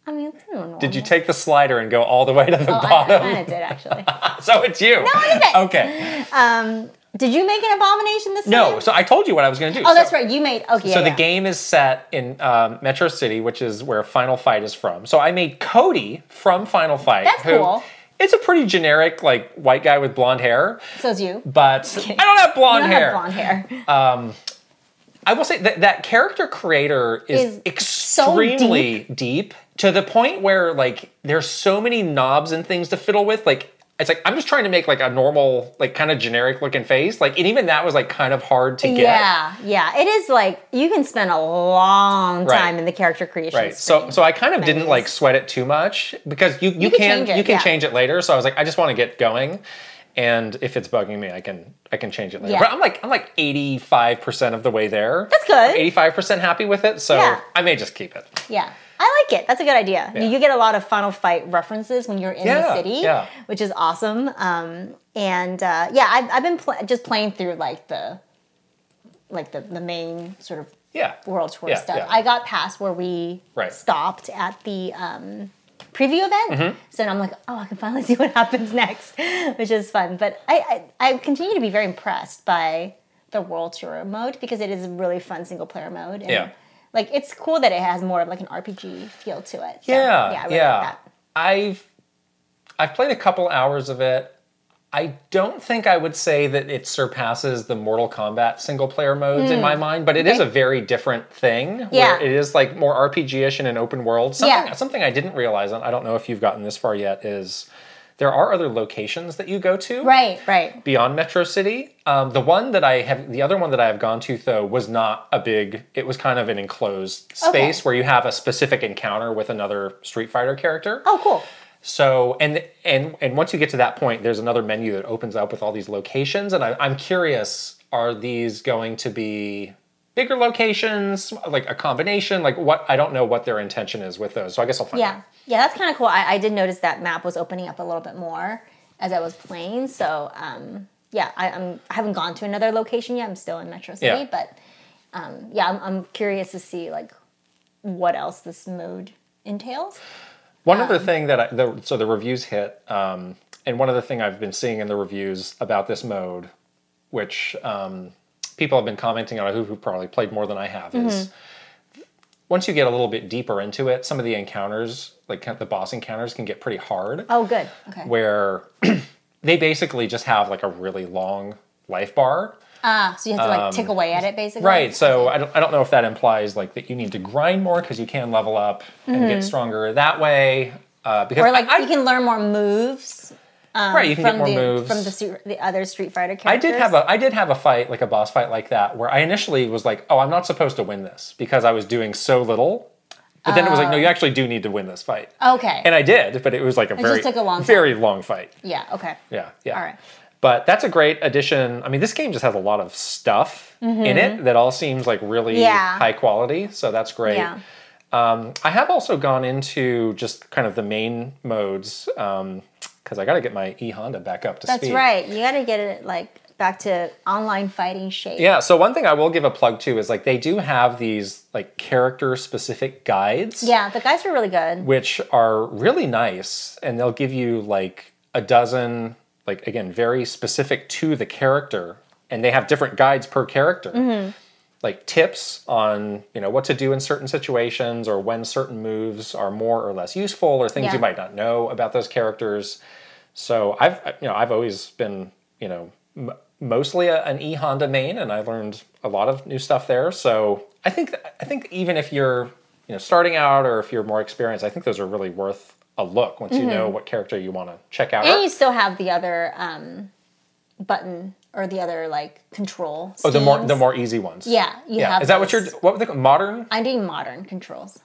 Speaker 1: I mean, it's normal.
Speaker 2: Did you take the slider and go all the way to the
Speaker 1: Oh, I,
Speaker 2: bottom?
Speaker 1: kind of did actually.
Speaker 2: So it's you. No,
Speaker 1: it isn't.
Speaker 2: Okay.
Speaker 1: did you make an abomination this time?
Speaker 2: No, so I told you what I was going to do.
Speaker 1: Oh, that's
Speaker 2: So-
Speaker 1: right. You made okay.
Speaker 2: So
Speaker 1: yeah,
Speaker 2: the
Speaker 1: yeah.
Speaker 2: game is set in um, Metro City, which is where Final Fight is from. So I made Cody from Final Fight.
Speaker 1: That's cool.
Speaker 2: It's a pretty generic, like white guy with blonde hair,
Speaker 1: So it's you.
Speaker 2: but I don't have blonde
Speaker 1: You don't
Speaker 2: hair.
Speaker 1: have blonde hair.
Speaker 2: I will say that that character creator is,
Speaker 1: Is so
Speaker 2: extremely deep. to the point where like there's so many knobs and things to fiddle with. Like it's like I'm just trying to make like a normal, like kind of generic looking face. Like and even that was like kind of hard to get.
Speaker 1: Yeah, yeah. It is like you can spend a long
Speaker 2: Right.
Speaker 1: time in the character creation.
Speaker 2: Right. So
Speaker 1: space.
Speaker 2: so I kind of didn't
Speaker 1: Nice.
Speaker 2: like sweat it too much because you you,
Speaker 1: can
Speaker 2: can,
Speaker 1: change it,
Speaker 2: you can
Speaker 1: yeah.
Speaker 2: change it later. So I was like, I just want to get going. And if it's bugging me, I can I can change it later.
Speaker 1: Yeah.
Speaker 2: But I'm like I'm like 85% of the way there.
Speaker 1: That's good.
Speaker 2: 85% happy with it. So
Speaker 1: Yeah.
Speaker 2: I may just keep it.
Speaker 1: Yeah. I like it. That's a good idea.
Speaker 2: Yeah.
Speaker 1: You get a lot of Final Fight references when you're in
Speaker 2: Yeah,
Speaker 1: the city,
Speaker 2: yeah.
Speaker 1: which is awesome. Um, and uh, yeah, I've, I've been pl- just playing through like the like the, the main sort of
Speaker 2: Yeah.
Speaker 1: world tour
Speaker 2: Yeah,
Speaker 1: stuff.
Speaker 2: yeah.
Speaker 1: I got past where we
Speaker 2: Right.
Speaker 1: stopped at the um, preview event,
Speaker 2: Mm-hmm.
Speaker 1: so now I'm like, oh, I can finally see what happens next, which is fun. But I, I I continue to be very impressed by the world tour mode because it is a really fun single player mode. And
Speaker 2: Yeah.
Speaker 1: Like it's cool that it has more of like an RPG feel to it. So, yeah, I
Speaker 2: Yeah, yeah.
Speaker 1: really Like that.
Speaker 2: I've I've played a couple hours of it. I don't think I would say that it surpasses the Mortal Kombat single player modes in my mind, but it is a very different thing.
Speaker 1: Hmm, Yeah.
Speaker 2: Where it is like more RPG ish in an open world. Something,
Speaker 1: Yeah.
Speaker 2: something I didn't realize, and I don't know if you've gotten this far yet, is there are other locations that you go to.
Speaker 1: Right, right.
Speaker 2: Beyond Metro City. Um, the one that I have, the other one that I have gone to though, was not a big. It was kind of an enclosed space where you have a specific encounter with another Street Fighter character.
Speaker 1: Oh, cool.
Speaker 2: So and and and once you get to that point, there's another menu that opens up with all these locations, and I, I'm curious: are these going to be bigger locations, like a combination? Like what? I don't know what their intention is with those. So I guess I'll find
Speaker 1: Yeah,
Speaker 2: out.
Speaker 1: yeah, that's kind of cool. I, I did notice that map was opening up a little bit more as I was playing. So um, yeah, I, I'm I haven't gone to another location yet. I'm still in Metro City,
Speaker 2: Yeah.
Speaker 1: but um, yeah, I'm, I'm curious to see like what else this mode entails.
Speaker 2: One
Speaker 1: Um,
Speaker 2: other thing that I, the, so the reviews hit, um, and one other thing I've been seeing in the reviews about this mode, which um, people have been commenting on, who, who probably played more than I have, is
Speaker 1: Mm-hmm.
Speaker 2: once you get a little bit deeper into it, some of the encounters, like kind of the boss encounters, can get pretty hard.
Speaker 1: Oh, good. Okay.
Speaker 2: Where they basically just have like a really long life bar.
Speaker 1: Ah, so you have to like tick away at it basically.
Speaker 2: um, Right. So I don't, I don't know if that implies like that you need to grind more because you can level up and get stronger that way. Uh, because
Speaker 1: Mm-hmm. Or like
Speaker 2: I, I-
Speaker 1: you can learn more moves
Speaker 2: right, you can get
Speaker 1: Um, from
Speaker 2: more
Speaker 1: the
Speaker 2: moves
Speaker 1: from the, Street- the other Street Fighter characters.
Speaker 2: I did have a I did have a fight like a boss fight like that where I initially was like, oh, I'm not supposed to win this because I was doing so little. But then it was like, no,
Speaker 1: Uh,
Speaker 2: you actually do need to win this fight.
Speaker 1: Okay.
Speaker 2: And I did, but it was like a very
Speaker 1: took a long time.
Speaker 2: very long fight.
Speaker 1: yeah. Okay.
Speaker 2: Yeah, yeah.
Speaker 1: All right.
Speaker 2: But that's a great addition. I mean, this game just has a lot of stuff in it that all seems like really
Speaker 1: Mm-hmm. Yeah.
Speaker 2: high quality. So that's great.
Speaker 1: Yeah.
Speaker 2: I have also gone into just kind of the main modes because I got to get my e Honda back up to
Speaker 1: That's
Speaker 2: speed.
Speaker 1: right. You got to get it like back to online fighting shape.
Speaker 2: Yeah, so one thing I will give a plug to is like they do have these like character specific guides
Speaker 1: Yeah, the guys are really good.
Speaker 2: which are really nice and they'll give you like a dozen like again very specific to the character and they have different guides per character. like tips on you know what to do in certain situations or when certain moves are more or less useful or things
Speaker 1: Yeah.
Speaker 2: you might not know about those characters. So I've you know I've always been you know m- mostly a, an e Honda main, and I learned a lot of new stuff there. So I think I think even if you're you know starting out or if you're more experienced, I think those are really worth a look once you know
Speaker 1: Mm-hmm.
Speaker 2: what character you want to check out.
Speaker 1: And you still have the other um, button or the other like control.
Speaker 2: Oh, the more
Speaker 1: schemes.
Speaker 2: the more easy ones.
Speaker 1: Yeah, you
Speaker 2: yeah.
Speaker 1: have
Speaker 2: Is that what you're?
Speaker 1: those.
Speaker 2: What were they called? modern?
Speaker 1: I'm doing modern controls.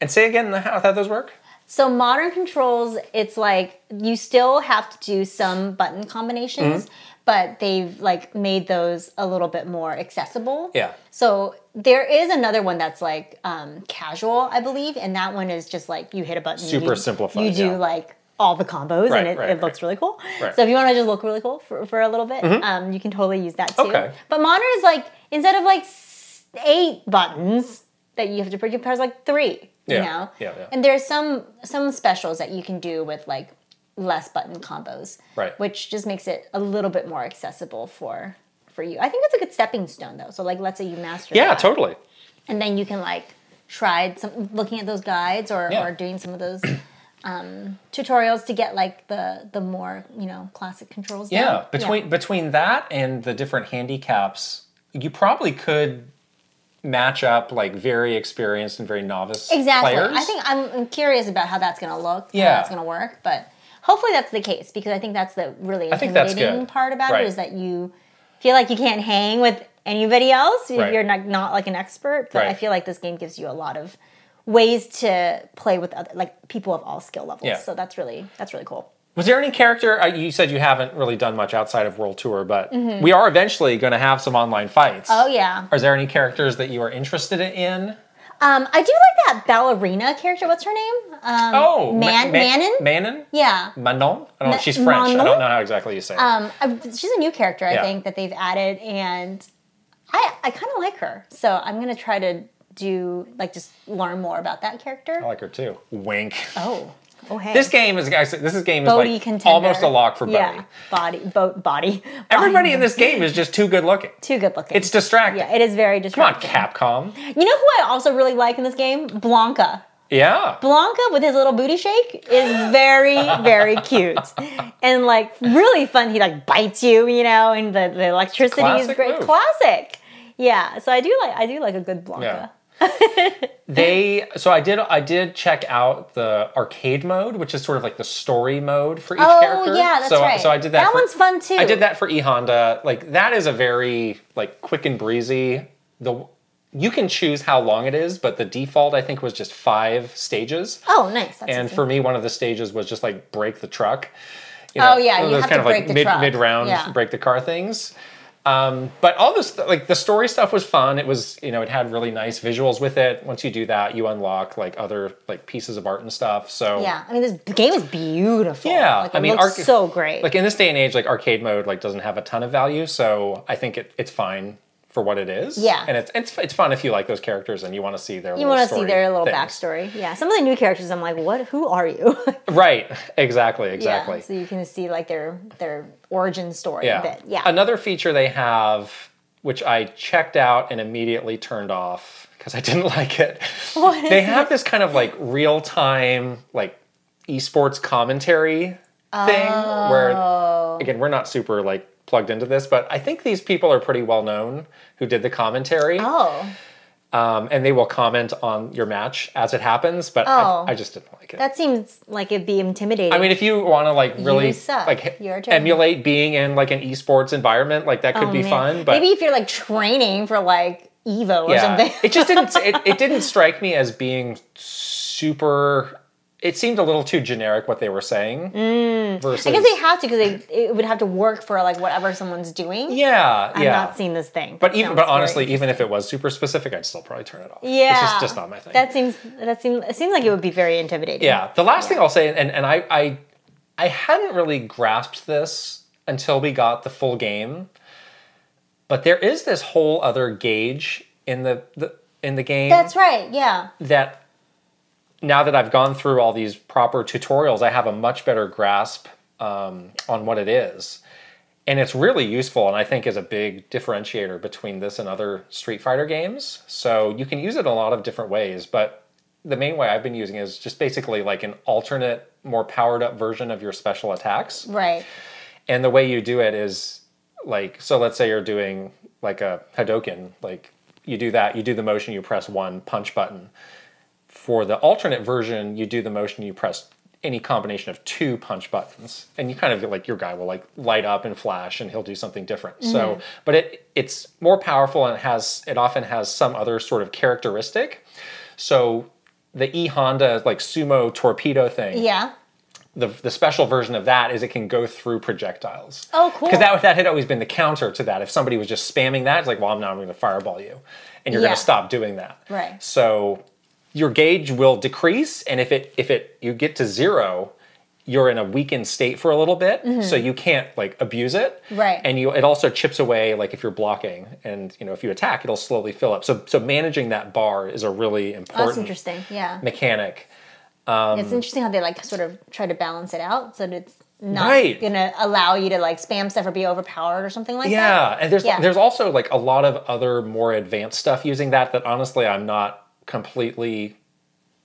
Speaker 2: And say again how, how those work.
Speaker 1: So modern controls, it's like you still have to do some button combinations,
Speaker 2: Mm-hmm.
Speaker 1: but they've like made those a little bit more accessible.
Speaker 2: Yeah.
Speaker 1: So there is another one that's like um, casual, I believe, and that one is just like you hit a button,
Speaker 2: Super
Speaker 1: you,
Speaker 2: simplified,
Speaker 1: You do
Speaker 2: yeah.
Speaker 1: like all the combos,
Speaker 2: Right,
Speaker 1: and it,
Speaker 2: right,
Speaker 1: it looks
Speaker 2: right.
Speaker 1: really cool.
Speaker 2: Right. Mm-hmm.
Speaker 1: So if you want to just look really cool for, for a little bit, um, you can totally use that too.
Speaker 2: Okay.
Speaker 1: But modern is like instead of like s- eight buttons that you have to pick, there's like three. You
Speaker 2: Yeah,
Speaker 1: know,
Speaker 2: yeah, yeah.
Speaker 1: and there's some some specials that you can do with like less button combos,
Speaker 2: Right.
Speaker 1: Which just makes it a little bit more accessible for for you. I think it's a good stepping stone though. So like, let's say you master
Speaker 2: Yeah,
Speaker 1: that,
Speaker 2: totally.
Speaker 1: and then you can like try some looking at those guides or
Speaker 2: Yeah.
Speaker 1: or doing some of those um, tutorials to get like the the more you know classic controls. down.
Speaker 2: Yeah, between between that and the different handicaps, you probably could match up like very experienced and very novice
Speaker 1: Exactly.
Speaker 2: players.
Speaker 1: I think I'm, I'm curious about how that's going to look, how
Speaker 2: Yeah.
Speaker 1: that's going to work, but hopefully that's the case because I think that's the really
Speaker 2: I think that's
Speaker 1: intimidating
Speaker 2: good.
Speaker 1: part about
Speaker 2: Right.
Speaker 1: it is that you feel like you can't hang with anybody else if
Speaker 2: Right.
Speaker 1: you're not, not like an expert. But I
Speaker 2: Right.
Speaker 1: feel like this game gives you a lot of ways to play with other like people of all skill levels.
Speaker 2: Yeah.
Speaker 1: So that's really that's really cool.
Speaker 2: Was there any character? uh, You said you haven't really done much outside of World Tour, but we are eventually going to have some online fights.
Speaker 1: Mm-hmm. Oh yeah.
Speaker 2: Are there any characters that you are interested in?
Speaker 1: Um, I do like that ballerina character. What's her name? Um,
Speaker 2: Oh, Ma-
Speaker 1: Man-
Speaker 2: Ma-
Speaker 1: Manon.
Speaker 2: Manon?
Speaker 1: yeah.
Speaker 2: Manon? I don't know. She's French. I
Speaker 1: Manon?
Speaker 2: don't know how exactly you say it.
Speaker 1: um, I- she's a new character I
Speaker 2: Yeah.
Speaker 1: think that they've added, and I I kind of like her, so I'm gonna try to do like just learn more about that character.
Speaker 2: Oh, I like her too. Wink.
Speaker 1: oh, oh hey,
Speaker 2: This game is actually this is game is
Speaker 1: Bodhi
Speaker 2: like
Speaker 1: contender.
Speaker 2: almost a lock for Bodhi.
Speaker 1: Yeah, Oh, body, boat, body.
Speaker 2: Everybody
Speaker 1: Body.
Speaker 2: in this game is just too good looking.
Speaker 1: too good looking.
Speaker 2: It's distracting.
Speaker 1: yeah, it is very
Speaker 2: Come on,
Speaker 1: distracting.
Speaker 2: Capcom.
Speaker 1: You know who I also really like in this game? Blanca.
Speaker 2: Yeah.
Speaker 1: Blanca with his little booty shake is very, very cute. And like really fun. He like bites you, you know, and the, the electricity is
Speaker 2: Classic
Speaker 1: great.
Speaker 2: move.
Speaker 1: Classic. Yeah. So I do like I do like a good Blanca.
Speaker 2: They so I did I did check out the arcade mode, which is sort of like the story mode for each
Speaker 1: Oh,
Speaker 2: character.
Speaker 1: yeah, that's
Speaker 2: so,
Speaker 1: right.
Speaker 2: So I did that.
Speaker 1: That
Speaker 2: for-
Speaker 1: one's fun, too.
Speaker 2: I did that for E Honda. Like that is a very like quick and breezy. The you can choose how long it is, but the default I think was just five stages.
Speaker 1: Oh, nice. That's
Speaker 2: and
Speaker 1: easy.
Speaker 2: for me, one of the stages was just like break the truck. You
Speaker 1: Oh, yeah,
Speaker 2: one of
Speaker 1: you
Speaker 2: those
Speaker 1: have
Speaker 2: kind
Speaker 1: to
Speaker 2: of like
Speaker 1: break the
Speaker 2: mid
Speaker 1: truck.
Speaker 2: mid round
Speaker 1: Yeah.
Speaker 2: break the car things. Um, but all this like the story stuff was fun. It was you know it had really nice visuals with it. Once you do that, you unlock like other like pieces of art and stuff. So
Speaker 1: yeah. I mean this game is beautiful.
Speaker 2: yeah,
Speaker 1: Like, it
Speaker 2: I mean,
Speaker 1: looks
Speaker 2: arc-
Speaker 1: so great.
Speaker 2: Like in this day and age, like arcade mode like doesn't have a ton of value, so I think it, it's fine for what it is.
Speaker 1: Yeah.
Speaker 2: and it's it's it's fun if you like those characters and you want to see their
Speaker 1: you
Speaker 2: want to
Speaker 1: see their little
Speaker 2: things.
Speaker 1: backstory. Yeah. Some of the new characters I'm like, what who are you?
Speaker 2: Right, exactly, exactly.
Speaker 1: Yeah. So you can see like their their origin story a bit. Yeah.
Speaker 2: Another feature they have, which I checked out and immediately turned off because I didn't like it. they have this kind of like real time, like esports commentary thing
Speaker 1: Oh.
Speaker 2: where, again, we're not super like plugged into this, but I think these people are pretty well known who did the commentary.
Speaker 1: oh.
Speaker 2: Um, and they will comment on your match as it happens, but
Speaker 1: Oh.
Speaker 2: I, I just didn't like it.
Speaker 1: That seems like it'd be intimidating.
Speaker 2: I mean, if you want to like really
Speaker 1: suck.
Speaker 2: like
Speaker 1: Your turn.
Speaker 2: emulate being in like an esports environment, like that could be
Speaker 1: Oh, Man.
Speaker 2: fun. But
Speaker 1: maybe if you're like training for like Evo or something.
Speaker 2: it just didn't. It, it didn't strike me as being super. It seemed a little too generic what they were saying. Versus,
Speaker 1: Mm. I guess they have to because they it would have to work for like whatever someone's doing.
Speaker 2: yeah,
Speaker 1: I've
Speaker 2: yeah.
Speaker 1: not seen this thing.
Speaker 2: but even,
Speaker 1: Sounds
Speaker 2: but
Speaker 1: very-
Speaker 2: honestly, even if it was super specific, I'd still probably turn it off.
Speaker 1: yeah,
Speaker 2: it's just, just not my thing.
Speaker 1: That seems that seems it seems like it would be very intimidating.
Speaker 2: Yeah. The last thing I'll say, and, and I, I I hadn't really grasped this until we got the full game. But there is this whole other gauge in the, the in the game
Speaker 1: that's right. Yeah,
Speaker 2: that now that I've gone through all these proper tutorials, I have a much better grasp um, on what it is. and it's really useful and i think is a big differentiator between this and other street fighter games so you can use it a lot of different ways but the main way i've been using is just basically like an alternate more powered up version of your special attacks
Speaker 1: Right.
Speaker 2: and the way you do it is like so let's say you're doing like a Hadoken, like you do that, you do the motion, you press one punch button. For the alternate version, you do the motion, you press any combination of two punch buttons. And you kind of like your guy will like light up and flash and he'll do something different. So but it it's more powerful and it has it often has some other sort of characteristic. So the E Honda like sumo torpedo thing
Speaker 1: Yeah.
Speaker 2: the, the special version of that is it can go through projectiles.
Speaker 1: Oh, cool.
Speaker 2: Because that, that had always been the counter to that. If somebody was just spamming that, it's like, well, I'm not going to fireball you. And you're
Speaker 1: Yeah.
Speaker 2: going to stop doing that.
Speaker 1: Right.
Speaker 2: So your gauge will decrease. And if it if it you get to zero, you're in a weakened state for a little bit. So you can't like abuse it.
Speaker 1: Mm-hmm. Right.
Speaker 2: And you it also chips away like if you're blocking and you know if you attack, it'll slowly fill up. So so managing that bar is a really
Speaker 1: Oh,
Speaker 2: important
Speaker 1: that's interesting. Yeah.
Speaker 2: mechanic.
Speaker 1: it's interesting how they like sort of try to balance it out so that it's not
Speaker 2: Right.
Speaker 1: gonna allow you to like spam stuff or be overpowered or something like that.
Speaker 2: Yeah, and there's
Speaker 1: Yeah.
Speaker 2: there's also like a lot of other more advanced stuff using that that honestly I'm not completely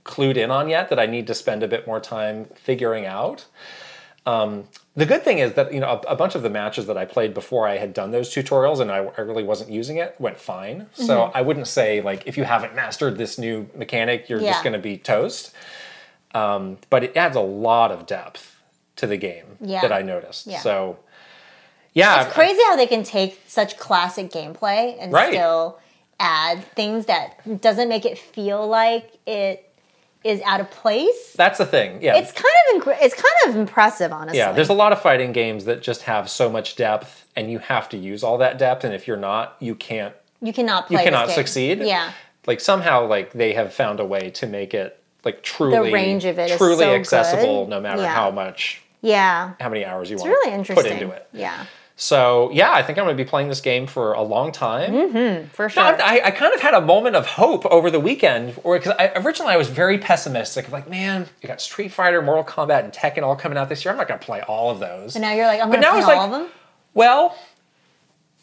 Speaker 2: clued in on yet that I need to spend a bit more time figuring out. Um, the good thing is that you know a, a bunch of the matches that I played before I had done those tutorials and I, I really wasn't using it went fine. So
Speaker 1: Mm-hmm.
Speaker 2: I wouldn't say like if you haven't mastered this new mechanic you're
Speaker 1: Yeah.
Speaker 2: just going to be toast. Um, but it adds a lot of depth to the game
Speaker 1: Yeah.
Speaker 2: that I noticed.
Speaker 1: Yeah.
Speaker 2: So yeah,
Speaker 1: It's
Speaker 2: I-
Speaker 1: crazy how they can take such classic gameplay and
Speaker 2: Right.
Speaker 1: still add things that doesn't make it feel like it is out of place.
Speaker 2: That's the thing. Yeah.
Speaker 1: It's kind of incre- it's kind of impressive, honestly.
Speaker 2: yeah, there's a lot of fighting games that just have so much depth and you have to use all that depth and if you're not, you can't
Speaker 1: you cannot play.
Speaker 2: you
Speaker 1: this
Speaker 2: cannot
Speaker 1: game.
Speaker 2: succeed.
Speaker 1: Yeah,
Speaker 2: Like somehow like they have found a way to make it like truly
Speaker 1: range of it is
Speaker 2: truly
Speaker 1: so
Speaker 2: accessible
Speaker 1: good.
Speaker 2: no matter
Speaker 1: Yeah.
Speaker 2: how much
Speaker 1: yeah.
Speaker 2: how many hours you
Speaker 1: It's
Speaker 2: want
Speaker 1: really
Speaker 2: to
Speaker 1: interesting.
Speaker 2: put into it.
Speaker 1: Yeah,
Speaker 2: So, yeah, I think I'm going to be playing this game for a long time.
Speaker 1: Mm-hmm. for sure.
Speaker 2: No, I, I kind of had a moment of hope over the weekend, or because I, originally I was very pessimistic, like, man, you got Street Fighter, Mortal Kombat, and Tekken all coming out this year. I'm not going to play all of those.
Speaker 1: but now you're like, I'm
Speaker 2: But
Speaker 1: gonna
Speaker 2: now
Speaker 1: play
Speaker 2: it's
Speaker 1: all
Speaker 2: like-
Speaker 1: of them.
Speaker 2: Well,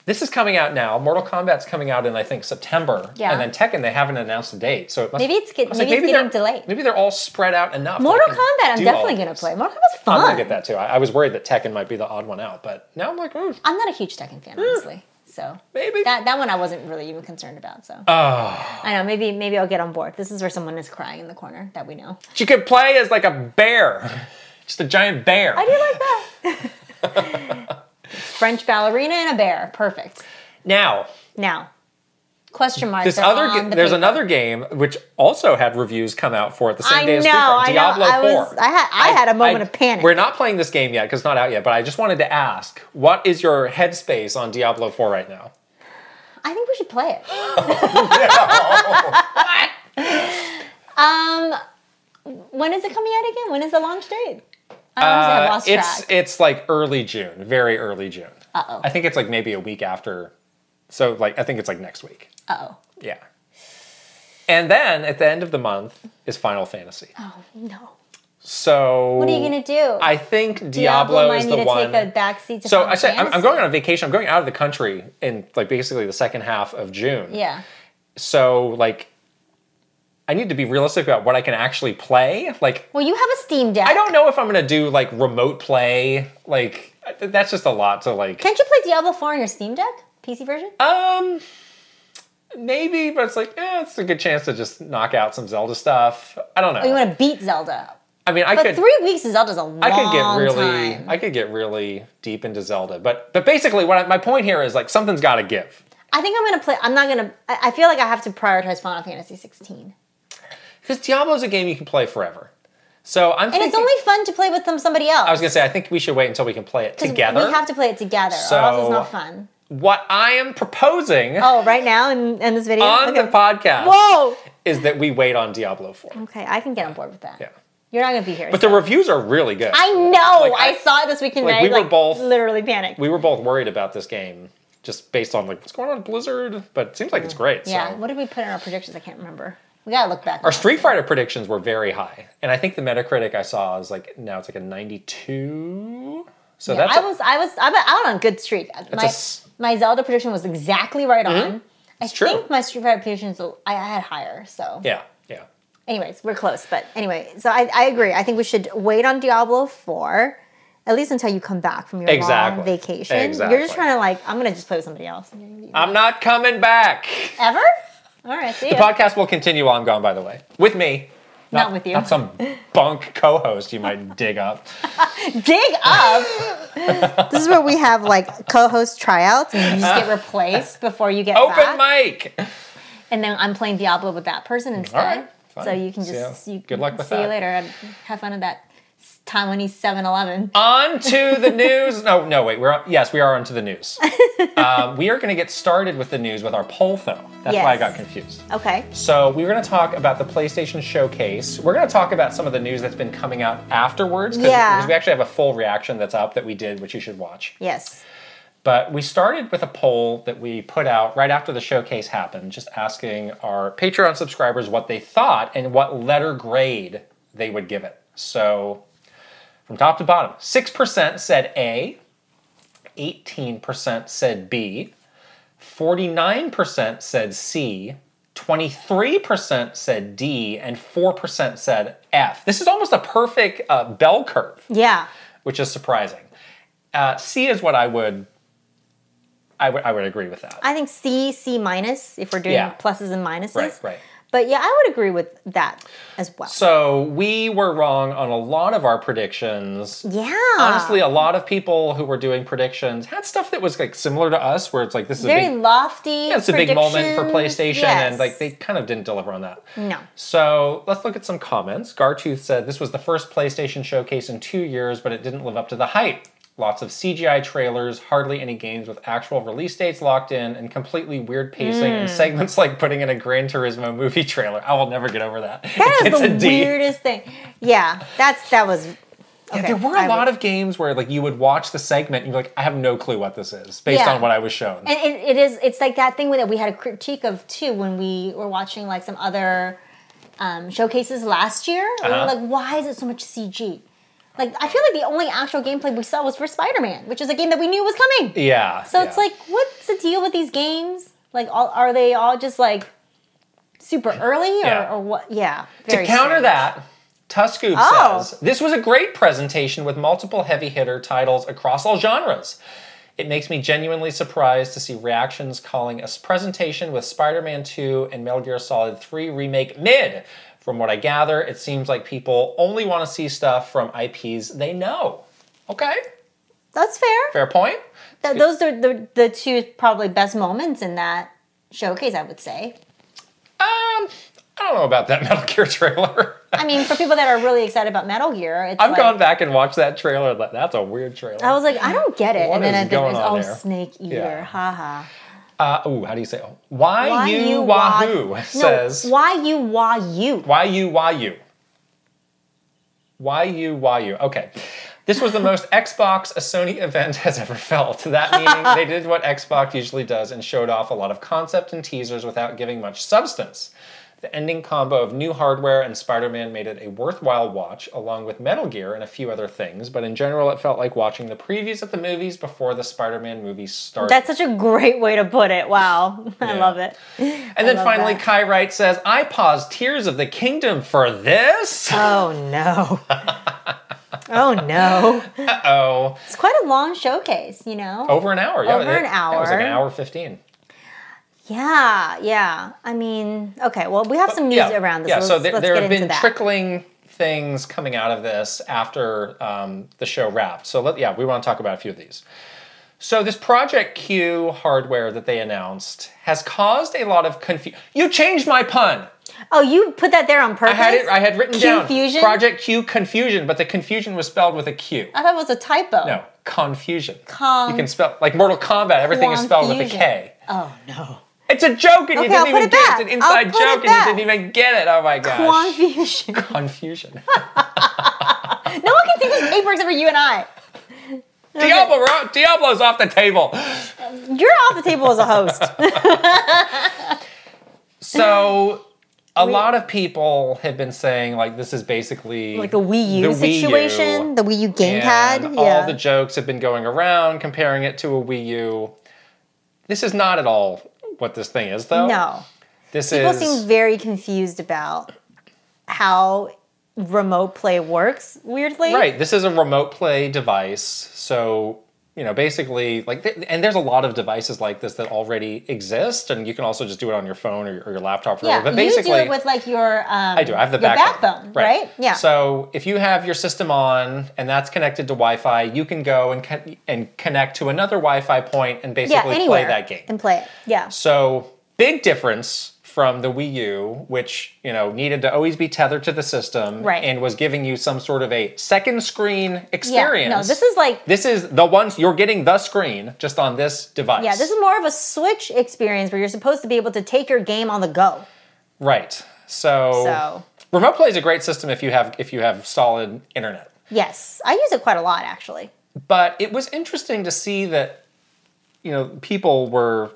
Speaker 2: this is coming out now. Mortal Kombat's coming out in I think September,
Speaker 1: Yeah.
Speaker 2: and then Tekken they haven't announced a date, so it must
Speaker 1: Maybe it's get-
Speaker 2: I was
Speaker 1: maybe it's
Speaker 2: they're-
Speaker 1: getting delayed.
Speaker 2: Maybe they're all spread out enough. that I
Speaker 1: Mortal
Speaker 2: can
Speaker 1: Kombat, I'm
Speaker 2: do all
Speaker 1: definitely
Speaker 2: of
Speaker 1: gonna
Speaker 2: those.
Speaker 1: play. Mortal Kombat's fun.
Speaker 2: I'm gonna get that too. I, I was worried that Tekken might be the odd one out, but now I'm like, mm,
Speaker 1: I'm not a huge Tekken fan, honestly. So
Speaker 2: maybe. Ah.
Speaker 1: that that one I wasn't really even concerned about. So I know maybe maybe I'll get on board. This is where someone is crying in the corner that we know.
Speaker 2: she could play as like a bear, just a giant bear.
Speaker 1: I do like that. French ballerina and a bear, perfect.
Speaker 2: now.
Speaker 1: Now, question mark.
Speaker 2: This
Speaker 1: they're
Speaker 2: other
Speaker 1: on
Speaker 2: ga-
Speaker 1: the
Speaker 2: there's
Speaker 1: paper.
Speaker 2: another game which also had reviews come out for it the same
Speaker 1: I
Speaker 2: day
Speaker 1: know,
Speaker 2: as Street Fighter,
Speaker 1: I know.
Speaker 2: Diablo
Speaker 1: I
Speaker 2: 4.
Speaker 1: was. I had. I, had a moment
Speaker 2: I-
Speaker 1: of panic.
Speaker 2: We're not playing this game yet because it's not out yet, but I just wanted to ask what is your headspace on Diablo 4 right now?
Speaker 1: I think we should play it. Um, when is it coming out again? When is the launch date? I honestly have lost
Speaker 2: Uh, it's
Speaker 1: track.
Speaker 2: it's like early June, very early June. Uh-oh. I think it's like maybe a week after. So like I think it's like next week.
Speaker 1: Oh
Speaker 2: Yeah. And then at the end of the month is Final Fantasy.
Speaker 1: no!
Speaker 2: So
Speaker 1: Oh. What are you gonna do?
Speaker 2: I think Diablo,
Speaker 1: might
Speaker 2: is
Speaker 1: need
Speaker 2: the
Speaker 1: to
Speaker 2: one.
Speaker 1: take a backseat to
Speaker 2: so
Speaker 1: Final
Speaker 2: I said I'm, I'm
Speaker 1: Fantasy.
Speaker 2: going on a vacation. I'm going out of the country in like basically the second half of June.
Speaker 1: Yeah.
Speaker 2: so like i need to be realistic about what i can actually play like
Speaker 1: Well, you have a Steam Deck.
Speaker 2: i don't know if i'm gonna do like remote play like th- that's just a lot to like
Speaker 1: Can't you play Diablo 4 on your Steam Deck? PC version?
Speaker 2: um maybe but it's like eh, it's a good chance to just knock out some zelda stuff i don't know
Speaker 1: oh, you want to beat Zelda.
Speaker 2: i mean i
Speaker 1: But
Speaker 2: could
Speaker 1: three weeks of Zelda's a long
Speaker 2: I could get really,
Speaker 1: time.
Speaker 2: I could get really deep into Zelda, but but basically, what I, my point here is like something's got to give.
Speaker 1: I think I'm going to play, I'm not going to, I I feel like I have to prioritize Final Fantasy 16.
Speaker 2: Because Diablo's a game you can play forever, so I'm.
Speaker 1: And
Speaker 2: thinking,
Speaker 1: it's only fun to play with them, somebody else.
Speaker 2: I was gonna say I think we should wait until we can play it together.
Speaker 1: We have to play it together,
Speaker 2: So-
Speaker 1: or else it's not fun.
Speaker 2: what I am proposing
Speaker 1: Oh, right now in, in this video?
Speaker 2: on
Speaker 1: Okay.
Speaker 2: the podcast
Speaker 1: Whoa!
Speaker 2: is that we wait on Diablo 4.
Speaker 1: Okay, I can get on board with that.
Speaker 2: Yeah.
Speaker 1: You're not going to be here.
Speaker 2: But the reviews are really good.
Speaker 1: I know!
Speaker 2: Like,
Speaker 1: I,
Speaker 2: I-
Speaker 1: saw it this weekend
Speaker 2: like,
Speaker 1: and
Speaker 2: we
Speaker 1: I
Speaker 2: were
Speaker 1: like,
Speaker 2: both-
Speaker 1: literally panicked.
Speaker 2: we were both worried about this game just based on like what's going on with Blizzard, but it seems like it's great.
Speaker 1: Mm. yeah,
Speaker 2: so.
Speaker 1: what did we put in our predictions? I can't remember. We got to look back.
Speaker 2: our Street Fighter predictions were very high. And I think the Metacritic I saw is like now it's like a 92. So
Speaker 1: Yeah,
Speaker 2: that's
Speaker 1: I was I was I'm out on good streak. My
Speaker 2: s- Mm-hmm.
Speaker 1: my Zelda prediction was exactly right on. I
Speaker 2: true.
Speaker 1: think my Street Fighter predictions I, I had higher. So
Speaker 2: yeah, yeah.
Speaker 1: anyways, we're close. But anyway, so I, I agree. I think we should wait on Diablo four. At least until you come back from your
Speaker 2: Exactly.
Speaker 1: long vacation. You're
Speaker 2: Exactly.
Speaker 1: just trying to like, I'm gonna just play with somebody else.
Speaker 2: I'm not coming back.
Speaker 1: Ever? All right, see
Speaker 2: The
Speaker 1: ya.
Speaker 2: podcast will continue while I'm gone, by the way. With me.
Speaker 1: Not with you.
Speaker 2: Not some bunk co host you might dig up.
Speaker 1: Dig up. this is where we have like co-host tryouts, and you just get replaced before you get
Speaker 2: Open
Speaker 1: back.
Speaker 2: mic!
Speaker 1: and then I'm playing Diablo with that person instead.
Speaker 2: right, fine.
Speaker 1: So you can
Speaker 2: See
Speaker 1: just
Speaker 2: ya.
Speaker 1: you
Speaker 2: Good luck with
Speaker 1: see
Speaker 2: that.
Speaker 1: you later and have fun at that Taiwanese 7-Eleven.
Speaker 2: on to the news. No, no, wait. We're on, yes, we are on to the news. um, we are going to get started with the news with our poll, though. That's why I
Speaker 1: Yes.
Speaker 2: got confused.
Speaker 1: Okay.
Speaker 2: So we were going to talk about the PlayStation Showcase. We're going to talk about some of the news that's been coming out afterwards, 'cause-
Speaker 1: Yeah.
Speaker 2: because we actually have a full reaction that's up that we did, which you should watch.
Speaker 1: Yes.
Speaker 2: But we started with a poll that we put out right after the showcase happened, just asking our Patreon subscribers what they thought and what letter grade they would give it. So, from top to bottom, 6% said A, 18% said B, 49% said C, 23% said D, and 4% said F. This is almost a perfect uh, bell curve
Speaker 1: Yeah.
Speaker 2: which is surprising. Uh, C is what I would, I would, I would agree with that.
Speaker 1: I think C C minus if we're doing
Speaker 2: Yeah.
Speaker 1: pluses and minuses.
Speaker 2: Right, right.
Speaker 1: But yeah, I would agree with that as well.
Speaker 2: So we were wrong on a lot of our predictions.
Speaker 1: yeah.
Speaker 2: Honestly, a lot of people who were doing predictions had stuff that was like similar to us, where it's like this is
Speaker 1: very
Speaker 2: a big,
Speaker 1: lofty.
Speaker 2: yeah, it's a big moment for
Speaker 1: predictions.
Speaker 2: PlayStation,
Speaker 1: Yes. Hmm.
Speaker 2: and like they kind of didn't deliver on that.
Speaker 1: No.
Speaker 2: So let's look at some comments. Gartooth said this was the first PlayStation showcase in two years, but it didn't live up to the hype. Lots of CGI trailers, hardly any games with actual release dates locked in, and completely weird pacing
Speaker 1: Hmm.
Speaker 2: and segments like putting in a Gran Turismo movie trailer. I will never get over that.
Speaker 1: That
Speaker 2: it
Speaker 1: is
Speaker 2: gets
Speaker 1: the
Speaker 2: a D.
Speaker 1: weirdest thing. Yeah. That's that was
Speaker 2: Yeah, there were a
Speaker 1: I
Speaker 2: lot
Speaker 1: would-
Speaker 2: of games where like you would watch the segment and you're like, I have no clue what this is based
Speaker 1: Yeah.
Speaker 2: on what I was shown.
Speaker 1: And it, it is, it's like that thing that we had a critique of too when we were watching like some other um, showcases last year. We
Speaker 2: Uh-huh.
Speaker 1: were like, why is it so much CG? Like, I feel like the only actual gameplay we saw was for Spider Man, which is a game that we knew was coming.
Speaker 2: yeah.
Speaker 1: So it's
Speaker 2: yeah.
Speaker 1: like, what's the deal with these games? Like, all, are they all just like super early or,
Speaker 2: Yeah.
Speaker 1: or what? Yeah.
Speaker 2: To
Speaker 1: very
Speaker 2: counter
Speaker 1: strange.
Speaker 2: that, Tuscoop
Speaker 1: Oh.
Speaker 2: says this was a great presentation with multiple heavy hitter titles across all genres. It makes me genuinely surprised to see reactions calling a presentation with Spider Man 2 and Metal Gear Solid 3 Remake mid. From what I gather, it seems like people only want to see stuff from IPs they know. Okay,
Speaker 1: That's fair.
Speaker 2: fair point.
Speaker 1: Th- those are the, the two probably best moments in that showcase, I would say.
Speaker 2: Um, I don't know about that Metal Gear trailer.
Speaker 1: I mean, for people that are really excited about Metal Gear, it's
Speaker 2: I've
Speaker 1: like,
Speaker 2: gone back and watched that trailer. like, That's a weird trailer.
Speaker 1: I was like, I don't get it.
Speaker 2: What
Speaker 1: and then
Speaker 2: is
Speaker 1: I think it
Speaker 2: going
Speaker 1: was,
Speaker 2: on
Speaker 1: oh,
Speaker 2: there?
Speaker 1: snake eater,
Speaker 2: Yeah.
Speaker 1: haha.
Speaker 2: Uh, ooh, how do you say? it? Why,
Speaker 1: Why
Speaker 2: you,
Speaker 1: wa-
Speaker 2: wahoo
Speaker 1: No,
Speaker 2: says.
Speaker 1: why you why you?
Speaker 2: Why you why you? Why you why you? Okay. This was the most Xbox a Sony event has ever felt. That meaning they did what Xbox usually does and showed off a lot of concept and teasers without giving much substance. The ending combo of new hardware and Spider-Man made it a worthwhile watch, along with Metal Gear and a few other things. But in general, it felt like watching the previews at the movies before the Spider-Man movies started.
Speaker 1: That's such a great way to put it. Wow, I
Speaker 2: Yeah.
Speaker 1: love it.
Speaker 2: And then finally, Kai Wright says, I paused Tears of the Kingdom for this?
Speaker 1: Oh no. oh no.
Speaker 2: Oh,
Speaker 1: It's quite a long showcase, you know.
Speaker 2: over an hour. Yeah,
Speaker 1: Over an
Speaker 2: it- yeah, It was like an
Speaker 1: hour.
Speaker 2: hour 15.
Speaker 1: Yeah, yeah. I mean, okay. Well, we have some news
Speaker 2: Uh, yeah.
Speaker 1: around this.
Speaker 2: Yeah,
Speaker 1: let's,
Speaker 2: so there,
Speaker 1: let's
Speaker 2: there
Speaker 1: get
Speaker 2: have been
Speaker 1: into that.
Speaker 2: trickling things coming out of this after um, the show wrapped. So, let, yeah, we want to talk about a few of these. So, this Project Q hardware that they announced has caused a lot of confusion. You changed my pun.
Speaker 1: oh, you put that there on
Speaker 2: I
Speaker 1: purpose.
Speaker 2: had it. I had written down
Speaker 1: Confusion?
Speaker 2: Project Q confusion, but the confusion was spelled with a Q.
Speaker 1: I thought it was a typo.
Speaker 2: No, confusion.
Speaker 1: Con-
Speaker 2: you can spell like Mortal Kombat. Everything is spelled with a K.
Speaker 1: Confusion. Oh no.
Speaker 2: It's a joke, and you
Speaker 1: Okay,
Speaker 2: didn't
Speaker 1: I'll put
Speaker 2: even
Speaker 1: it
Speaker 2: get
Speaker 1: back.
Speaker 2: it. It's an inside
Speaker 1: I'll put it
Speaker 2: joke, and you
Speaker 1: back.
Speaker 2: didn't even get it. Oh my gosh.
Speaker 1: Confusion.
Speaker 2: confusion.
Speaker 1: No one can see this paper except for you and I.
Speaker 2: Diablo, we're out- Diablo's off the table.
Speaker 1: You're off the table as a host.
Speaker 2: So a lot of people have been saying like this is basically
Speaker 1: Like the Wii U
Speaker 2: Wii U,
Speaker 1: situation, the Wii U gamepad.
Speaker 2: and
Speaker 1: yeah.
Speaker 2: all the jokes have been going around comparing it to a Wii U. This is not at all what this thing is, though.
Speaker 1: no.
Speaker 2: this
Speaker 1: People
Speaker 2: is
Speaker 1: seem very confused about how remote play works, weirdly.
Speaker 2: Right. This is a remote play device. So, you know, basically, like, th- and there's a lot of devices like this that already exist, and you can also just do it on your phone or your, or your laptop. Or
Speaker 1: Yeah,
Speaker 2: whatever. But
Speaker 1: you
Speaker 2: basically,
Speaker 1: do it with like your. Um,
Speaker 2: I do. I have the
Speaker 1: your
Speaker 2: backbone.
Speaker 1: right? Yeah.
Speaker 2: So if you have your system on and that's connected to Wi-Fi, you can go and con- and connect to another Wi-Fi point and
Speaker 1: yeah,
Speaker 2: basically
Speaker 1: anywhere
Speaker 2: play that game.
Speaker 1: and play it. Yeah,
Speaker 2: So big difference from the Wii U, which you know needed to always be tethered to the system,
Speaker 1: Right.
Speaker 2: and was giving you some sort of a second screen
Speaker 1: yeah.
Speaker 2: experience.
Speaker 1: No, this is like
Speaker 2: this is the ones you're getting the screen just on this device.
Speaker 1: yeah, this is more of a Switch experience where you're supposed to be able to take your game on the go.
Speaker 2: right. So,
Speaker 1: So
Speaker 2: remote play is a great system if you have if you have solid internet.
Speaker 1: yes, I use it quite a lot actually.
Speaker 2: But it was interesting to see that you know people were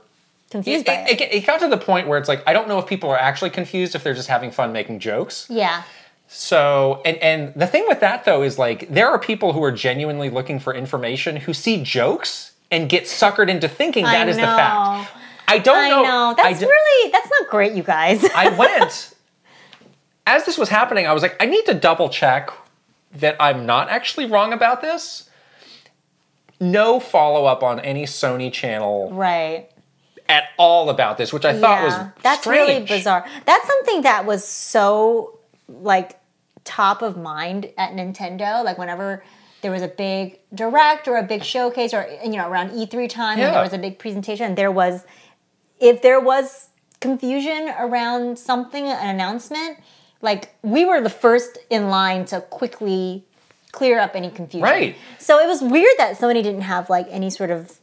Speaker 1: Confused
Speaker 2: it,
Speaker 1: by it.
Speaker 2: it, it got to the point where it's like I don't know if people are actually confused if they're just having fun making jokes.
Speaker 1: yeah,
Speaker 2: So, and and the thing with that though is like there are people who are genuinely looking for information who see jokes and get suckered into thinking that is the
Speaker 1: know.
Speaker 2: fact. I don't
Speaker 1: I
Speaker 2: know.
Speaker 1: know. That's
Speaker 2: d-
Speaker 1: really that's not great, you guys.
Speaker 2: I went as this was happening. I was like, I need to double check that I'm not actually wrong about this. No follow up on any Sony channel
Speaker 1: right.
Speaker 2: at all about this, which I thought was
Speaker 1: that's really
Speaker 2: strange.
Speaker 1: bizarre. That's something that was so like top of mind at Nintendo. Like whenever there was a big direct or a big showcase, or you know around E3 time, when
Speaker 2: Yeah.
Speaker 1: there was a big presentation. There was if there was confusion around something, an announcement, like we were the first in line to quickly clear up any confusion.
Speaker 2: Right.
Speaker 1: So it was weird that Sony didn't have like any sort of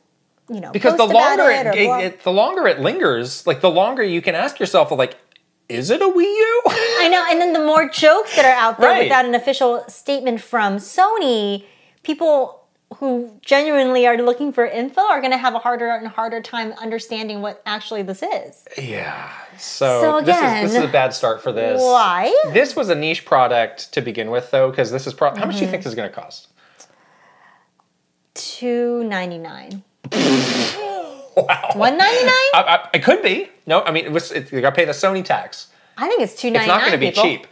Speaker 1: you know
Speaker 2: because the
Speaker 1: post about
Speaker 2: longer
Speaker 1: it
Speaker 2: it,
Speaker 1: or
Speaker 2: it-
Speaker 1: blog-
Speaker 2: it- the longer it lingers, like the longer you can ask yourself, like, is it a Wii U?
Speaker 1: I know, and then the more jokes that are out there
Speaker 2: Right.
Speaker 1: without an official statement from Sony, people who genuinely are looking for info are going to have a harder and harder time understanding what actually this is.
Speaker 2: yeah. So,
Speaker 1: So
Speaker 2: this, is, this
Speaker 1: again,
Speaker 2: is a bad start for this.
Speaker 1: Why?
Speaker 2: This was a niche product to begin with, though, because this is probably how much do you
Speaker 1: Mm-hmm.
Speaker 2: think this is going to cost?
Speaker 1: Two ninety nine. wow. One ninety
Speaker 2: I,
Speaker 1: nine.
Speaker 2: I, it could be. No, I mean, it was, it, you got to pay the Sony tax.
Speaker 1: I think it's two
Speaker 2: It's
Speaker 1: ninety nine.
Speaker 2: not going to be cheap.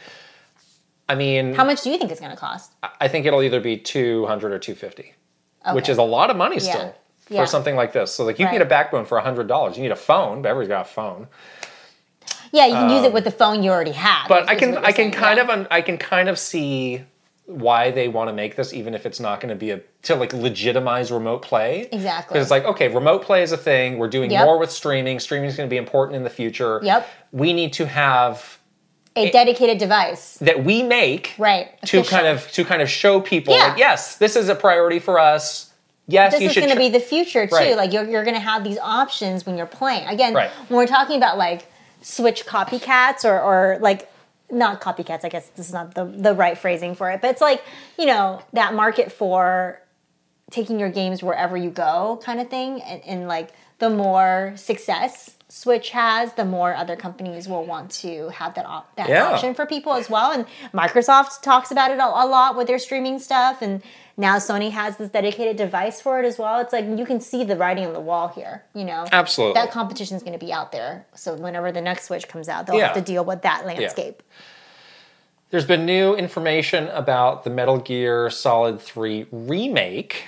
Speaker 2: I mean,
Speaker 1: How much do you think it's going to cost?
Speaker 2: I think it'll either be two hundred or two fifty, which
Speaker 1: Okay.
Speaker 2: is a lot of money still for
Speaker 1: Yeah.
Speaker 2: something like this. So, like, you can
Speaker 1: Right.
Speaker 2: get a backbone for hundred dollars. You need a phone. But everybody's got a phone.
Speaker 1: Yeah, you can use it with the phone you already have.
Speaker 2: Um, But
Speaker 1: is-
Speaker 2: I
Speaker 1: is
Speaker 2: can
Speaker 1: what
Speaker 2: I
Speaker 1: you're
Speaker 2: can
Speaker 1: saying,
Speaker 2: kind
Speaker 1: yeah.
Speaker 2: of un- I can kind of see why they want to make this, even if it's not going to be a to like legitimize remote play.
Speaker 1: Exactly.
Speaker 2: Because it's like okay, remote play is a thing. We're doing
Speaker 1: Yep.
Speaker 2: more with streaming. Streaming is going to be important in the future.
Speaker 1: Yep.
Speaker 2: We need to have
Speaker 1: a dedicated device,
Speaker 2: that we make
Speaker 1: right?
Speaker 2: to
Speaker 1: official.
Speaker 2: kind of to kind of show people
Speaker 1: Yeah.
Speaker 2: like, yes, this is a priority for us. Yes,
Speaker 1: this
Speaker 2: you
Speaker 1: is
Speaker 2: should
Speaker 1: going to
Speaker 2: tr-
Speaker 1: be the future too.
Speaker 2: Right.
Speaker 1: Like you're, you're going to have these options when you're playing. Again,
Speaker 2: Right.
Speaker 1: when we're talking about like Switch copycats or or like not copycats. I guess this is not the the right phrasing for it, but it's like you know that market for taking your games wherever you go kind of thing, and, and like the more success. Switch has the more other companies will want to have that op- that
Speaker 2: Yeah.
Speaker 1: option for people as well. And Microsoft talks about it a, a lot with their streaming stuff. And now Sony has this dedicated device for it as well. It's like you can see the writing on the wall here, you know?
Speaker 2: Absolutely.
Speaker 1: That competition is going to be out there. So whenever the next Switch comes out, they'll
Speaker 2: Yeah.
Speaker 1: have to deal with that landscape.
Speaker 2: There's been new information about the Metal Gear Solid 3 remake.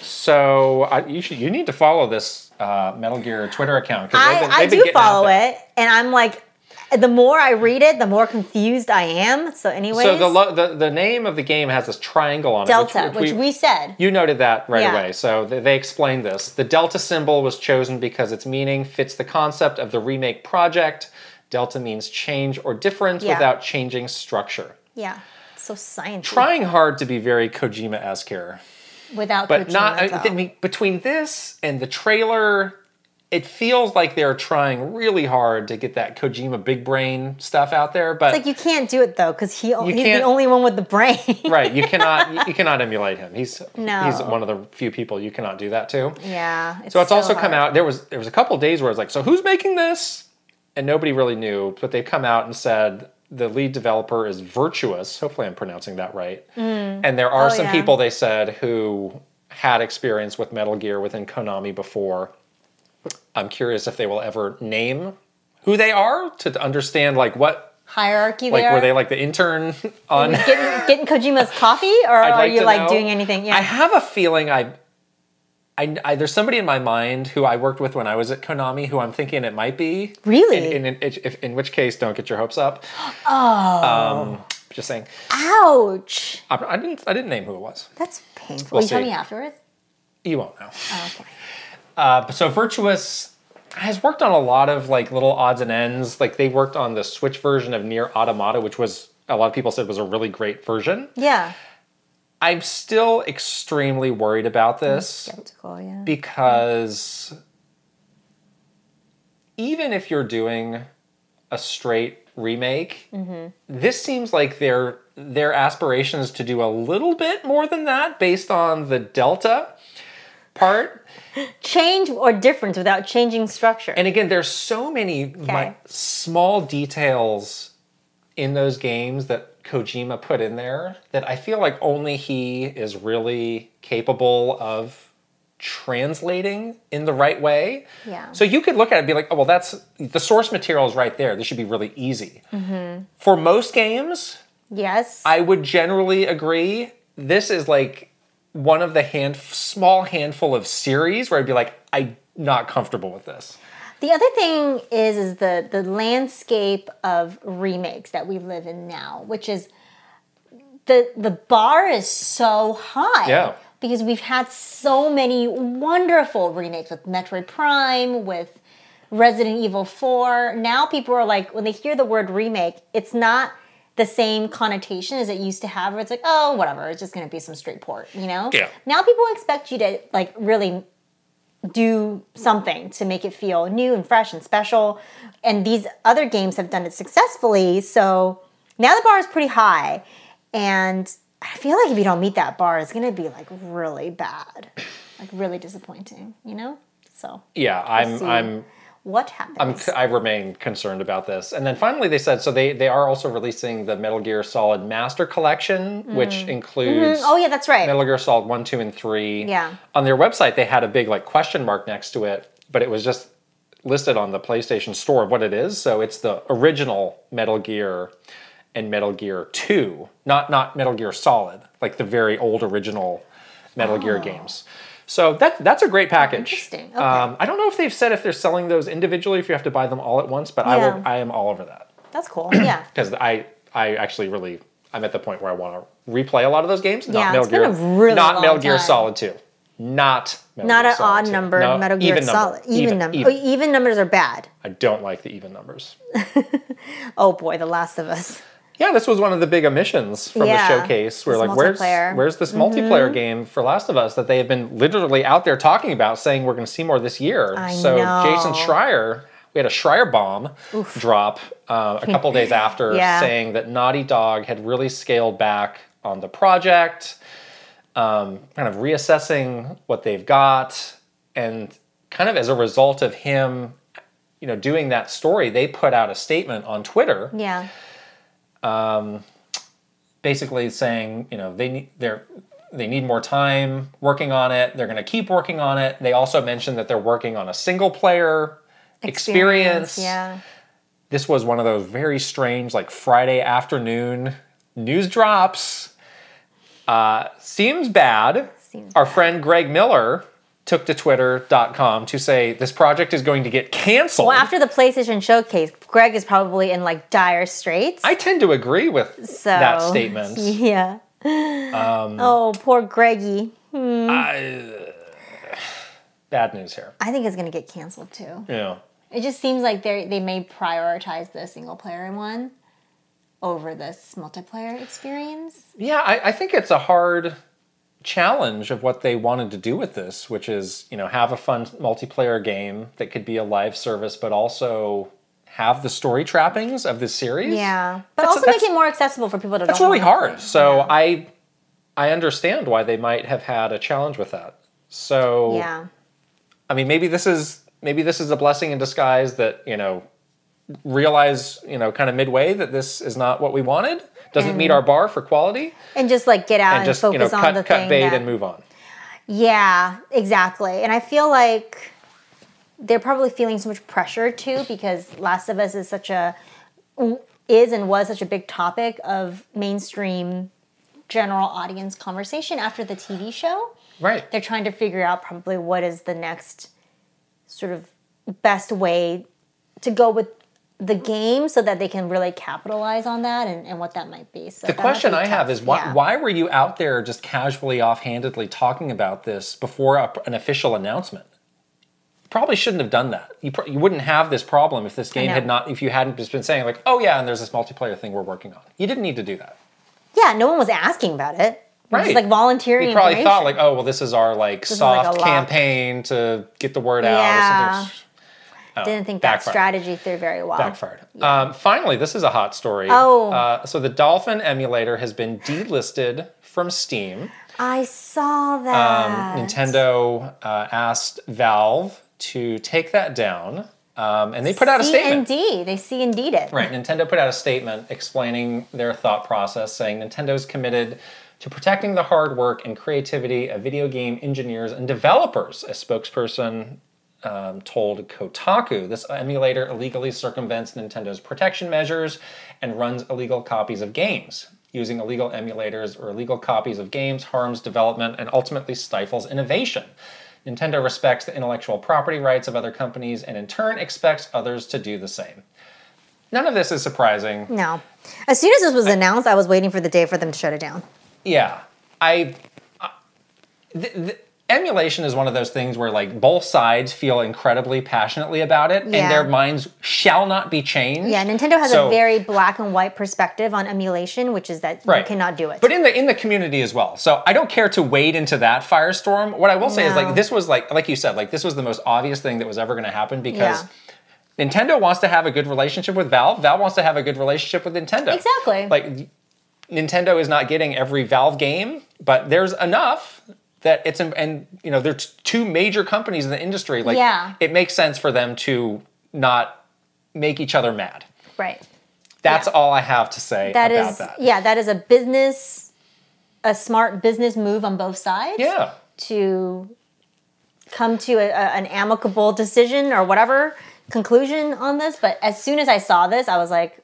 Speaker 2: So I, you should you need to follow this uh, Metal Gear Twitter account. 'cause
Speaker 1: I,
Speaker 2: they've been-
Speaker 1: I
Speaker 2: they've been
Speaker 1: do
Speaker 2: getting out
Speaker 1: follow
Speaker 2: there.
Speaker 1: it. And I'm like, the more I read it, the more confused I am. So, anyways,
Speaker 2: So the, lo- the the name of the game has this triangle on
Speaker 1: Delta,
Speaker 2: it,
Speaker 1: which, we, said.
Speaker 2: You noted that right
Speaker 1: Yeah.
Speaker 2: away. So they, they explained this. The Delta symbol was chosen because its meaning fits the concept of the remake project. Delta means change or difference
Speaker 1: Yeah.
Speaker 2: without changing structure.
Speaker 1: yeah. So science
Speaker 2: Trying hard to be very Kojima esque here.
Speaker 1: without
Speaker 2: but not uh,
Speaker 1: Kojima,
Speaker 2: I
Speaker 1: though.
Speaker 2: mean, between this and the trailer it feels like they're trying really hard to get that kojima big brain stuff out there but
Speaker 1: Like you can't do it though, because he he's the
Speaker 2: can't-
Speaker 1: only one with the brain.
Speaker 2: right you cannot you cannot emulate him he's
Speaker 1: No.
Speaker 2: he's one of the few people you cannot do that to
Speaker 1: yeah.
Speaker 2: so it's also
Speaker 1: hard.
Speaker 2: come out there was there was a couple days where i was like so who's making this and nobody really knew, but they've come out and said the lead developer is Virtuous. Hopefully, I'm pronouncing that right. And there are some
Speaker 1: yeah.
Speaker 2: people they said who had experience with Metal Gear within Konami before. I'm curious if they will ever name who they are to understand like what
Speaker 1: Hierarchy
Speaker 2: like
Speaker 1: there.
Speaker 2: were they like the intern on
Speaker 1: getting, getting Kojima's coffee, or
Speaker 2: I'd
Speaker 1: are
Speaker 2: like
Speaker 1: you
Speaker 2: to
Speaker 1: like
Speaker 2: know.
Speaker 1: doing anything? Yeah.
Speaker 2: I have a feeling I, I, I- there's somebody in my mind who I worked with when I was at Konami who I'm thinking it might be.
Speaker 1: Really?
Speaker 2: In, in, in, if, in which case, don't get your hopes up. Oh. Um, just saying.
Speaker 1: Ouch.
Speaker 2: I, I didn't. I didn't name who it was.
Speaker 1: That's painful.
Speaker 2: We'll
Speaker 1: Will you tell
Speaker 2: see.
Speaker 1: me afterwards?
Speaker 2: You won't know.
Speaker 1: Oh, Okay.
Speaker 2: Uh, so Virtuous has worked on a lot of like little odds and ends. Like they worked on the Switch version of Near Automata, which was a lot of people said was a really great version.
Speaker 1: Yeah.
Speaker 2: I'm still extremely worried about this.
Speaker 1: Skeptical, Mm, yeah.
Speaker 2: because even if you're doing a straight remake, this seems like their their aspirations to do a little bit more than that based on the delta part.
Speaker 1: Change or difference without changing structure.
Speaker 2: And again, there's so many mi- small details in those games that Kojima put in there that I feel like only he is really capable of translating in the right way.
Speaker 1: Yeah.
Speaker 2: So you could look at it and be like, oh, well, that's the source material is right there. This should be really easy. For most games,
Speaker 1: yes.
Speaker 2: I would generally agree. This is like one of the hand small handful of series where I'd be like, I'm not comfortable with this.
Speaker 1: The other thing is is the the landscape of remakes that we live in now, which is the the bar is so high.
Speaker 2: Yeah.
Speaker 1: Because we've had so many wonderful remakes with Metroid Prime, with Resident Evil 4. Now people are like when they hear the word remake, it's not the same connotation as it used to have where it's like, oh, whatever, it's just gonna be some straight port, you know?
Speaker 2: Yeah.
Speaker 1: Now people expect you to like really do something to make it feel new and fresh and special. And these other games have done it successfully. So now the bar is pretty high. And I feel like if you don't meet that bar, it's going to be like really bad, like really disappointing, you know? So
Speaker 2: Yeah, I'm
Speaker 1: see.
Speaker 2: I'm
Speaker 1: what happens?
Speaker 2: I'm I remain concerned about this. And then finally they said so they they are also releasing the Metal Gear Solid Master Collection, which includes
Speaker 1: oh, yeah, that's right.
Speaker 2: Metal Gear Solid 1, 2 and 3.
Speaker 1: Yeah.
Speaker 2: On their website they had a big like question mark next to it, but it was just listed on the PlayStation store of what it is. So it's the original Metal Gear and Metal Gear 2, not not Metal Gear Solid, like the very old original Metal Gear games. So that that's a great package.
Speaker 1: Oh. Interesting.
Speaker 2: Um, I don't know if they've said if they're selling those individually, if you have to buy them all at once, but I
Speaker 1: Yeah.
Speaker 2: will. I am all over that
Speaker 1: that's cool. Yeah.
Speaker 2: because I I actually really I'm at the point where I want to replay a lot of those games. Not
Speaker 1: Yeah,
Speaker 2: Metal
Speaker 1: it's been
Speaker 2: Gear,
Speaker 1: a really
Speaker 2: not
Speaker 1: long
Speaker 2: Metal Gear
Speaker 1: time.
Speaker 2: Solid Two, not Metal
Speaker 1: Not
Speaker 2: Gear
Speaker 1: an
Speaker 2: Solid
Speaker 1: odd
Speaker 2: 2.
Speaker 1: number.
Speaker 2: No,
Speaker 1: Metal Gear
Speaker 2: even
Speaker 1: Solid.
Speaker 2: number.
Speaker 1: Even, number. Oh, e- Even. numbers are bad.
Speaker 2: I don't like the even numbers.
Speaker 1: Oh boy, The Last of Us.
Speaker 2: Yeah, this was one of the big omissions from
Speaker 1: Yeah,
Speaker 2: the showcase. We're
Speaker 1: this
Speaker 2: like, where's
Speaker 1: multiplayer. Mm-hmm.
Speaker 2: where's this multiplayer game for Last of Us that they have been literally out there talking about, saying we're going to see more this year.
Speaker 1: I
Speaker 2: so
Speaker 1: know.
Speaker 2: Jason Schreier, we had a Schreier bomb drop uh, a couple days after,
Speaker 1: Yeah.
Speaker 2: saying that Naughty Dog had really scaled back on the project, um, kind of reassessing what they've got, and kind of as a result of him, you know, doing that story, they put out a statement on Twitter
Speaker 1: Yeah.
Speaker 2: basically saying, you know, they need they're they need more time working on it. They're going to keep working on it. They also mentioned that they're working on a single player experience.
Speaker 1: Yeah.
Speaker 2: This was one of those very strange like Friday afternoon news drops. Uh, seems bad.
Speaker 1: Seems
Speaker 2: Our friend Greg Miller took to twitter.com to say this project is going to get canceled.
Speaker 1: Well, after the PlayStation showcase, Greg is probably in like dire straits.
Speaker 2: I tend to agree with
Speaker 1: So-
Speaker 2: that statement.
Speaker 1: Yeah.
Speaker 2: Um.
Speaker 1: oh, poor Greggy.
Speaker 2: uh, Bad news here.
Speaker 1: I think it's gonna get canceled too.
Speaker 2: Yeah.
Speaker 1: It just seems like they they may prioritize the single player one over this multiplayer experience.
Speaker 2: Yeah, I, I think it's a hard challenge of what they wanted to do with this, which is, you know, have a fun multiplayer game that could be a live service, but also have the story trappings of this series.
Speaker 1: Yeah, but
Speaker 2: That's-
Speaker 1: also
Speaker 2: that's-
Speaker 1: make it more accessible for people to.
Speaker 2: That's
Speaker 1: don't
Speaker 2: really
Speaker 1: wanna-
Speaker 2: hard. So I I understand why they might have had a challenge with that. So
Speaker 1: Yeah.
Speaker 2: I mean maybe this is maybe this is a blessing in disguise that, you know, realize, you know, kind of midway that this is not what we wanted, doesn't meet our bar for quality,
Speaker 1: and just like get out and,
Speaker 2: and just,
Speaker 1: Mm. focus
Speaker 2: you know,
Speaker 1: on the
Speaker 2: cut,
Speaker 1: thing
Speaker 2: cut bait
Speaker 1: that-
Speaker 2: and move on.
Speaker 1: Yeah, exactly. And I feel like they're probably feeling so much pressure too because Last of Us is such a is and was such a big topic of mainstream general audience conversation after the TV show.
Speaker 2: Right.
Speaker 1: They're trying to figure out probably what is the next sort of best way to go with the game so that they can really capitalize on that and, and what that might be. So
Speaker 2: The question I have is why,
Speaker 1: yeah.
Speaker 2: why were you out there just casually, offhandedly talking about this before a, an official announcement? You probably shouldn't have done that. You, pr- you wouldn't have this problem if this game
Speaker 1: know.
Speaker 2: had not, if you hadn't just been saying, like, oh yeah, and there's this multiplayer thing we're working on. You didn't need to do that.
Speaker 1: Yeah, no one was asking about it. Right. Just
Speaker 2: Right.
Speaker 1: like volunteering.
Speaker 2: You probably
Speaker 1: information.
Speaker 2: thought, like, oh, well, this is our like
Speaker 1: is like a
Speaker 2: soft
Speaker 1: lot.
Speaker 2: campaign to get the word out or
Speaker 1: Yeah.
Speaker 2: something. Oh,
Speaker 1: didn't think that
Speaker 2: backfired.
Speaker 1: strategy through very well.
Speaker 2: backfired. Um, finally, this is a hot story.
Speaker 1: Oh.
Speaker 2: Uh, so the Dolphin emulator has been delisted from Steam.
Speaker 1: I saw
Speaker 2: Um,
Speaker 1: that.
Speaker 2: Nintendo uh, asked Valve to take that down, um, and they put out a
Speaker 1: C and
Speaker 2: statement.
Speaker 1: D. They C and D'd it.
Speaker 2: Right, Nintendo put out a statement explaining their thought process, saying Nintendo's committed to protecting the hard work and creativity of video game engineers and developers. A spokesperson um, told Kotaku this emulator illegally circumvents Nintendo's protection measures and runs illegal copies of games. Using illegal emulators or illegal copies of games harms development and ultimately stifles innovation. Nintendo respects the intellectual property rights of other companies and in turn expects others to do the same. None of this is surprising.
Speaker 1: No. As soon as this was announced, I was waiting for the day for them to shut it down.
Speaker 2: Yeah, I. I- th- th- emulation is one of those things where like both sides feel incredibly passionately about it,
Speaker 1: Yeah.
Speaker 2: and their minds shall not be changed.
Speaker 1: Yeah, Nintendo has
Speaker 2: So-
Speaker 1: a very black and white perspective on emulation, which is that
Speaker 2: Right.
Speaker 1: you cannot do it.
Speaker 2: But in the in the community as well. So I don't care to wade into that firestorm. What I will say is
Speaker 1: No.
Speaker 2: like this was like like you said like this was the most obvious thing that was ever going to happen because.
Speaker 1: Yeah.
Speaker 2: Nintendo wants to have a good relationship with Valve. Valve wants to have a good relationship with Nintendo.
Speaker 1: Exactly.
Speaker 2: Like Nintendo is not getting every Valve game, but there's enough that it's and you know there's two major companies in the industry. Like
Speaker 1: Yeah.
Speaker 2: it makes sense for them to not make each other mad.
Speaker 1: right.
Speaker 2: That's all I have to say
Speaker 1: That
Speaker 2: about
Speaker 1: is
Speaker 2: that.
Speaker 1: yeah, that is a business a smart business move on both sides.
Speaker 2: Yeah.
Speaker 1: to come to a, a- an amicable decision or whatever conclusion on this. But as soon as I saw this, I was like,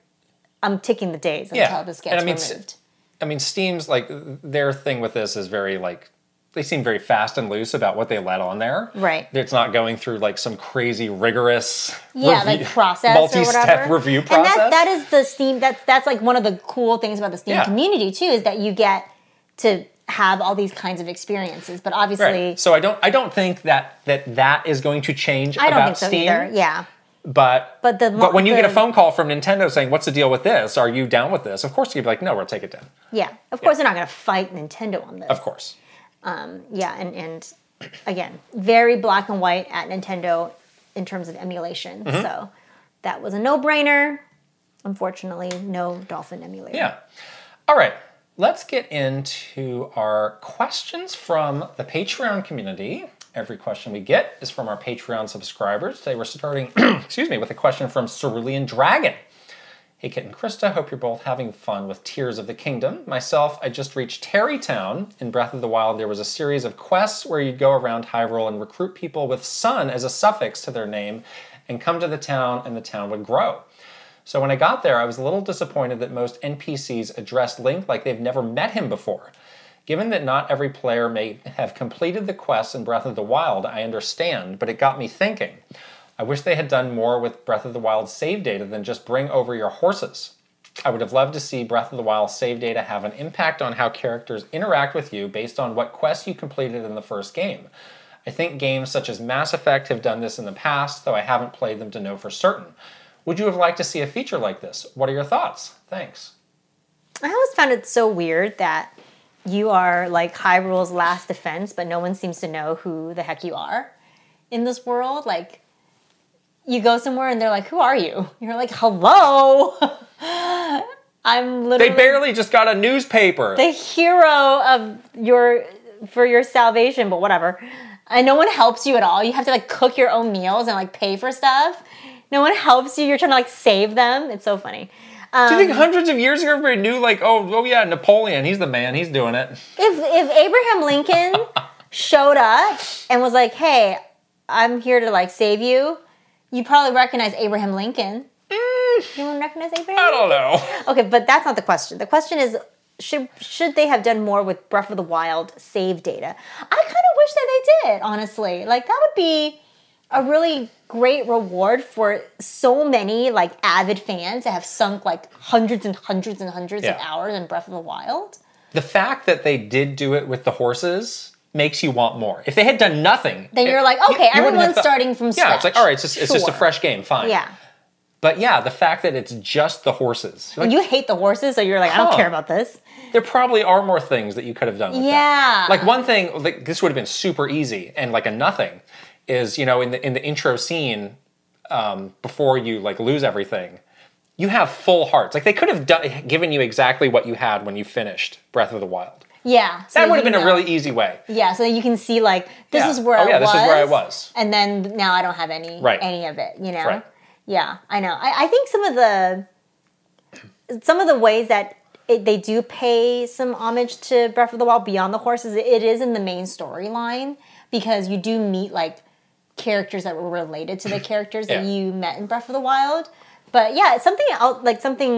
Speaker 1: I'm ticking the days until
Speaker 2: Yeah.
Speaker 1: this
Speaker 2: And
Speaker 1: gets
Speaker 2: I mean, s-
Speaker 1: removed.
Speaker 2: I mean, Steam's like their thing with this is very like they seem very fast and loose about what they let on there.
Speaker 1: Right.
Speaker 2: It's not going through like some crazy rigorous
Speaker 1: Yeah,
Speaker 2: review-
Speaker 1: like process or
Speaker 2: multi-step
Speaker 1: whatever.
Speaker 2: review
Speaker 1: And
Speaker 2: process.
Speaker 1: that, that is the Steam. That's that's like one of the cool things about the Steam
Speaker 2: Yeah.
Speaker 1: community too is that you get to have all these kinds of experiences. But obviously,
Speaker 2: right. So I don't I don't think that that that is going to change
Speaker 1: I don't
Speaker 2: about
Speaker 1: think so
Speaker 2: Steam.
Speaker 1: either. Yeah,
Speaker 2: But
Speaker 1: But the mo-
Speaker 2: but when you get a
Speaker 1: the-
Speaker 2: phone call from Nintendo saying, "What's the deal with this? Are you down with this?" Of course, you'd be like, "No, we'll take it down."
Speaker 1: yeah. Of course, they're not going to fight Nintendo on this.
Speaker 2: Of course.
Speaker 1: yeah and and again very black and white at nintendo in terms of emulation
Speaker 2: Mm-hmm.
Speaker 1: so that was a no-brainer unfortunately no dolphin emulator
Speaker 2: Yeah. All right. Let's get into our questions from the Patreon community. Every question we get is from our Patreon subscribers. Today we're starting, excuse me, with a question from Cerulean Dragon. Hey, Kit and Krista, hope you're both having fun with Tears of the Kingdom. Myself, I just reached Terrytown. In Breath of the Wild, there was a series of quests where you'd go around Hyrule and recruit people with sun as a suffix to their name and come to the town, and the town would grow. So when I got there, I was a little disappointed that most NPCs address Link like they've never met him before. Given that not every player may have completed the quests in Breath of the Wild, I understand, but it got me thinking. I wish they had done more with Breath of the Wild save data than just bring over your horses. I would have loved to see Breath of the Wild save data have an impact on how characters interact with you based on what quests you completed in the first game. I think games such as Mass Effect have done this in the past, though I haven't played them to know for certain. Would you have liked to see a feature like this? What are your thoughts? Thanks.
Speaker 1: i always found it so weird that you are like hyrule's last defense but no one seems to know who the heck you are in this world like you go somewhere and they're like who are you you're like hello i'm
Speaker 2: They
Speaker 1: literally
Speaker 2: barely just got a newspaper.
Speaker 1: the hero of your for your salvation, but whatever. And no one helps you at all. You have to like cook your own meals and like pay for stuff. No one helps you. You're trying to like save them. It's so funny.
Speaker 2: Do you think hundreds of years ago everybody knew like, oh, oh yeah, Napoleon, he's the man, he's doing it.
Speaker 1: If if Abraham Lincoln showed up and was like, "Hey, I'm here to like save you," you probably recognize Abraham Lincoln. You wouldn't recognize Abraham.
Speaker 2: I don't know.
Speaker 1: Okay, but that's not the question. The question is should should they have done more with Breath of the Wild save data? I kind of wish that they did, honestly. Like that would be a really great reward for so many like avid fans that have sunk like hundreds and hundreds and hundreds of
Speaker 2: Yeah.
Speaker 1: hours in Breath of the Wild.
Speaker 2: The fact that they did do it with the horses makes you want more. If they had done nothing,
Speaker 1: Then
Speaker 2: it-
Speaker 1: you're like,
Speaker 2: you-
Speaker 1: okay,
Speaker 2: you wouldn't have
Speaker 1: everyone's
Speaker 2: thought-
Speaker 1: starting from scratch.
Speaker 2: Yeah, it's like all right, it's just, it's just a
Speaker 1: Sure.
Speaker 2: fresh game, fine.
Speaker 1: Yeah.
Speaker 2: But yeah, the fact that it's just the horses, like,
Speaker 1: you hate the horses, so you're like, I don't
Speaker 2: Huh.
Speaker 1: care about this.
Speaker 2: there probably are more things that you could have done. With that.
Speaker 1: Yeah.
Speaker 2: like one thing, like this would have been super easy and like a nothing, is you know in the in the intro scene, um, before you like lose everything, you have full hearts. Like they could have done, given you exactly what you had when you finished Breath of the Wild.
Speaker 1: Yeah. so
Speaker 2: That would have
Speaker 1: you
Speaker 2: been a
Speaker 1: know.
Speaker 2: really easy way.
Speaker 1: Yeah, so you can see like this
Speaker 2: Yeah.
Speaker 1: is where
Speaker 2: Oh,
Speaker 1: I
Speaker 2: yeah,
Speaker 1: was.
Speaker 2: this is where I was.
Speaker 1: And then now I don't have any
Speaker 2: Right.
Speaker 1: any of it, you know?
Speaker 2: Right.
Speaker 1: Yeah, I know. I, I think some of the some of the ways that it, they do pay some homage to Breath of the Wild beyond the horses, it is in the main storyline because you do meet like characters that were related to the characters that
Speaker 2: Yeah.
Speaker 1: you met in Breath of the Wild. But yeah, it's something else, like something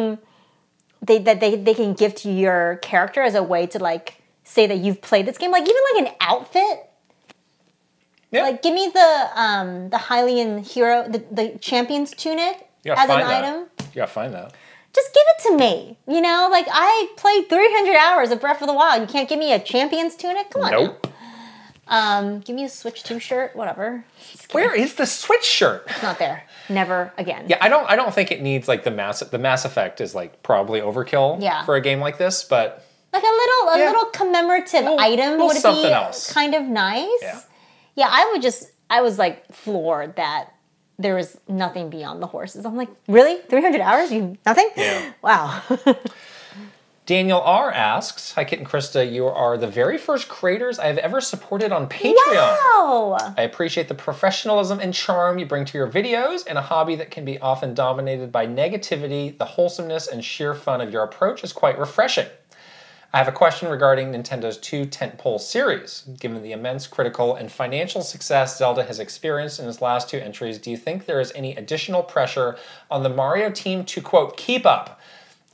Speaker 1: they that they, they can give to your character as a way to like say that you've played this game. Like even like an outfit.
Speaker 2: Yeah.
Speaker 1: Like give me the um the Hylian hero the, the champion's tunic
Speaker 2: You gotta
Speaker 1: as an
Speaker 2: find that.
Speaker 1: item.
Speaker 2: You gotta find that.
Speaker 1: Just give it to me. You know, like I played 300 hours of Breath of the Wild. You can't give me a champion's tunic? Come on. now.
Speaker 2: Nope.
Speaker 1: Um, give me a Switch 2 shirt, whatever.
Speaker 2: Where is the Switch shirt?
Speaker 1: It's not there. Never again.
Speaker 2: Yeah, I don't. I don't think it needs like the mass. The Mass Effect is like probably overkill
Speaker 1: Yeah.
Speaker 2: for a game like this, but
Speaker 1: Like a little a
Speaker 2: Yeah.
Speaker 1: little commemorative
Speaker 2: Little-
Speaker 1: item
Speaker 2: little
Speaker 1: would be
Speaker 2: something else.
Speaker 1: kind of nice.
Speaker 2: yeah,
Speaker 1: Yeah, I would just, I was like floored that there was nothing beyond the horses. I'm like, really? 300 hours? You nothing?
Speaker 2: Yeah.
Speaker 1: Wow.
Speaker 2: Daniel R asks, "Hi, Kit and Krista. You are the very first creators I have ever supported on Patreon.
Speaker 1: wow.
Speaker 2: I appreciate the professionalism and charm you bring to your videos in a hobby that can be often dominated by negativity. The wholesomeness and sheer fun of your approach is quite refreshing. I have a question regarding Nintendo's two tentpole series. Given the immense critical and financial success Zelda has experienced in its last two entries, do you think there is any additional pressure on the Mario team to, quote, keep up?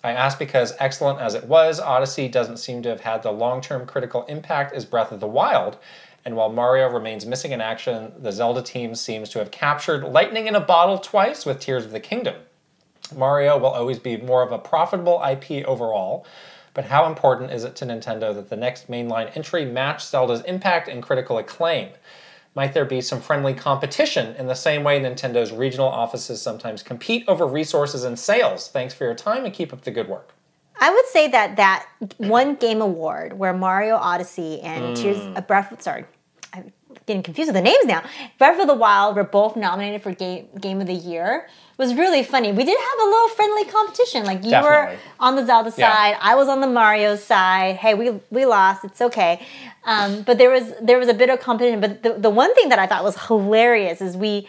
Speaker 2: I ask because, excellent as it was, Odyssey doesn't seem to have had the long term critical impact as Breath of the Wild. And while Mario remains missing in action, the Zelda team seems to have captured lightning in a bottle twice with Tears of the Kingdom. Mario will always be more of a profitable IP overall, but how important is it to Nintendo that the next mainline entry match Zelda's impact and critical acclaim? Might there be some friendly competition in the same way Nintendo's regional offices sometimes compete over resources and sales? Thanks for your time and keep up the good work.
Speaker 1: I would say that that one game award where Mario Odyssey
Speaker 2: Mm.
Speaker 1: and Tears of Breath, sorry, I'm getting confused with the names now. Breath of the Wild were both nominated for game, game of the year. Was really funny. We did have a little friendly competition. Like you were
Speaker 2: Definitely.
Speaker 1: on the Zelda
Speaker 2: Yeah.
Speaker 1: side, I was on the Mario side. Hey, we we lost. It's okay. Um, but there was there was a bit of competition. But the, the one thing that I thought was hilarious is we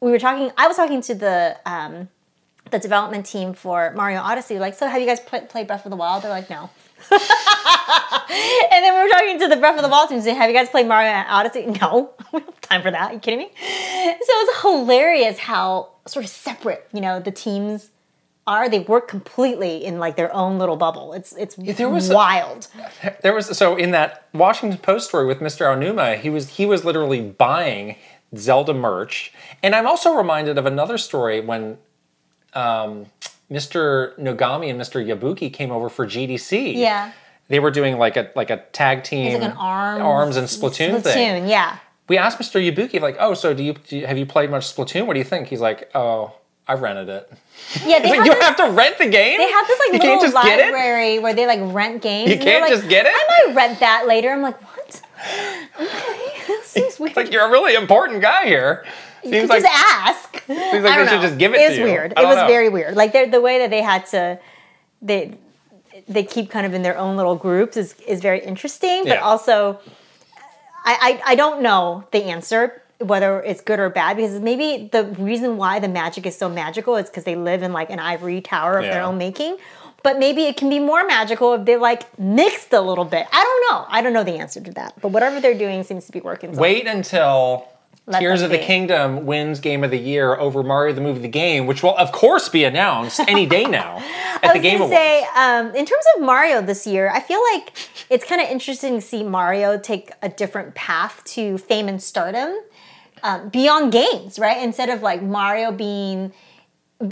Speaker 1: we were talking. I was talking to the um, the development team for Mario Odyssey. Like, so have you guys pl- played Breath of the Wild? They're like, no. and then we were talking to the Breath of the Wild team saying, have you guys played Mario Odyssey? No. we don't have time for that. Are you kidding me? So it's hilarious how sort of separate, you know, the teams are. They work completely in like their own little bubble. It's it's
Speaker 2: there was a-
Speaker 1: wild.
Speaker 2: There was so in that Washington Post story with Mr. Onuma, he was he was literally buying Zelda merch, and I'm also reminded of another story when um, Mr. Nogami and Mr. Yabuki came over for GDC.
Speaker 1: yeah.
Speaker 2: they were doing like a like a tag team,
Speaker 1: It's like an arms,
Speaker 2: arms and Splatoon, thing.
Speaker 1: Splatoon, yeah.
Speaker 2: We asked Mr. Yabuki like, oh, so do you, do you have you played much Splatoon? What do you think? He's like, oh, I rented it.
Speaker 1: Yeah, they
Speaker 2: It's
Speaker 1: have
Speaker 2: like, you
Speaker 1: this-
Speaker 2: have to rent the game.
Speaker 1: They have this like
Speaker 2: you
Speaker 1: little
Speaker 2: can't just get it.
Speaker 1: library where they like rent games.
Speaker 2: You
Speaker 1: and they're
Speaker 2: can't
Speaker 1: like,
Speaker 2: just get it?
Speaker 1: I might rent that later. I'm like, what? Okay, this seems weird.
Speaker 2: It's like you're a really important guy here. Seems like
Speaker 1: just ask.
Speaker 2: seems like
Speaker 1: I don't
Speaker 2: they should
Speaker 1: know.
Speaker 2: just give it
Speaker 1: It's
Speaker 2: to you.
Speaker 1: weird.
Speaker 2: I
Speaker 1: It
Speaker 2: don't
Speaker 1: was
Speaker 2: know.
Speaker 1: very weird. Like they're- the way that they had to, they they keep kind of in their own little groups is is very interesting. But
Speaker 2: Yeah.
Speaker 1: also, I, I I don't know the answer. whether it's good or bad because maybe the reason why the magic is so magical is because they live in like an ivory tower of their
Speaker 2: Yeah.
Speaker 1: own making. But maybe it can be more magical if they like mixed a little bit. I don't know. I don't know the answer to that. But whatever they're doing seems to be working. so-
Speaker 2: Wait until
Speaker 1: Let
Speaker 2: Tears
Speaker 1: them
Speaker 2: of the
Speaker 1: be.
Speaker 2: Kingdom wins Game of the Year over Mario the Movie the Game, which will of course be announced any day now at the
Speaker 1: I was
Speaker 2: Game
Speaker 1: gonna
Speaker 2: Awards.
Speaker 1: say, um, in terms of Mario this year, I feel like it's kind of interesting to see Mario take a different path to fame and stardom um, beyond games, right? Instead of like Mario being, uh,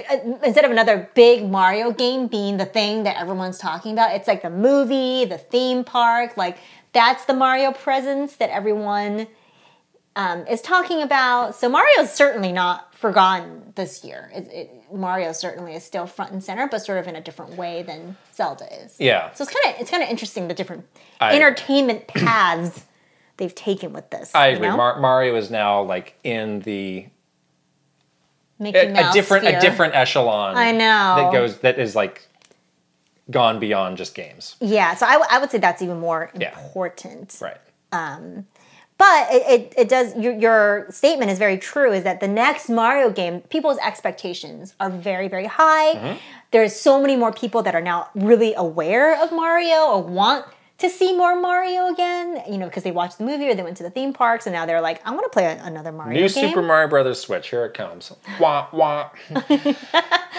Speaker 1: instead of another big Mario game being the thing that everyone's talking about, it's like the movie, the theme park, like that's the Mario presence that everyone um, is talking about. So Mario's certainly not forgotten this year. It, it, Mario certainly is still front and center, but sort of in a different way than Zelda is.
Speaker 2: yeah.
Speaker 1: So it's kind of it's kind of interesting the different
Speaker 2: I-
Speaker 1: entertainment paths they've taken with this.
Speaker 2: I
Speaker 1: you
Speaker 2: agree.
Speaker 1: know?
Speaker 2: Mar- Mario is now like in the
Speaker 1: Mickey
Speaker 2: a, a
Speaker 1: Mouse
Speaker 2: different a
Speaker 1: sphere.
Speaker 2: different echelon.
Speaker 1: I know.
Speaker 2: that goes that is like gone beyond just games.
Speaker 1: Yeah. So I, w- I would say that's even more
Speaker 2: Yeah.
Speaker 1: important.
Speaker 2: Right.
Speaker 1: But it, it, it does, your, your statement is very true is that the next Mario game, people's expectations are very, very high.
Speaker 2: Mm-hmm.
Speaker 1: There's so many more people that are now really aware of Mario or want to see more Mario again, you know, because they watched the movie or they went to the theme parks and now they're like, I want to play a- another Mario
Speaker 2: New
Speaker 1: game.
Speaker 2: Super Mario Brothers Switch. Here it comes. Wah wah.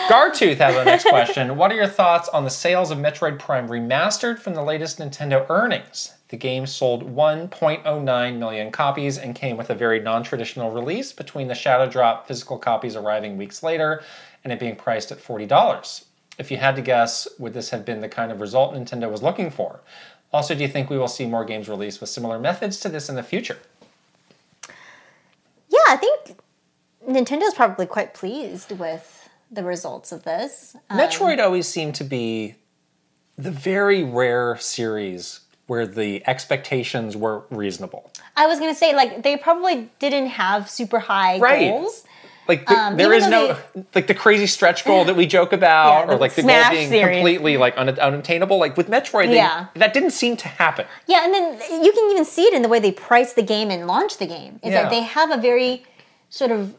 Speaker 2: Gartooth has our next question. What are your thoughts on the sales of Metroid Prime Remastered from the latest Nintendo earnings? The game sold 1.09 million copies and came with a very non-traditional release between the Shadow Drop physical copies arriving weeks later and it being priced at $40. If you had to guess, would this have been the kind of result Nintendo was looking for? Also, do you think we will see more games released with similar methods to this in the future?
Speaker 1: yeah, I think Nintendo's probably quite pleased with the results of this.
Speaker 2: Metroid always seemed to be the very rare series where the expectations were reasonable.
Speaker 1: I was going to say, like, they probably didn't have super high
Speaker 2: Right.
Speaker 1: goals.
Speaker 2: Like the, there
Speaker 1: Um, even
Speaker 2: is
Speaker 1: though
Speaker 2: no like the crazy stretch goal that we joke about,
Speaker 1: Yeah,
Speaker 2: or
Speaker 1: the
Speaker 2: like the
Speaker 1: Smash
Speaker 2: goal being
Speaker 1: series.
Speaker 2: completely like un- unobtainable. Like with Metroid, they,
Speaker 1: Yeah.
Speaker 2: that didn't seem to happen.
Speaker 1: Yeah, and then you can even see it in the way they price the game and launch the game. Is
Speaker 2: Yeah.
Speaker 1: that they have a very sort of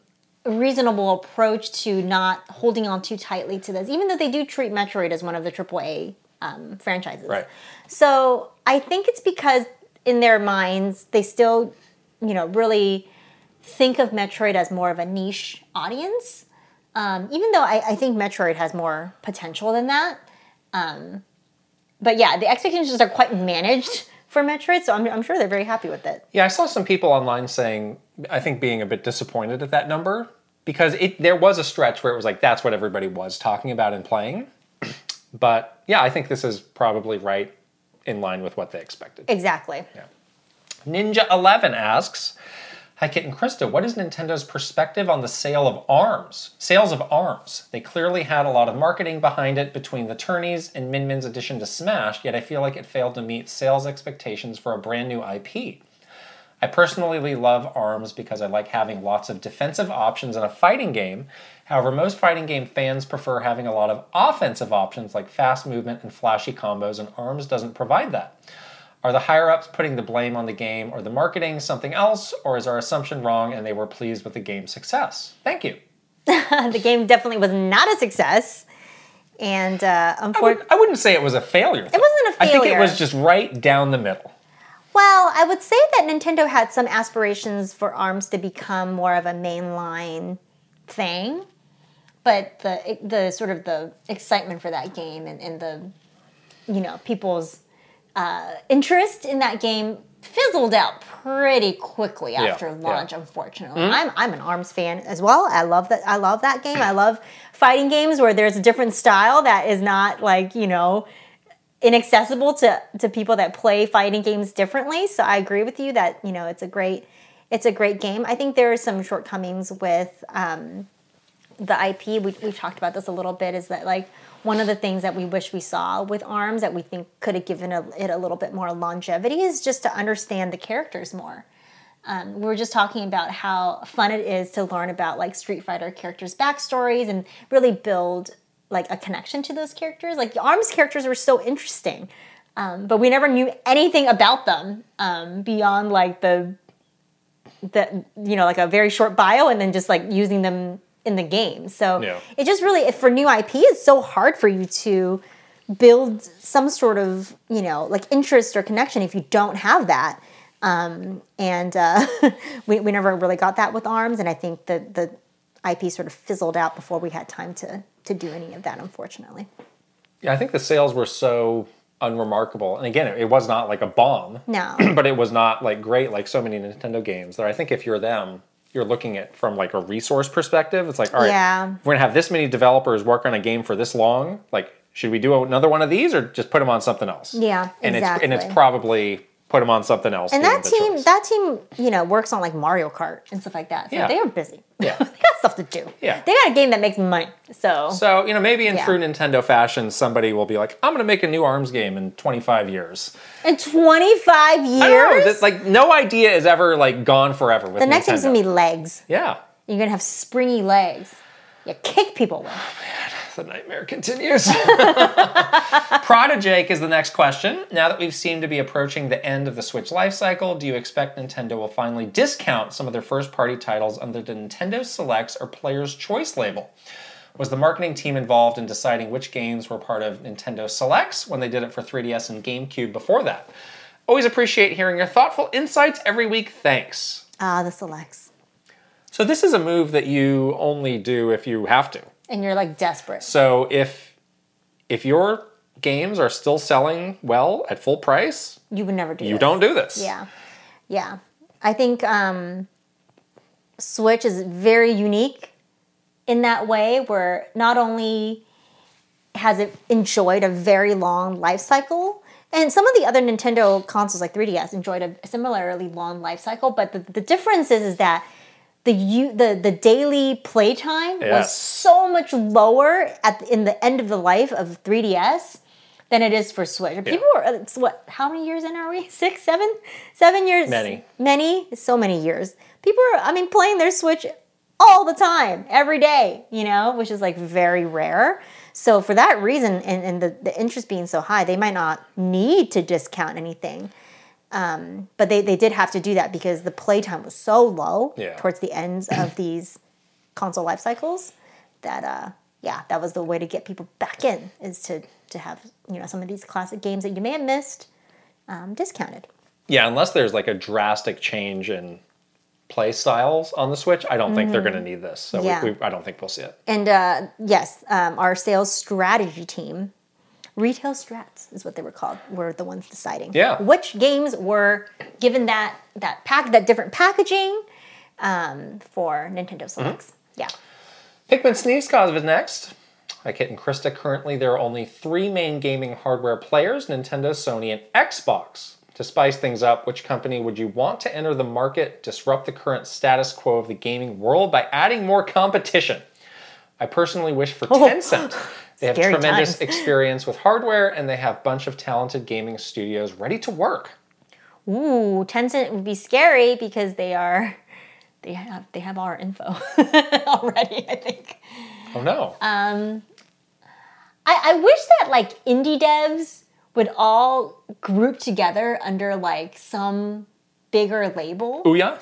Speaker 1: reasonable approach to not holding on too tightly to this, even though they do treat Metroid as one of the AAA um, franchises.
Speaker 2: Right.
Speaker 1: So I think it's because in their minds they still, you know, really think of Metroid as more of a niche audience. Um, even though I, I think Metroid has more potential than that. Um, but yeah, the expectations are quite managed for Metroid, so I'm, I'm sure they're very happy with it.
Speaker 2: Yeah, I saw some people online saying, I think being a bit disappointed at that number because it there was a stretch where it was like that's what everybody was talking about and playing. But yeah, I think this is probably right in line with what they expected.
Speaker 1: Exactly.
Speaker 2: Ninja11 asks, Hi Kit and Krista, what is Nintendo's perspective on the sale of arms? Sales of arms. They clearly had a lot of marketing behind it between the tourneys and Min Min's addition to Smash, yet I feel like it failed to meet sales expectations for a brand new IP. I personally love ARMS because I like having lots of defensive options in a fighting game. However, most fighting game fans prefer having a lot of offensive options like fast movement and flashy combos, and ARMS doesn't provide that. Are the higher ups putting the blame on the game or the marketing something else, or is our assumption wrong and they were pleased with the game's success? Thank you.
Speaker 1: The game definitely was not a success, and uh, unfortunately.
Speaker 2: I wouldn't say it was a failure. It
Speaker 1: wasn't a
Speaker 2: I think it
Speaker 1: failure.
Speaker 2: was just right down the middle.
Speaker 1: Well, I would say that Nintendo had some aspirations for ARMS to become more of a mainline thing, but the the sort of the excitement for that game and, and the you know people's uh, interest in that game fizzled out pretty quickly after
Speaker 2: yeah. Mm-hmm.
Speaker 1: launch. Unfortunately, I'm I'm an ARMS fan as well. I love that I love that game. I love fighting games where there's a different style that is not like you know inaccessible to to people that play fighting games differently. So I agree with you that you know it's a great it's a great game. I think there are some shortcomings with um, the IP. We we talked about this a little bit. Is that like one of the things that we wish we saw with Arms that we think could have given a, it a little bit more longevity is just to understand the characters more. Um, we were just talking about how fun it is to learn about like Street Fighter characters' backstories and really build like a connection to those characters. Like the Arms characters were so interesting, um, but we never knew anything about them um, beyond like the the you know like a very short bio and then just like using them in the game. So
Speaker 2: Yeah.
Speaker 1: it just really if for new IP, it's so hard for you to build some sort of you know like interest or connection if you don't have that. Um, and uh, we we never really got that with Arms, and I think the the IP sort of fizzled out before we had time to to do any of that, unfortunately.
Speaker 2: Yeah, I think the sales were so unremarkable. And again, it, it was not like a bomb.
Speaker 1: No.
Speaker 2: but it was not like great like so many Nintendo games that I think if you're them, you're looking at from like a resource perspective. It's like, all right,
Speaker 1: Yeah.
Speaker 2: we're gonna have this many developers work on a game for this long. Like, should we do another one of these or just put them on something else?
Speaker 1: Yeah,
Speaker 2: and it's and
Speaker 1: exactly.
Speaker 2: it's probably put them on something else.
Speaker 1: And
Speaker 2: being
Speaker 1: that
Speaker 2: the
Speaker 1: team,
Speaker 2: choice.
Speaker 1: that team, you know, works on like Mario Kart and stuff like that. So
Speaker 2: Yeah.
Speaker 1: they are busy.
Speaker 2: Yeah.
Speaker 1: they got stuff to do.
Speaker 2: Yeah.
Speaker 1: They got a game that makes money. So,
Speaker 2: So, you know, maybe in
Speaker 1: Yeah.
Speaker 2: true Nintendo fashion, somebody will be like, I'm going to make a new ARMS game in 25 years.
Speaker 1: in 25 years,
Speaker 2: I don't know. This, like, no idea is ever, like, gone forever with
Speaker 1: the next thing's
Speaker 2: Nintendo.
Speaker 1: gonna be legs.
Speaker 2: Yeah.
Speaker 1: You're gonna have springy legs. You kick people with.
Speaker 2: The nightmare continues. Prodigy is the next question. Now that we've seemed to be approaching the end of the Switch life cycle, do you expect Nintendo will finally discount some of their first party titles under the Nintendo Selects or Player's Choice label? Was the marketing team involved in deciding which games were part of Nintendo Selects when they did it for 3DS and GameCube before that? Always appreciate hearing your thoughtful insights every week. Thanks.
Speaker 1: Ah, the selects.
Speaker 2: So, this is a move that you only do if you have to.
Speaker 1: And you're like desperate.
Speaker 2: So if if your games are still selling well at full price,
Speaker 1: You would never do
Speaker 2: you
Speaker 1: this.
Speaker 2: don't do this.
Speaker 1: Yeah. Yeah. I think um, Switch is very unique in that way, where not only has it enjoyed a very long life cycle, and some of the other Nintendo consoles like 3DS enjoyed a similarly long life cycle, but the, the difference is, is that the, u- the the daily playtime was
Speaker 2: Yes.
Speaker 1: so much lower at in the end of the life of 3DS than it is for Switch. People were it's what? How many years in are we? Six, seven, seven years.
Speaker 2: Many.
Speaker 1: many, so many years. People are, I mean, playing their Switch all the time, every day. You know, which is like very rare. So for that reason, and, and the the interest being so high, they might not need to discount anything. Um, but they, they did have to do that because the playtime was so low
Speaker 2: Yeah.
Speaker 1: towards the ends of these console life cycles that uh yeah that was the way to get people back in is to to have you know some of these classic games that you may have missed um, discounted
Speaker 2: Yeah, unless there's like a drastic change in play styles on the Switch, I don't think they're going to need this. So
Speaker 1: Mm. Yeah.
Speaker 2: we, we, I don't think we'll see it.
Speaker 1: and uh yes um, our sales strategy team retail strats is what they were called were the ones deciding
Speaker 2: Yeah.
Speaker 1: which games were given that that pack that different packaging um, for nintendo selects yeah
Speaker 2: Pikmin Sneezecause is next. Like Kit and Krista, currently there are only three main gaming hardware players Nintendo, Sony, and Xbox. To spice things up, which company would you want to enter the market, disrupt the current status quo of the gaming world by adding more competition? I personally wish for Tencent. They have
Speaker 1: Oh, Scary
Speaker 2: tremendous
Speaker 1: times.
Speaker 2: experience with hardware and they have a bunch of talented gaming studios ready to work.
Speaker 1: Ooh, Tencent would be scary because they are they have they have our info already, I think.
Speaker 2: Oh no.
Speaker 1: Uh, I, I wish that like indie devs would all group together under like some bigger label.
Speaker 2: Ouya?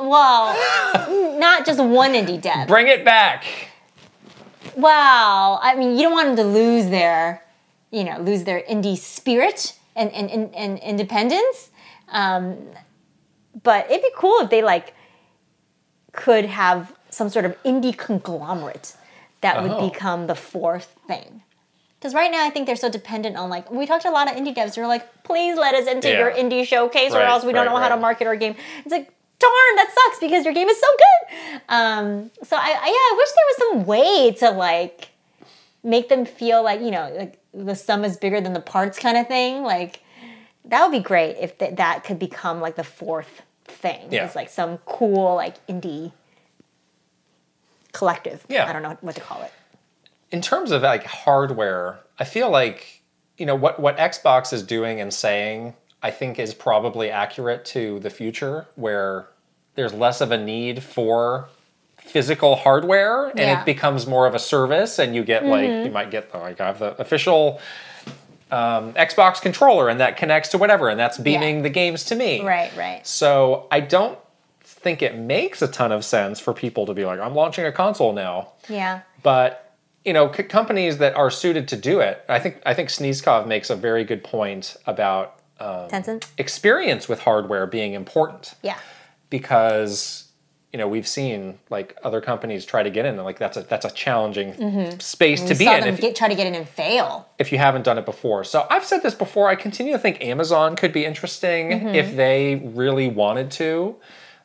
Speaker 1: Well, n- not just one indie dev.
Speaker 2: Bring it back!
Speaker 1: Wow. I mean, you don't want them to lose their, you know, lose their indie spirit and, and, and, and independence. Um, but it'd be cool if they like could have some sort of indie conglomerate that
Speaker 2: Oh.
Speaker 1: would become the fourth thing. Because right now, I think they're so dependent on like we talked to a lot of indie devs who are like, please let us into
Speaker 2: Yeah.
Speaker 1: your indie showcase, or
Speaker 2: Right,
Speaker 1: else we don't
Speaker 2: right,
Speaker 1: know how to
Speaker 2: right.
Speaker 1: market our game. It's like, darn, that sucks because your game is so good. Um, so I, I yeah, I wish there was some way to like make them feel like you know like the sum is bigger than the parts kind of thing. Like that would be great if th- that could become like the fourth thing.
Speaker 2: Yeah.
Speaker 1: It's like some cool like indie collective.
Speaker 2: Yeah.
Speaker 1: I don't know what to call it.
Speaker 2: in terms of like hardware, I feel like you know what what Xbox is doing and saying, I think is probably accurate to the future where there's less of a need for physical hardware and
Speaker 1: Yeah. Mm-hmm.
Speaker 2: oh, it becomes more of a service and you get like you might get like I have the official um, Xbox controller and that connects to whatever, and that's beaming
Speaker 1: Yeah.
Speaker 2: the games to me.
Speaker 1: Right, right.
Speaker 2: So I don't think it makes a ton of sense for people to be like, I'm launching a console now.
Speaker 1: Yeah.
Speaker 2: But you know, c- companies that are suited to do it, I think. I think Sneezkov makes a very good point about
Speaker 1: Tencent?
Speaker 2: experience with hardware being important
Speaker 1: Yeah.
Speaker 2: because you know we've seen like other companies try to get in and like that's a that's a challenging space to be
Speaker 1: Saw
Speaker 2: in
Speaker 1: them
Speaker 2: if,
Speaker 1: get, try to get in and fail.
Speaker 2: if you haven't done it before so i've said this before i continue to think amazon could be interesting
Speaker 1: Mm-hmm.
Speaker 2: if they really wanted to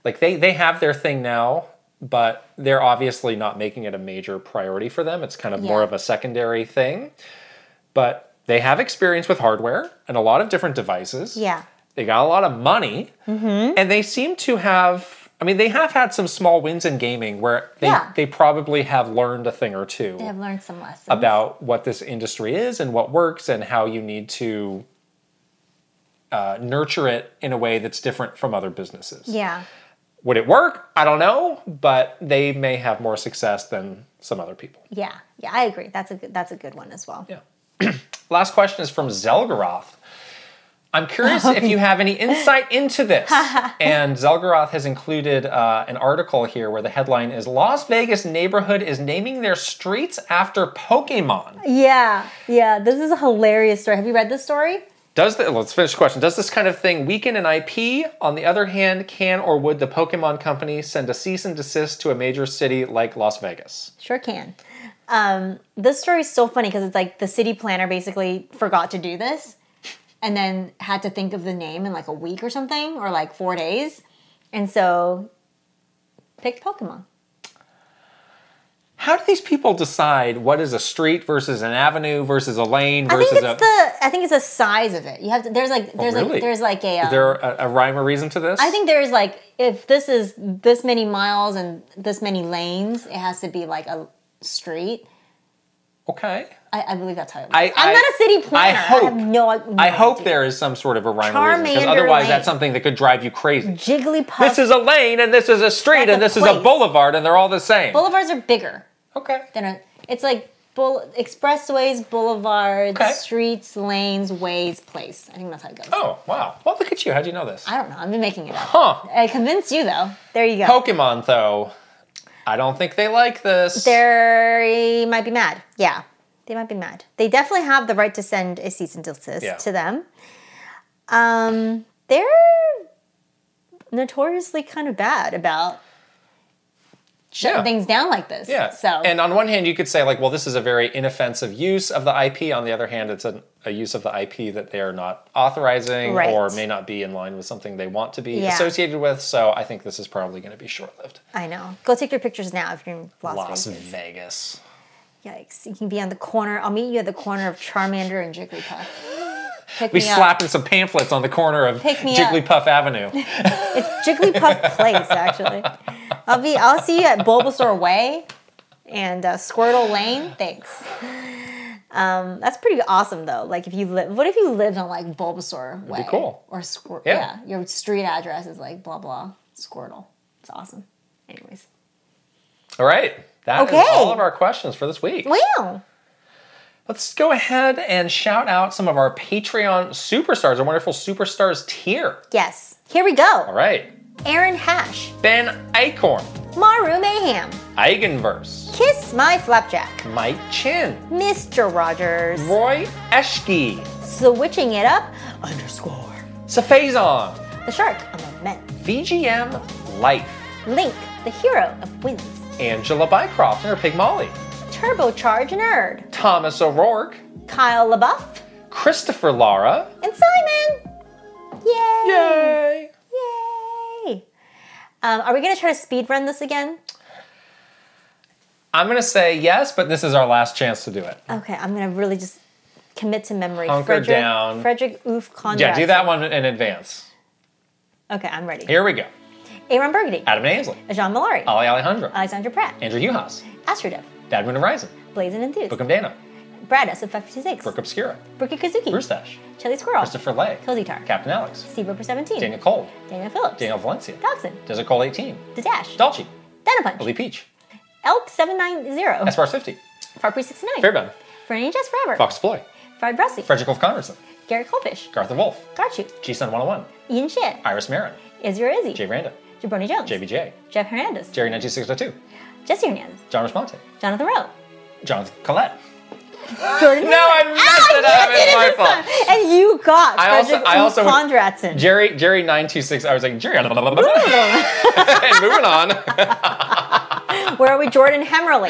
Speaker 2: like they they have their thing now but they're obviously not making it a major priority for them it's kind of more
Speaker 1: Yeah.
Speaker 2: of a secondary thing but they have experience with hardware and a lot of different devices
Speaker 1: Yeah. Mm-hmm.
Speaker 2: they got a lot of money, and they seem to have. I mean, they have had some small wins in gaming where they,
Speaker 1: Yeah.
Speaker 2: they probably have learned a thing or two
Speaker 1: I've learned some lessons.
Speaker 2: about what this industry is and what works and how you need to uh, nurture it in a way that's different from other businesses.
Speaker 1: yeah.
Speaker 2: Would it work? I don't know, but they may have more success than some other people.
Speaker 1: Yeah. Yeah, I agree. That's a good that's a good one as well.
Speaker 2: Yeah. Last question is from Zelgaroth. I'm curious if you have any insight into this. and Zelgaroth has included uh, an article here where the headline is Las Vegas neighborhood is naming their streets after Pokemon.
Speaker 1: Yeah. Yeah, this is a hilarious story. Have you read this story?
Speaker 2: Does the, let's finish the question. Does this kind of thing weaken an IP? On the other hand, can or would the Pokemon company send a cease and desist to a major city like Las Vegas?
Speaker 1: Sure can. Um, this story is so funny because it's like the city planner basically forgot to do this and then had to think of the name in like a week or something or like four days. And so picked Pokemon.
Speaker 2: How do these people decide what is a street versus an avenue versus a lane
Speaker 1: I
Speaker 2: versus
Speaker 1: think it's
Speaker 2: a Oh,
Speaker 1: the I think it's the size of it. You have to there's like there's
Speaker 2: really?
Speaker 1: like there's like a
Speaker 2: Is
Speaker 1: um,
Speaker 2: there a, a rhyme or reason to this?
Speaker 1: I think there's like if this is this many miles and this many lanes, it has to be like a street.
Speaker 2: Okay.
Speaker 1: I, I believe that's how it works.
Speaker 2: I-
Speaker 1: I, am
Speaker 2: I-
Speaker 1: not a city planner.
Speaker 2: I hope-
Speaker 1: have no, no
Speaker 2: I hope
Speaker 1: idea.
Speaker 2: there is some sort of a rhyme or reason because
Speaker 1: Charmander
Speaker 2: otherwise
Speaker 1: Lane.
Speaker 2: that's something that could drive you crazy.
Speaker 1: Jigglypuff.
Speaker 2: This is a lane and this is a street
Speaker 1: That's
Speaker 2: and
Speaker 1: a
Speaker 2: this is a
Speaker 1: place.
Speaker 2: boulevard and they're all the same.
Speaker 1: boulevards are bigger
Speaker 2: okay.
Speaker 1: than a, it's like bull, expressways, boulevards,
Speaker 2: Okay.
Speaker 1: streets, lanes, ways, place. I think that's how it goes.
Speaker 2: Oh, wow. Well, look at you. How'd you know this?
Speaker 1: I don't know. I've been making it up.
Speaker 2: Huh.
Speaker 1: I convinced you though. There you go.
Speaker 2: Pokemon though. I don't think they like this.
Speaker 1: They might be mad. Yeah, they might be mad. They definitely have the right to send a cease and desist
Speaker 2: Yeah.
Speaker 1: to them. Um, they're notoriously kind of bad about shutting
Speaker 2: Yeah.
Speaker 1: things down like this.
Speaker 2: yeah.
Speaker 1: So
Speaker 2: And uh, on one hand you could say like, well, this is a very inoffensive use of the IP. On the other hand, it's an, a use of the IP that they are not authorizing
Speaker 1: Right.
Speaker 2: or may not be in line with something they want to be
Speaker 1: Yeah.
Speaker 2: associated with. So I think this is probably going to be short-lived.
Speaker 1: I know. Go take your pictures now if you're in Las,
Speaker 2: Las
Speaker 1: Vegas.
Speaker 2: Vegas.
Speaker 1: Yikes! You can be on the corner. I'll meet you at the corner of Charmander and Jigglypuff. Pick
Speaker 2: Be
Speaker 1: me
Speaker 2: slapping some pamphlets on the corner of
Speaker 1: Pick me up.
Speaker 2: Jigglypuff Avenue.
Speaker 1: up. It's Jigglypuff Place, actually. I'll be. I'll see you at Bulbasaur Way and uh, Squirtle Lane. Thanks. Um, that's pretty awesome, though. Like, if you live, what if you lived on like Bulbasaur Way?
Speaker 2: cool.
Speaker 1: Or Squirtle.
Speaker 2: Yeah.
Speaker 1: Yeah. Your street address is like blah blah Squirtle. It's awesome. Anyways.
Speaker 2: All right. that is
Speaker 1: Okay.
Speaker 2: all of our questions for this week.
Speaker 1: Wow.
Speaker 2: Let's go ahead and shout out some of our Patreon superstars, our wonderful superstars tier.
Speaker 1: Yes. Here we go.
Speaker 2: All right.
Speaker 1: Aaron Hash,
Speaker 2: Ben Acorn,
Speaker 1: Maru Mayhem,
Speaker 2: Eigenverse,
Speaker 1: Kiss My Flapjack,
Speaker 2: Mike Chin,
Speaker 1: Mr. Rogers,
Speaker 2: Roy Eschke,
Speaker 1: Switching It Up, underscore,
Speaker 2: Safazon,
Speaker 1: The Shark on the Men,
Speaker 2: VGM Life,
Speaker 1: Link, the Hero of Winds,
Speaker 2: Angela Bycroft and her Pig Molly,
Speaker 1: Turbocharge Nerd,
Speaker 2: Thomas O'Rourke,
Speaker 1: Kyle LaBeouf,
Speaker 2: Christopher Lara.
Speaker 1: and Simon! Yay!
Speaker 2: Yay!
Speaker 1: Yay! Um, are we going to try to speedrun this again?
Speaker 2: I'm going to say yes, but this is our last chance to do it.
Speaker 1: Okay, I'm going to really just commit to memory.
Speaker 2: Hunker
Speaker 1: Frederick,
Speaker 2: down.
Speaker 1: Frederick Oof Conrad.
Speaker 2: Yeah, do that one in advance.
Speaker 1: Okay, I'm ready.
Speaker 2: Here we go.
Speaker 1: Aaron Burgundy,
Speaker 2: Adam Ainsley,
Speaker 1: Jean Malari,
Speaker 2: Ali Alejandro,
Speaker 1: Alexandra Pratt,
Speaker 2: Andrew Uhas,
Speaker 1: Astrodev,
Speaker 2: Dadwin Horizon,
Speaker 1: Blazing Enthused,
Speaker 2: Bookum Dana,
Speaker 1: Brad SF556,
Speaker 2: Brooke Obscura,
Speaker 1: Brookie Kazuki,
Speaker 2: Bruce Dash,
Speaker 1: Chelly Squirrel,
Speaker 2: Christopher Lay,
Speaker 1: Cozy Tar,
Speaker 2: Captain Alex,
Speaker 1: Steve Roper 17,
Speaker 2: Daniel Cole,
Speaker 1: Daniel Phillips,
Speaker 2: Daniel Valencia,
Speaker 1: Dachshund,
Speaker 2: Desert Cole 18,
Speaker 1: The Dash,
Speaker 2: Dolce,
Speaker 1: Dynapunch,
Speaker 2: Ali Peach,
Speaker 1: Elk 790,
Speaker 2: Espars 50,
Speaker 1: Farpre 69,
Speaker 2: Fairbound,
Speaker 1: Fernie Just Forever,
Speaker 2: Fox Ploy,
Speaker 1: Fred Bressy,
Speaker 2: Frederick Wolf Connerson,
Speaker 1: Gary Colfish,
Speaker 2: Gartha Wolf,
Speaker 1: Got You,
Speaker 2: G Sun 101,
Speaker 1: Ian Shea,
Speaker 2: Iris Marin,
Speaker 1: Izzy Izzy,
Speaker 2: Jay Randa,
Speaker 1: Jabroni Jones,
Speaker 2: JBJ,
Speaker 1: Jeff Hernandez,
Speaker 2: Jerry 19602,
Speaker 1: Jesse Hernandez,
Speaker 2: John Responte,
Speaker 1: Jonathan Rowe,
Speaker 2: Jonathan Collette.
Speaker 1: Jordan Ah,
Speaker 2: No, Ah, I messed it up. It's my fault.
Speaker 1: And you got
Speaker 2: I also-
Speaker 1: Frederick
Speaker 2: I also would-
Speaker 1: Condratson.
Speaker 2: Jerry, Jerry 926. I was like, Jerry. blah, blah, blah, blah, blah. and moving on.
Speaker 1: Where are we? Jordan Hemerly.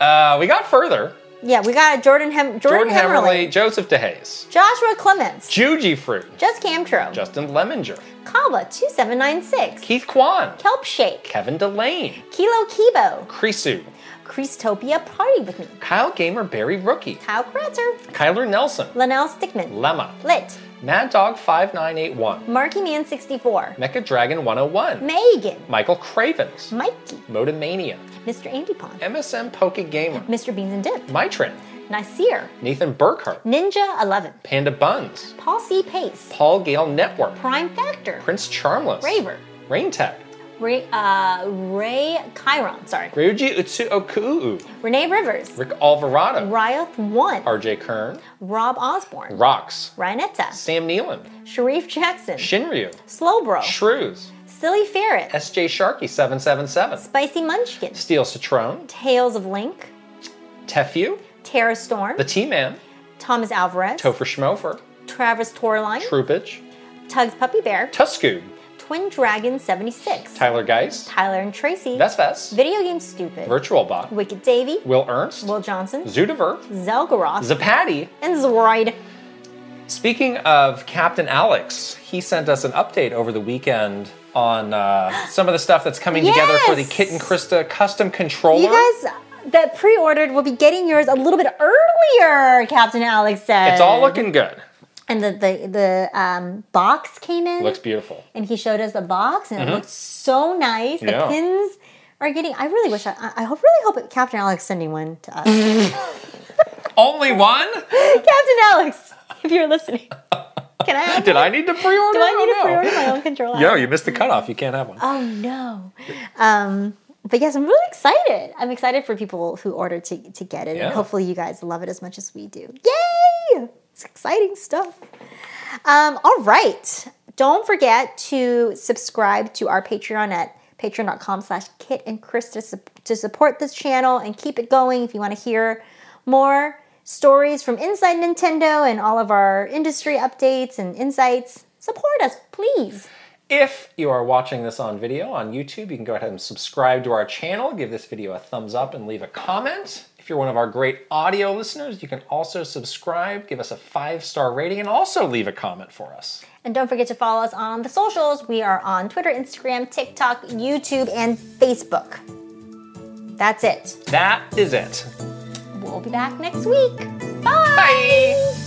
Speaker 2: Uh, we got further.
Speaker 1: Yeah, we got Jordan Hem- Jordan,
Speaker 2: Jordan
Speaker 1: Hemerly,
Speaker 2: Hammerly, Joseph DeHaze,
Speaker 1: Joshua Clements,
Speaker 2: Juji Fruit,
Speaker 1: Jess Camtro,
Speaker 2: Justin Leminger,
Speaker 1: Kava 2796,
Speaker 2: Keith Kwan,
Speaker 1: Kelp Shake,
Speaker 2: Kevin Delane,
Speaker 1: Kilo Kibo,
Speaker 2: Krisu,
Speaker 1: Christopia Party with Me,
Speaker 2: Kyle Gamer Barry Rookie,
Speaker 1: Kyle Kratzer,
Speaker 2: Kyler Nelson,
Speaker 1: Linnell Stickman,
Speaker 2: Lemma,
Speaker 1: Lit,
Speaker 2: Mad Dog 5981,
Speaker 1: Marky Man 64,
Speaker 2: Mecha Dragon 101,
Speaker 1: Megan,
Speaker 2: Michael Cravens,
Speaker 1: Mikey,
Speaker 2: Motomania,
Speaker 1: Mr. Andy Pond,
Speaker 2: MSM Poke Gamer,
Speaker 1: Mr. Beans and Dip,
Speaker 2: Mytrin,
Speaker 1: Nasir,
Speaker 2: Nathan Burkhart,
Speaker 1: Ninja 11,
Speaker 2: Panda Buns,
Speaker 1: Paul C. Pace,
Speaker 2: Paul Gale Network,
Speaker 1: Prime Factor,
Speaker 2: Prince Charmless,
Speaker 1: Raver,
Speaker 2: Rain Tech,
Speaker 1: Ray, uh, Ray Chiron, sorry,
Speaker 2: Ryuji Utsuokuu,
Speaker 1: Renee Rivers,
Speaker 2: Rick Alvarado,
Speaker 1: Ryoth One,
Speaker 2: RJ Kern,
Speaker 1: Rob Osborne,
Speaker 2: Rocks,
Speaker 1: Ryanetta,
Speaker 2: Sam Nealon,
Speaker 1: Sharif Jackson,
Speaker 2: Shinryu,
Speaker 1: Slowbro,
Speaker 2: Shrews,
Speaker 1: Silly Ferret,
Speaker 2: SJ Sharky 777,
Speaker 1: Spicy Munchkin,
Speaker 2: Steel Citrone,
Speaker 1: Tales of Link,
Speaker 2: Tefew,
Speaker 1: Terra Storm,
Speaker 2: The T-Man,
Speaker 1: Thomas Alvarez,
Speaker 2: Topher Schmofer,
Speaker 1: Travis Torline,
Speaker 2: Troopage,
Speaker 1: Tugs Puppy Bear,
Speaker 2: Tuskoob,
Speaker 1: Twin Dragon 76,
Speaker 2: Tyler Geist,
Speaker 1: Tyler and Tracy,
Speaker 2: Vesves,
Speaker 1: Video Game Stupid,
Speaker 2: Virtual Bot,
Speaker 1: Wicked Davy,
Speaker 2: Will Ernst,
Speaker 1: Will Johnson,
Speaker 2: Zudiver,
Speaker 1: Zelgaroth,
Speaker 2: Zapati.
Speaker 1: and Zoroid.
Speaker 2: Speaking of Captain Alex, he sent us an update over the weekend on uh, some of the stuff that's coming together for the
Speaker 1: Yes!
Speaker 2: Kit and Krista custom controller.
Speaker 1: You guys that pre-ordered will be getting yours a little bit earlier, Captain Alex said.
Speaker 2: it's all looking good.
Speaker 1: And the the, the um, box came in.
Speaker 2: Looks beautiful.
Speaker 1: and he showed us the box, and it looked so nice. The
Speaker 2: Yeah.
Speaker 1: pins are getting. I really wish. I, I- I hope. Really hope Captain Alex sending one to us.
Speaker 2: Only one?
Speaker 1: Captain Alex, if you're listening, can I? Have
Speaker 2: Did
Speaker 1: one?
Speaker 2: I need to pre-order?
Speaker 1: Do I need to
Speaker 2: don't know.
Speaker 1: pre-order my own controller?
Speaker 2: Yo, you missed the cutoff. You can't have one.
Speaker 1: Oh no. Um, but yes, I'm really excited. I'm excited for people who order to, to get it,
Speaker 2: Yeah.
Speaker 1: and hopefully you guys love it as much as we do. Yay! It's exciting stuff. Um, all right. Don't forget to subscribe to our Patreon at patreon.com slash kit and chris to, sup- to support this channel and keep it going if you want to hear more stories from inside nintendo and all of our industry updates and insights support us please
Speaker 2: If you are watching this on video on YouTube, you can go ahead and subscribe to our channel, give this video a thumbs up, and leave a comment. If you're one of our great audio listeners, you can also subscribe, give us a five star rating, and also leave a comment for us.
Speaker 1: And don't forget to follow us on the socials. We are on Twitter, Instagram, TikTok, YouTube, and Facebook. That's it.
Speaker 2: That is it.
Speaker 1: We'll be back next week. Bye.